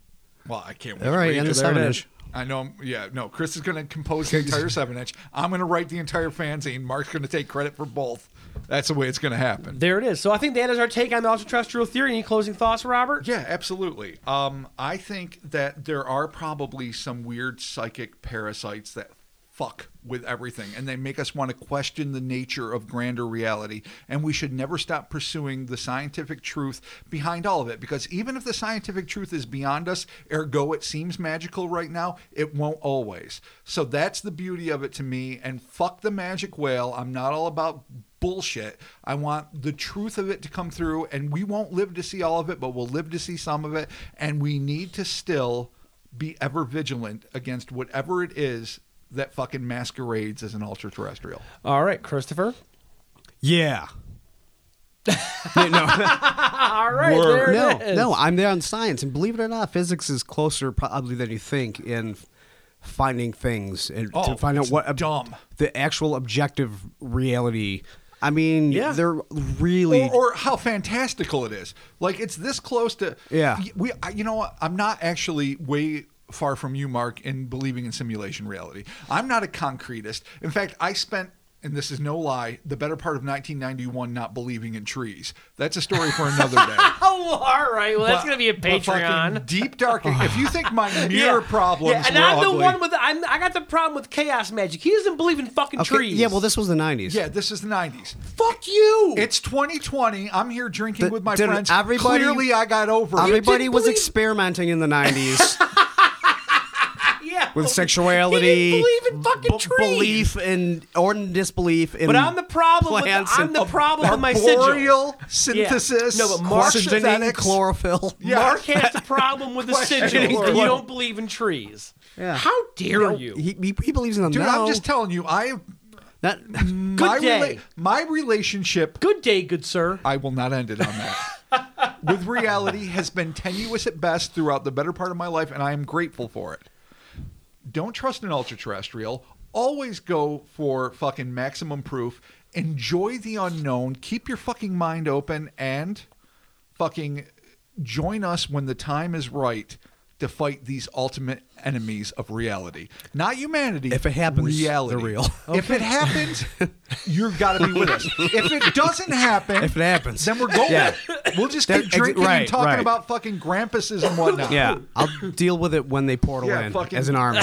[SPEAKER 3] Well, I can't wait.
[SPEAKER 2] All
[SPEAKER 3] to
[SPEAKER 2] right,
[SPEAKER 3] read
[SPEAKER 2] and
[SPEAKER 3] it.
[SPEAKER 2] the seven inch.
[SPEAKER 3] I know. I'm- Yeah, no. Chris is going to compose the entire seven inch. I'm going to write the entire fanzine. Mark's going to take credit for both. That's the way it's going to happen.
[SPEAKER 1] There it is. So I think that is our take on the ultra terrestrial theory. Any closing thoughts, Robert?
[SPEAKER 3] Yeah, absolutely. Um, I think that there are probably some weird psychic parasites that fuck with everything and they make us want to question the nature of grander reality and we should never stop pursuing the scientific truth behind all of it because even if the scientific truth is beyond us ergo it seems magical right now it won't always so that's the beauty of it to me and fuck the magic whale i'm not all about bullshit. I want the truth of it to come through, and we won't live to see all of it, but we'll live to see some of it. And we need to still be ever vigilant against whatever it is that fucking masquerades as an ultra terrestrial.
[SPEAKER 1] All right, Christopher.
[SPEAKER 2] Yeah. no, no,
[SPEAKER 1] All right, there it
[SPEAKER 2] no,
[SPEAKER 1] is.
[SPEAKER 2] no, I'm there on science, and believe it or not, physics is closer probably than you think in finding things and
[SPEAKER 3] Oh,
[SPEAKER 2] to find out
[SPEAKER 3] it's
[SPEAKER 2] what ob-
[SPEAKER 3] dumb.
[SPEAKER 2] the actual objective reality. I mean,
[SPEAKER 1] Yeah.
[SPEAKER 2] they're really
[SPEAKER 3] Or, or how fantastical it is. Like it's this close to.
[SPEAKER 2] Yeah.
[SPEAKER 3] We. I, you know, what? I'm not actually way far from you, Mark, in believing in simulation reality. I'm not a concretist. In fact, I spent. And this is no lie. The better part of 1991 not believing in trees. That's a story for another day.
[SPEAKER 1] Oh, all right. Well, that's
[SPEAKER 3] But-
[SPEAKER 1] gonna be a
[SPEAKER 3] but fucking
[SPEAKER 1] Patreon.
[SPEAKER 3] Deep dark. If you think my mirror problems
[SPEAKER 1] Yeah, and
[SPEAKER 3] were
[SPEAKER 1] I'm the
[SPEAKER 3] ugly-
[SPEAKER 1] one with I'm, I got the problem with chaos magic. He doesn't believe in fucking
[SPEAKER 2] Okay,
[SPEAKER 1] trees.
[SPEAKER 2] Yeah, well, this was the '90s.
[SPEAKER 3] yeah, this is the 90s.
[SPEAKER 1] fuck you.
[SPEAKER 3] It's 2020. I'm here drinking
[SPEAKER 2] Th-
[SPEAKER 3] with my
[SPEAKER 2] did
[SPEAKER 3] friends.
[SPEAKER 2] everybody-
[SPEAKER 3] Clearly, I got over it.
[SPEAKER 2] everybody was
[SPEAKER 1] believe-
[SPEAKER 2] experimenting in the '90s
[SPEAKER 1] yeah,
[SPEAKER 2] with
[SPEAKER 1] He
[SPEAKER 2] sexuality,
[SPEAKER 1] didn't believe in fucking
[SPEAKER 2] b-
[SPEAKER 1] trees.
[SPEAKER 2] belief and or in disbelief. In
[SPEAKER 1] But I'm the problem. With the,
[SPEAKER 2] plants
[SPEAKER 1] I'm
[SPEAKER 2] and
[SPEAKER 1] the problem with my sigil.
[SPEAKER 3] Arboreal synthesis.
[SPEAKER 1] No, but Mark-
[SPEAKER 2] Oxygenating
[SPEAKER 3] synthetics.
[SPEAKER 2] chlorophyll.
[SPEAKER 3] Yeah.
[SPEAKER 1] Mark has the problem with the
[SPEAKER 3] Question
[SPEAKER 1] sigil, and
[SPEAKER 3] mark.
[SPEAKER 1] you don't believe in trees.
[SPEAKER 2] Yeah.
[SPEAKER 1] How dare you?
[SPEAKER 2] He, he, he believes in them
[SPEAKER 3] Dude,
[SPEAKER 2] now.
[SPEAKER 3] I'm just telling you, I
[SPEAKER 2] Not-
[SPEAKER 3] my,
[SPEAKER 1] day.
[SPEAKER 3] rela- my relationship
[SPEAKER 1] Good day, good sir.
[SPEAKER 3] I will not end it on that. With reality has been tenuous at best throughout the better part of my life, and I am grateful for it. Don't trust an ultra terrestrial. Always go for fucking maximum proof. Enjoy the unknown. Keep your fucking mind open and fucking join us when the time is right to fight these ultimate enemies of reality. Not humanity.
[SPEAKER 2] If it happens,
[SPEAKER 3] reality.
[SPEAKER 2] they're real.
[SPEAKER 3] If it happens, you've got to be with us. If it doesn't happen,
[SPEAKER 2] If it happens.
[SPEAKER 3] then we're golden.
[SPEAKER 2] Yeah.
[SPEAKER 3] We'll just
[SPEAKER 2] That-
[SPEAKER 3] keep
[SPEAKER 2] ex-
[SPEAKER 3] drinking
[SPEAKER 2] right,
[SPEAKER 3] and talking
[SPEAKER 2] right.
[SPEAKER 3] about fucking grampuses and whatnot.
[SPEAKER 2] Yeah, I'll deal with it when they portal
[SPEAKER 3] Yeah,
[SPEAKER 2] in
[SPEAKER 3] fucking-
[SPEAKER 2] as an army.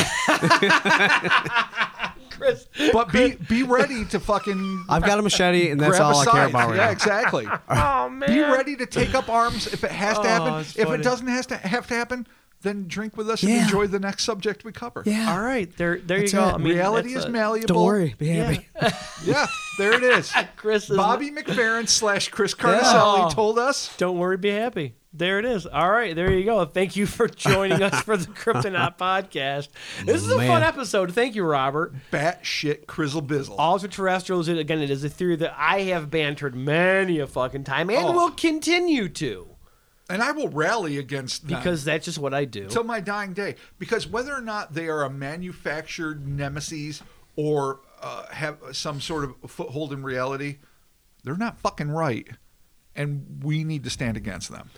[SPEAKER 1] Chris.
[SPEAKER 3] But be be ready to fucking
[SPEAKER 2] I've got a machete, and that's
[SPEAKER 3] grab a
[SPEAKER 2] all I care
[SPEAKER 3] scythe.
[SPEAKER 2] about right
[SPEAKER 3] yeah,
[SPEAKER 2] now.
[SPEAKER 3] exactly.
[SPEAKER 1] Oh man.
[SPEAKER 3] Be ready to take up arms if it
[SPEAKER 2] Oh,
[SPEAKER 3] has to happen.
[SPEAKER 1] it's
[SPEAKER 3] If
[SPEAKER 1] funny.
[SPEAKER 3] it doesn't has to have to happen, then drink with us
[SPEAKER 2] Yeah.
[SPEAKER 3] and enjoy the next subject we cover.
[SPEAKER 2] Yeah.
[SPEAKER 1] All right, there, there
[SPEAKER 2] That's
[SPEAKER 1] you go.
[SPEAKER 2] it.
[SPEAKER 1] I mean,
[SPEAKER 3] Reality
[SPEAKER 1] that's
[SPEAKER 3] is
[SPEAKER 1] a-
[SPEAKER 3] malleable.
[SPEAKER 2] Don't worry, be
[SPEAKER 1] Yeah.
[SPEAKER 2] happy.
[SPEAKER 3] Yeah, there it is.
[SPEAKER 1] Chris is-
[SPEAKER 3] Bobby McFerrin slash Chris Carnaselli
[SPEAKER 1] Oh.
[SPEAKER 3] told us.
[SPEAKER 1] Don't worry, be happy. There it is. All right, there you go. Thank you for joining us for the Kryptonite podcast. This is a fun
[SPEAKER 2] Man.
[SPEAKER 1] episode. Thank you, Robert.
[SPEAKER 3] Batshit Crizzle Bizzle.
[SPEAKER 2] Oh.
[SPEAKER 1] All terrestrials, it- again, it is a theory that I have bantered many a fucking time and
[SPEAKER 3] Oh.
[SPEAKER 1] will continue to
[SPEAKER 3] And I will rally against them
[SPEAKER 1] because that's just what I do.
[SPEAKER 3] till my dying day. Because whether or not they are a manufactured nemesis or uh, have some sort of foothold in reality, they're not fucking right. And we need to stand against them.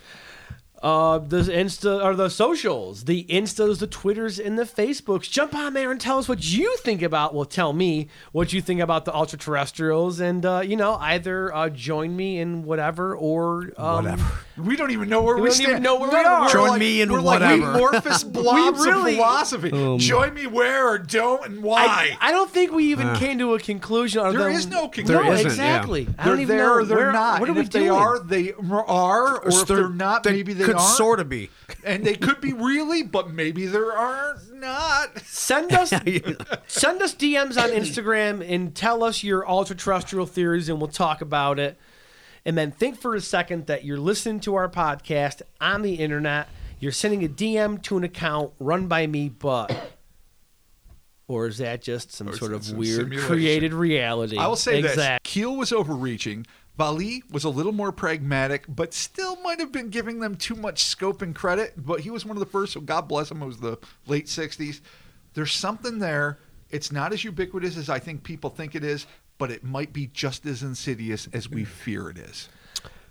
[SPEAKER 1] Uh, the Insta or the socials, the Instas, the Twitters, and the Facebooks. Jump on there and tell us what you think about. Well, tell me what you think about the ultra terrestrials, and uh, you know, either uh, join me in whatever or um,
[SPEAKER 2] Whatever.
[SPEAKER 3] We don't even know where we,
[SPEAKER 1] We don't
[SPEAKER 3] stand.
[SPEAKER 1] even know where we
[SPEAKER 3] No,
[SPEAKER 1] are.
[SPEAKER 3] we're
[SPEAKER 2] Join
[SPEAKER 3] like-
[SPEAKER 2] me in
[SPEAKER 3] we're
[SPEAKER 2] whatever.
[SPEAKER 3] Like amorphous blobs
[SPEAKER 1] really- Oh
[SPEAKER 3] of philosophy. Join me where or don't and why.
[SPEAKER 1] I, I don't think we even came to a conclusion. There is
[SPEAKER 3] There is no conclusion.
[SPEAKER 2] There isn't, yeah.
[SPEAKER 1] exactly. I
[SPEAKER 3] they're
[SPEAKER 1] don't even
[SPEAKER 3] there
[SPEAKER 1] know.
[SPEAKER 3] or they're
[SPEAKER 1] where-
[SPEAKER 3] not.
[SPEAKER 1] What are
[SPEAKER 3] and
[SPEAKER 1] we
[SPEAKER 3] if
[SPEAKER 1] doing?
[SPEAKER 3] they are, they are. Or if they're not, maybe they
[SPEAKER 2] could
[SPEAKER 3] aren't.
[SPEAKER 2] sort of be.
[SPEAKER 3] And they could be really, but maybe there are not.
[SPEAKER 1] Send us send us DMs on Instagram and tell us your ultra terrestrial theories, and we'll talk about it. And then think for a second that you're listening to our podcast on the internet. You're sending a DM to an account run by me, but. Or is that just some
[SPEAKER 3] is
[SPEAKER 1] sort
[SPEAKER 3] that
[SPEAKER 1] of
[SPEAKER 3] some
[SPEAKER 1] weird
[SPEAKER 3] simulation?
[SPEAKER 1] created reality?
[SPEAKER 3] I will say
[SPEAKER 1] exactly.
[SPEAKER 3] this: Keel was overreaching. Bali was a little more pragmatic, but still might have been giving them too much scope and credit. But he was one of the first. So God bless him. It was the late '60s. There's something there. It's not as ubiquitous as I think people think it is, but it might be just as insidious as we fear it is.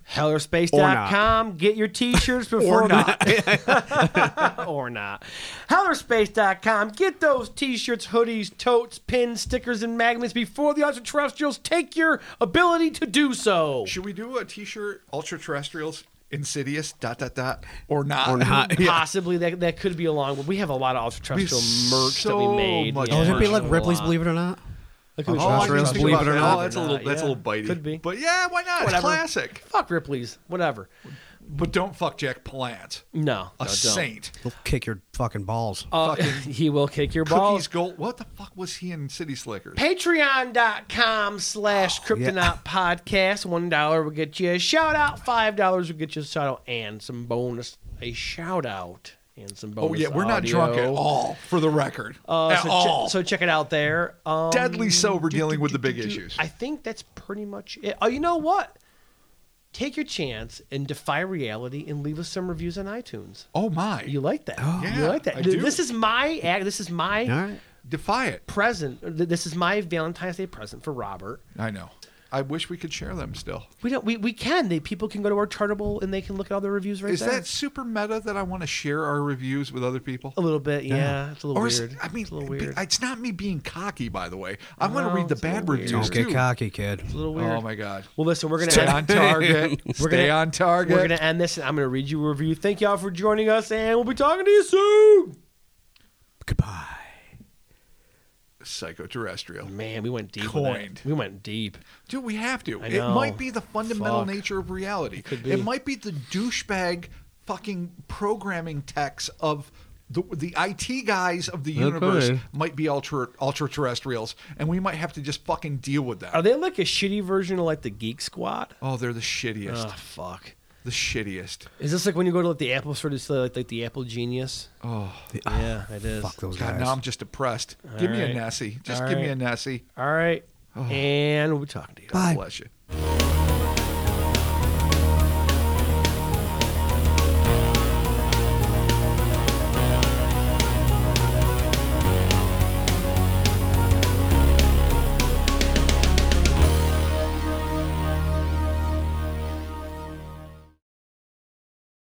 [SPEAKER 1] Hellerspace.com. Get your t shirts before
[SPEAKER 3] Or not.
[SPEAKER 1] or not. Hellerspace.com. Get those t shirts, hoodies, totes, pins, stickers, and magnets before the extraterrestrials take your ability to do so.
[SPEAKER 3] Should we do a T-shirt? Ultra terrestrials, insidious, dot dot dot, or not?
[SPEAKER 2] Or not. Yeah.
[SPEAKER 1] Possibly that, that could be along. We have a lot of extraterrestrial
[SPEAKER 3] We've
[SPEAKER 1] merch that
[SPEAKER 3] so
[SPEAKER 1] we made.
[SPEAKER 3] much
[SPEAKER 2] Oh, would
[SPEAKER 3] Yeah.
[SPEAKER 2] it be like
[SPEAKER 1] A
[SPEAKER 2] Ripley's
[SPEAKER 1] lot.
[SPEAKER 2] Believe It or Not?
[SPEAKER 1] Look who's
[SPEAKER 3] Oh,
[SPEAKER 1] Ripley's
[SPEAKER 3] I didn't
[SPEAKER 2] Terrestrials,
[SPEAKER 3] think
[SPEAKER 1] Believe
[SPEAKER 3] about
[SPEAKER 2] believe it or
[SPEAKER 3] that.
[SPEAKER 2] not.
[SPEAKER 3] Oh, that's a little, that's a
[SPEAKER 1] Yeah.
[SPEAKER 3] little bitey.
[SPEAKER 1] Could be.
[SPEAKER 3] But yeah, why not?
[SPEAKER 1] Whatever.
[SPEAKER 3] It's classic.
[SPEAKER 1] Fuck Ripley's. Whatever.
[SPEAKER 3] But don't fuck Jack Plant,
[SPEAKER 1] No.
[SPEAKER 3] a
[SPEAKER 1] no, don't.
[SPEAKER 3] saint.
[SPEAKER 2] He'll kick your fucking balls.
[SPEAKER 1] Uh, he will kick your balls.
[SPEAKER 3] Cookies Gold. What the fuck was he in City Slickers?
[SPEAKER 1] patreon.com slash
[SPEAKER 3] Oh,
[SPEAKER 1] kryptonite podcast one dollar will get you a shout out five dollars will get you a shout out and some bonus a shout out and some bonus
[SPEAKER 3] oh yeah, we're not drunk at
[SPEAKER 1] audio.
[SPEAKER 3] all, for the record.
[SPEAKER 1] uh,
[SPEAKER 3] at
[SPEAKER 1] so, che-
[SPEAKER 3] all.
[SPEAKER 1] so check it out there um,
[SPEAKER 3] Deadly sober, dealing with the big issues.
[SPEAKER 1] i think that's pretty much it oh you know what take your chance and defy reality and leave us some reviews on itunes
[SPEAKER 3] oh my,
[SPEAKER 1] you like that you
[SPEAKER 3] Oh, Yeah,
[SPEAKER 1] like that
[SPEAKER 3] I do.
[SPEAKER 1] this is my act this is my
[SPEAKER 2] All right.
[SPEAKER 3] defy it.
[SPEAKER 1] present this is my valentine's day present for robert
[SPEAKER 3] I know. I wish we could share them still.
[SPEAKER 1] We don't. We, we can. They people can go to our Chartable and they can look at all the reviews right
[SPEAKER 3] Is
[SPEAKER 1] there.
[SPEAKER 3] that super meta that I want to share our reviews with other people?
[SPEAKER 1] a little bit? Yeah, it's a little
[SPEAKER 3] Or is,
[SPEAKER 1] weird.
[SPEAKER 3] I mean,
[SPEAKER 1] it's a little
[SPEAKER 3] be-
[SPEAKER 1] weird.
[SPEAKER 3] it's not me being cocky, by the way. I want
[SPEAKER 1] No,
[SPEAKER 3] to read the
[SPEAKER 1] it's a little
[SPEAKER 3] bad
[SPEAKER 1] weird.
[SPEAKER 3] reviews
[SPEAKER 2] Don't
[SPEAKER 3] too.
[SPEAKER 2] get cocky, kid.
[SPEAKER 1] it's a little weird.
[SPEAKER 3] Oh my god.
[SPEAKER 1] Well, listen, we're gonna
[SPEAKER 3] Stay
[SPEAKER 1] end,
[SPEAKER 3] on target.
[SPEAKER 1] We're
[SPEAKER 3] Stay
[SPEAKER 1] gonna-
[SPEAKER 3] on target.
[SPEAKER 1] we're gonna end this, and I'm gonna read you a review. Thank y'all for joining us, and we'll be talking to you soon.
[SPEAKER 2] Goodbye.
[SPEAKER 3] Psychoterrestrial.
[SPEAKER 1] Man, we went deep. with that.
[SPEAKER 3] Coined.
[SPEAKER 1] We went deep.
[SPEAKER 3] Dude, we have to.
[SPEAKER 1] I
[SPEAKER 3] It
[SPEAKER 1] know.
[SPEAKER 3] might be the fundamental
[SPEAKER 1] Fuck.
[SPEAKER 3] nature of reality. It,
[SPEAKER 1] could be.
[SPEAKER 3] might be the douchebag fucking programming techs of the, the IT guys of the
[SPEAKER 2] That could
[SPEAKER 3] universe
[SPEAKER 2] be.
[SPEAKER 3] might be ultra ultra terrestrials, and we might have to just fucking deal with that.
[SPEAKER 1] Are they like a shitty version of like the Geek Squad?
[SPEAKER 3] oh, they're the shittiest.
[SPEAKER 1] Oh fuck.
[SPEAKER 3] The shittiest.
[SPEAKER 1] Is this like when you go to like the Apple store to see like, like the Apple Genius?
[SPEAKER 3] Oh,
[SPEAKER 1] yeah, it is.
[SPEAKER 2] Fuck those
[SPEAKER 3] God,
[SPEAKER 2] guys.
[SPEAKER 3] now I'm just depressed. give me
[SPEAKER 1] right.
[SPEAKER 3] a Nessie. Just
[SPEAKER 1] All
[SPEAKER 3] give me
[SPEAKER 1] right.
[SPEAKER 3] a Nessie.
[SPEAKER 1] All right, and we'll be talking to you.
[SPEAKER 2] Bye.
[SPEAKER 3] Bless you.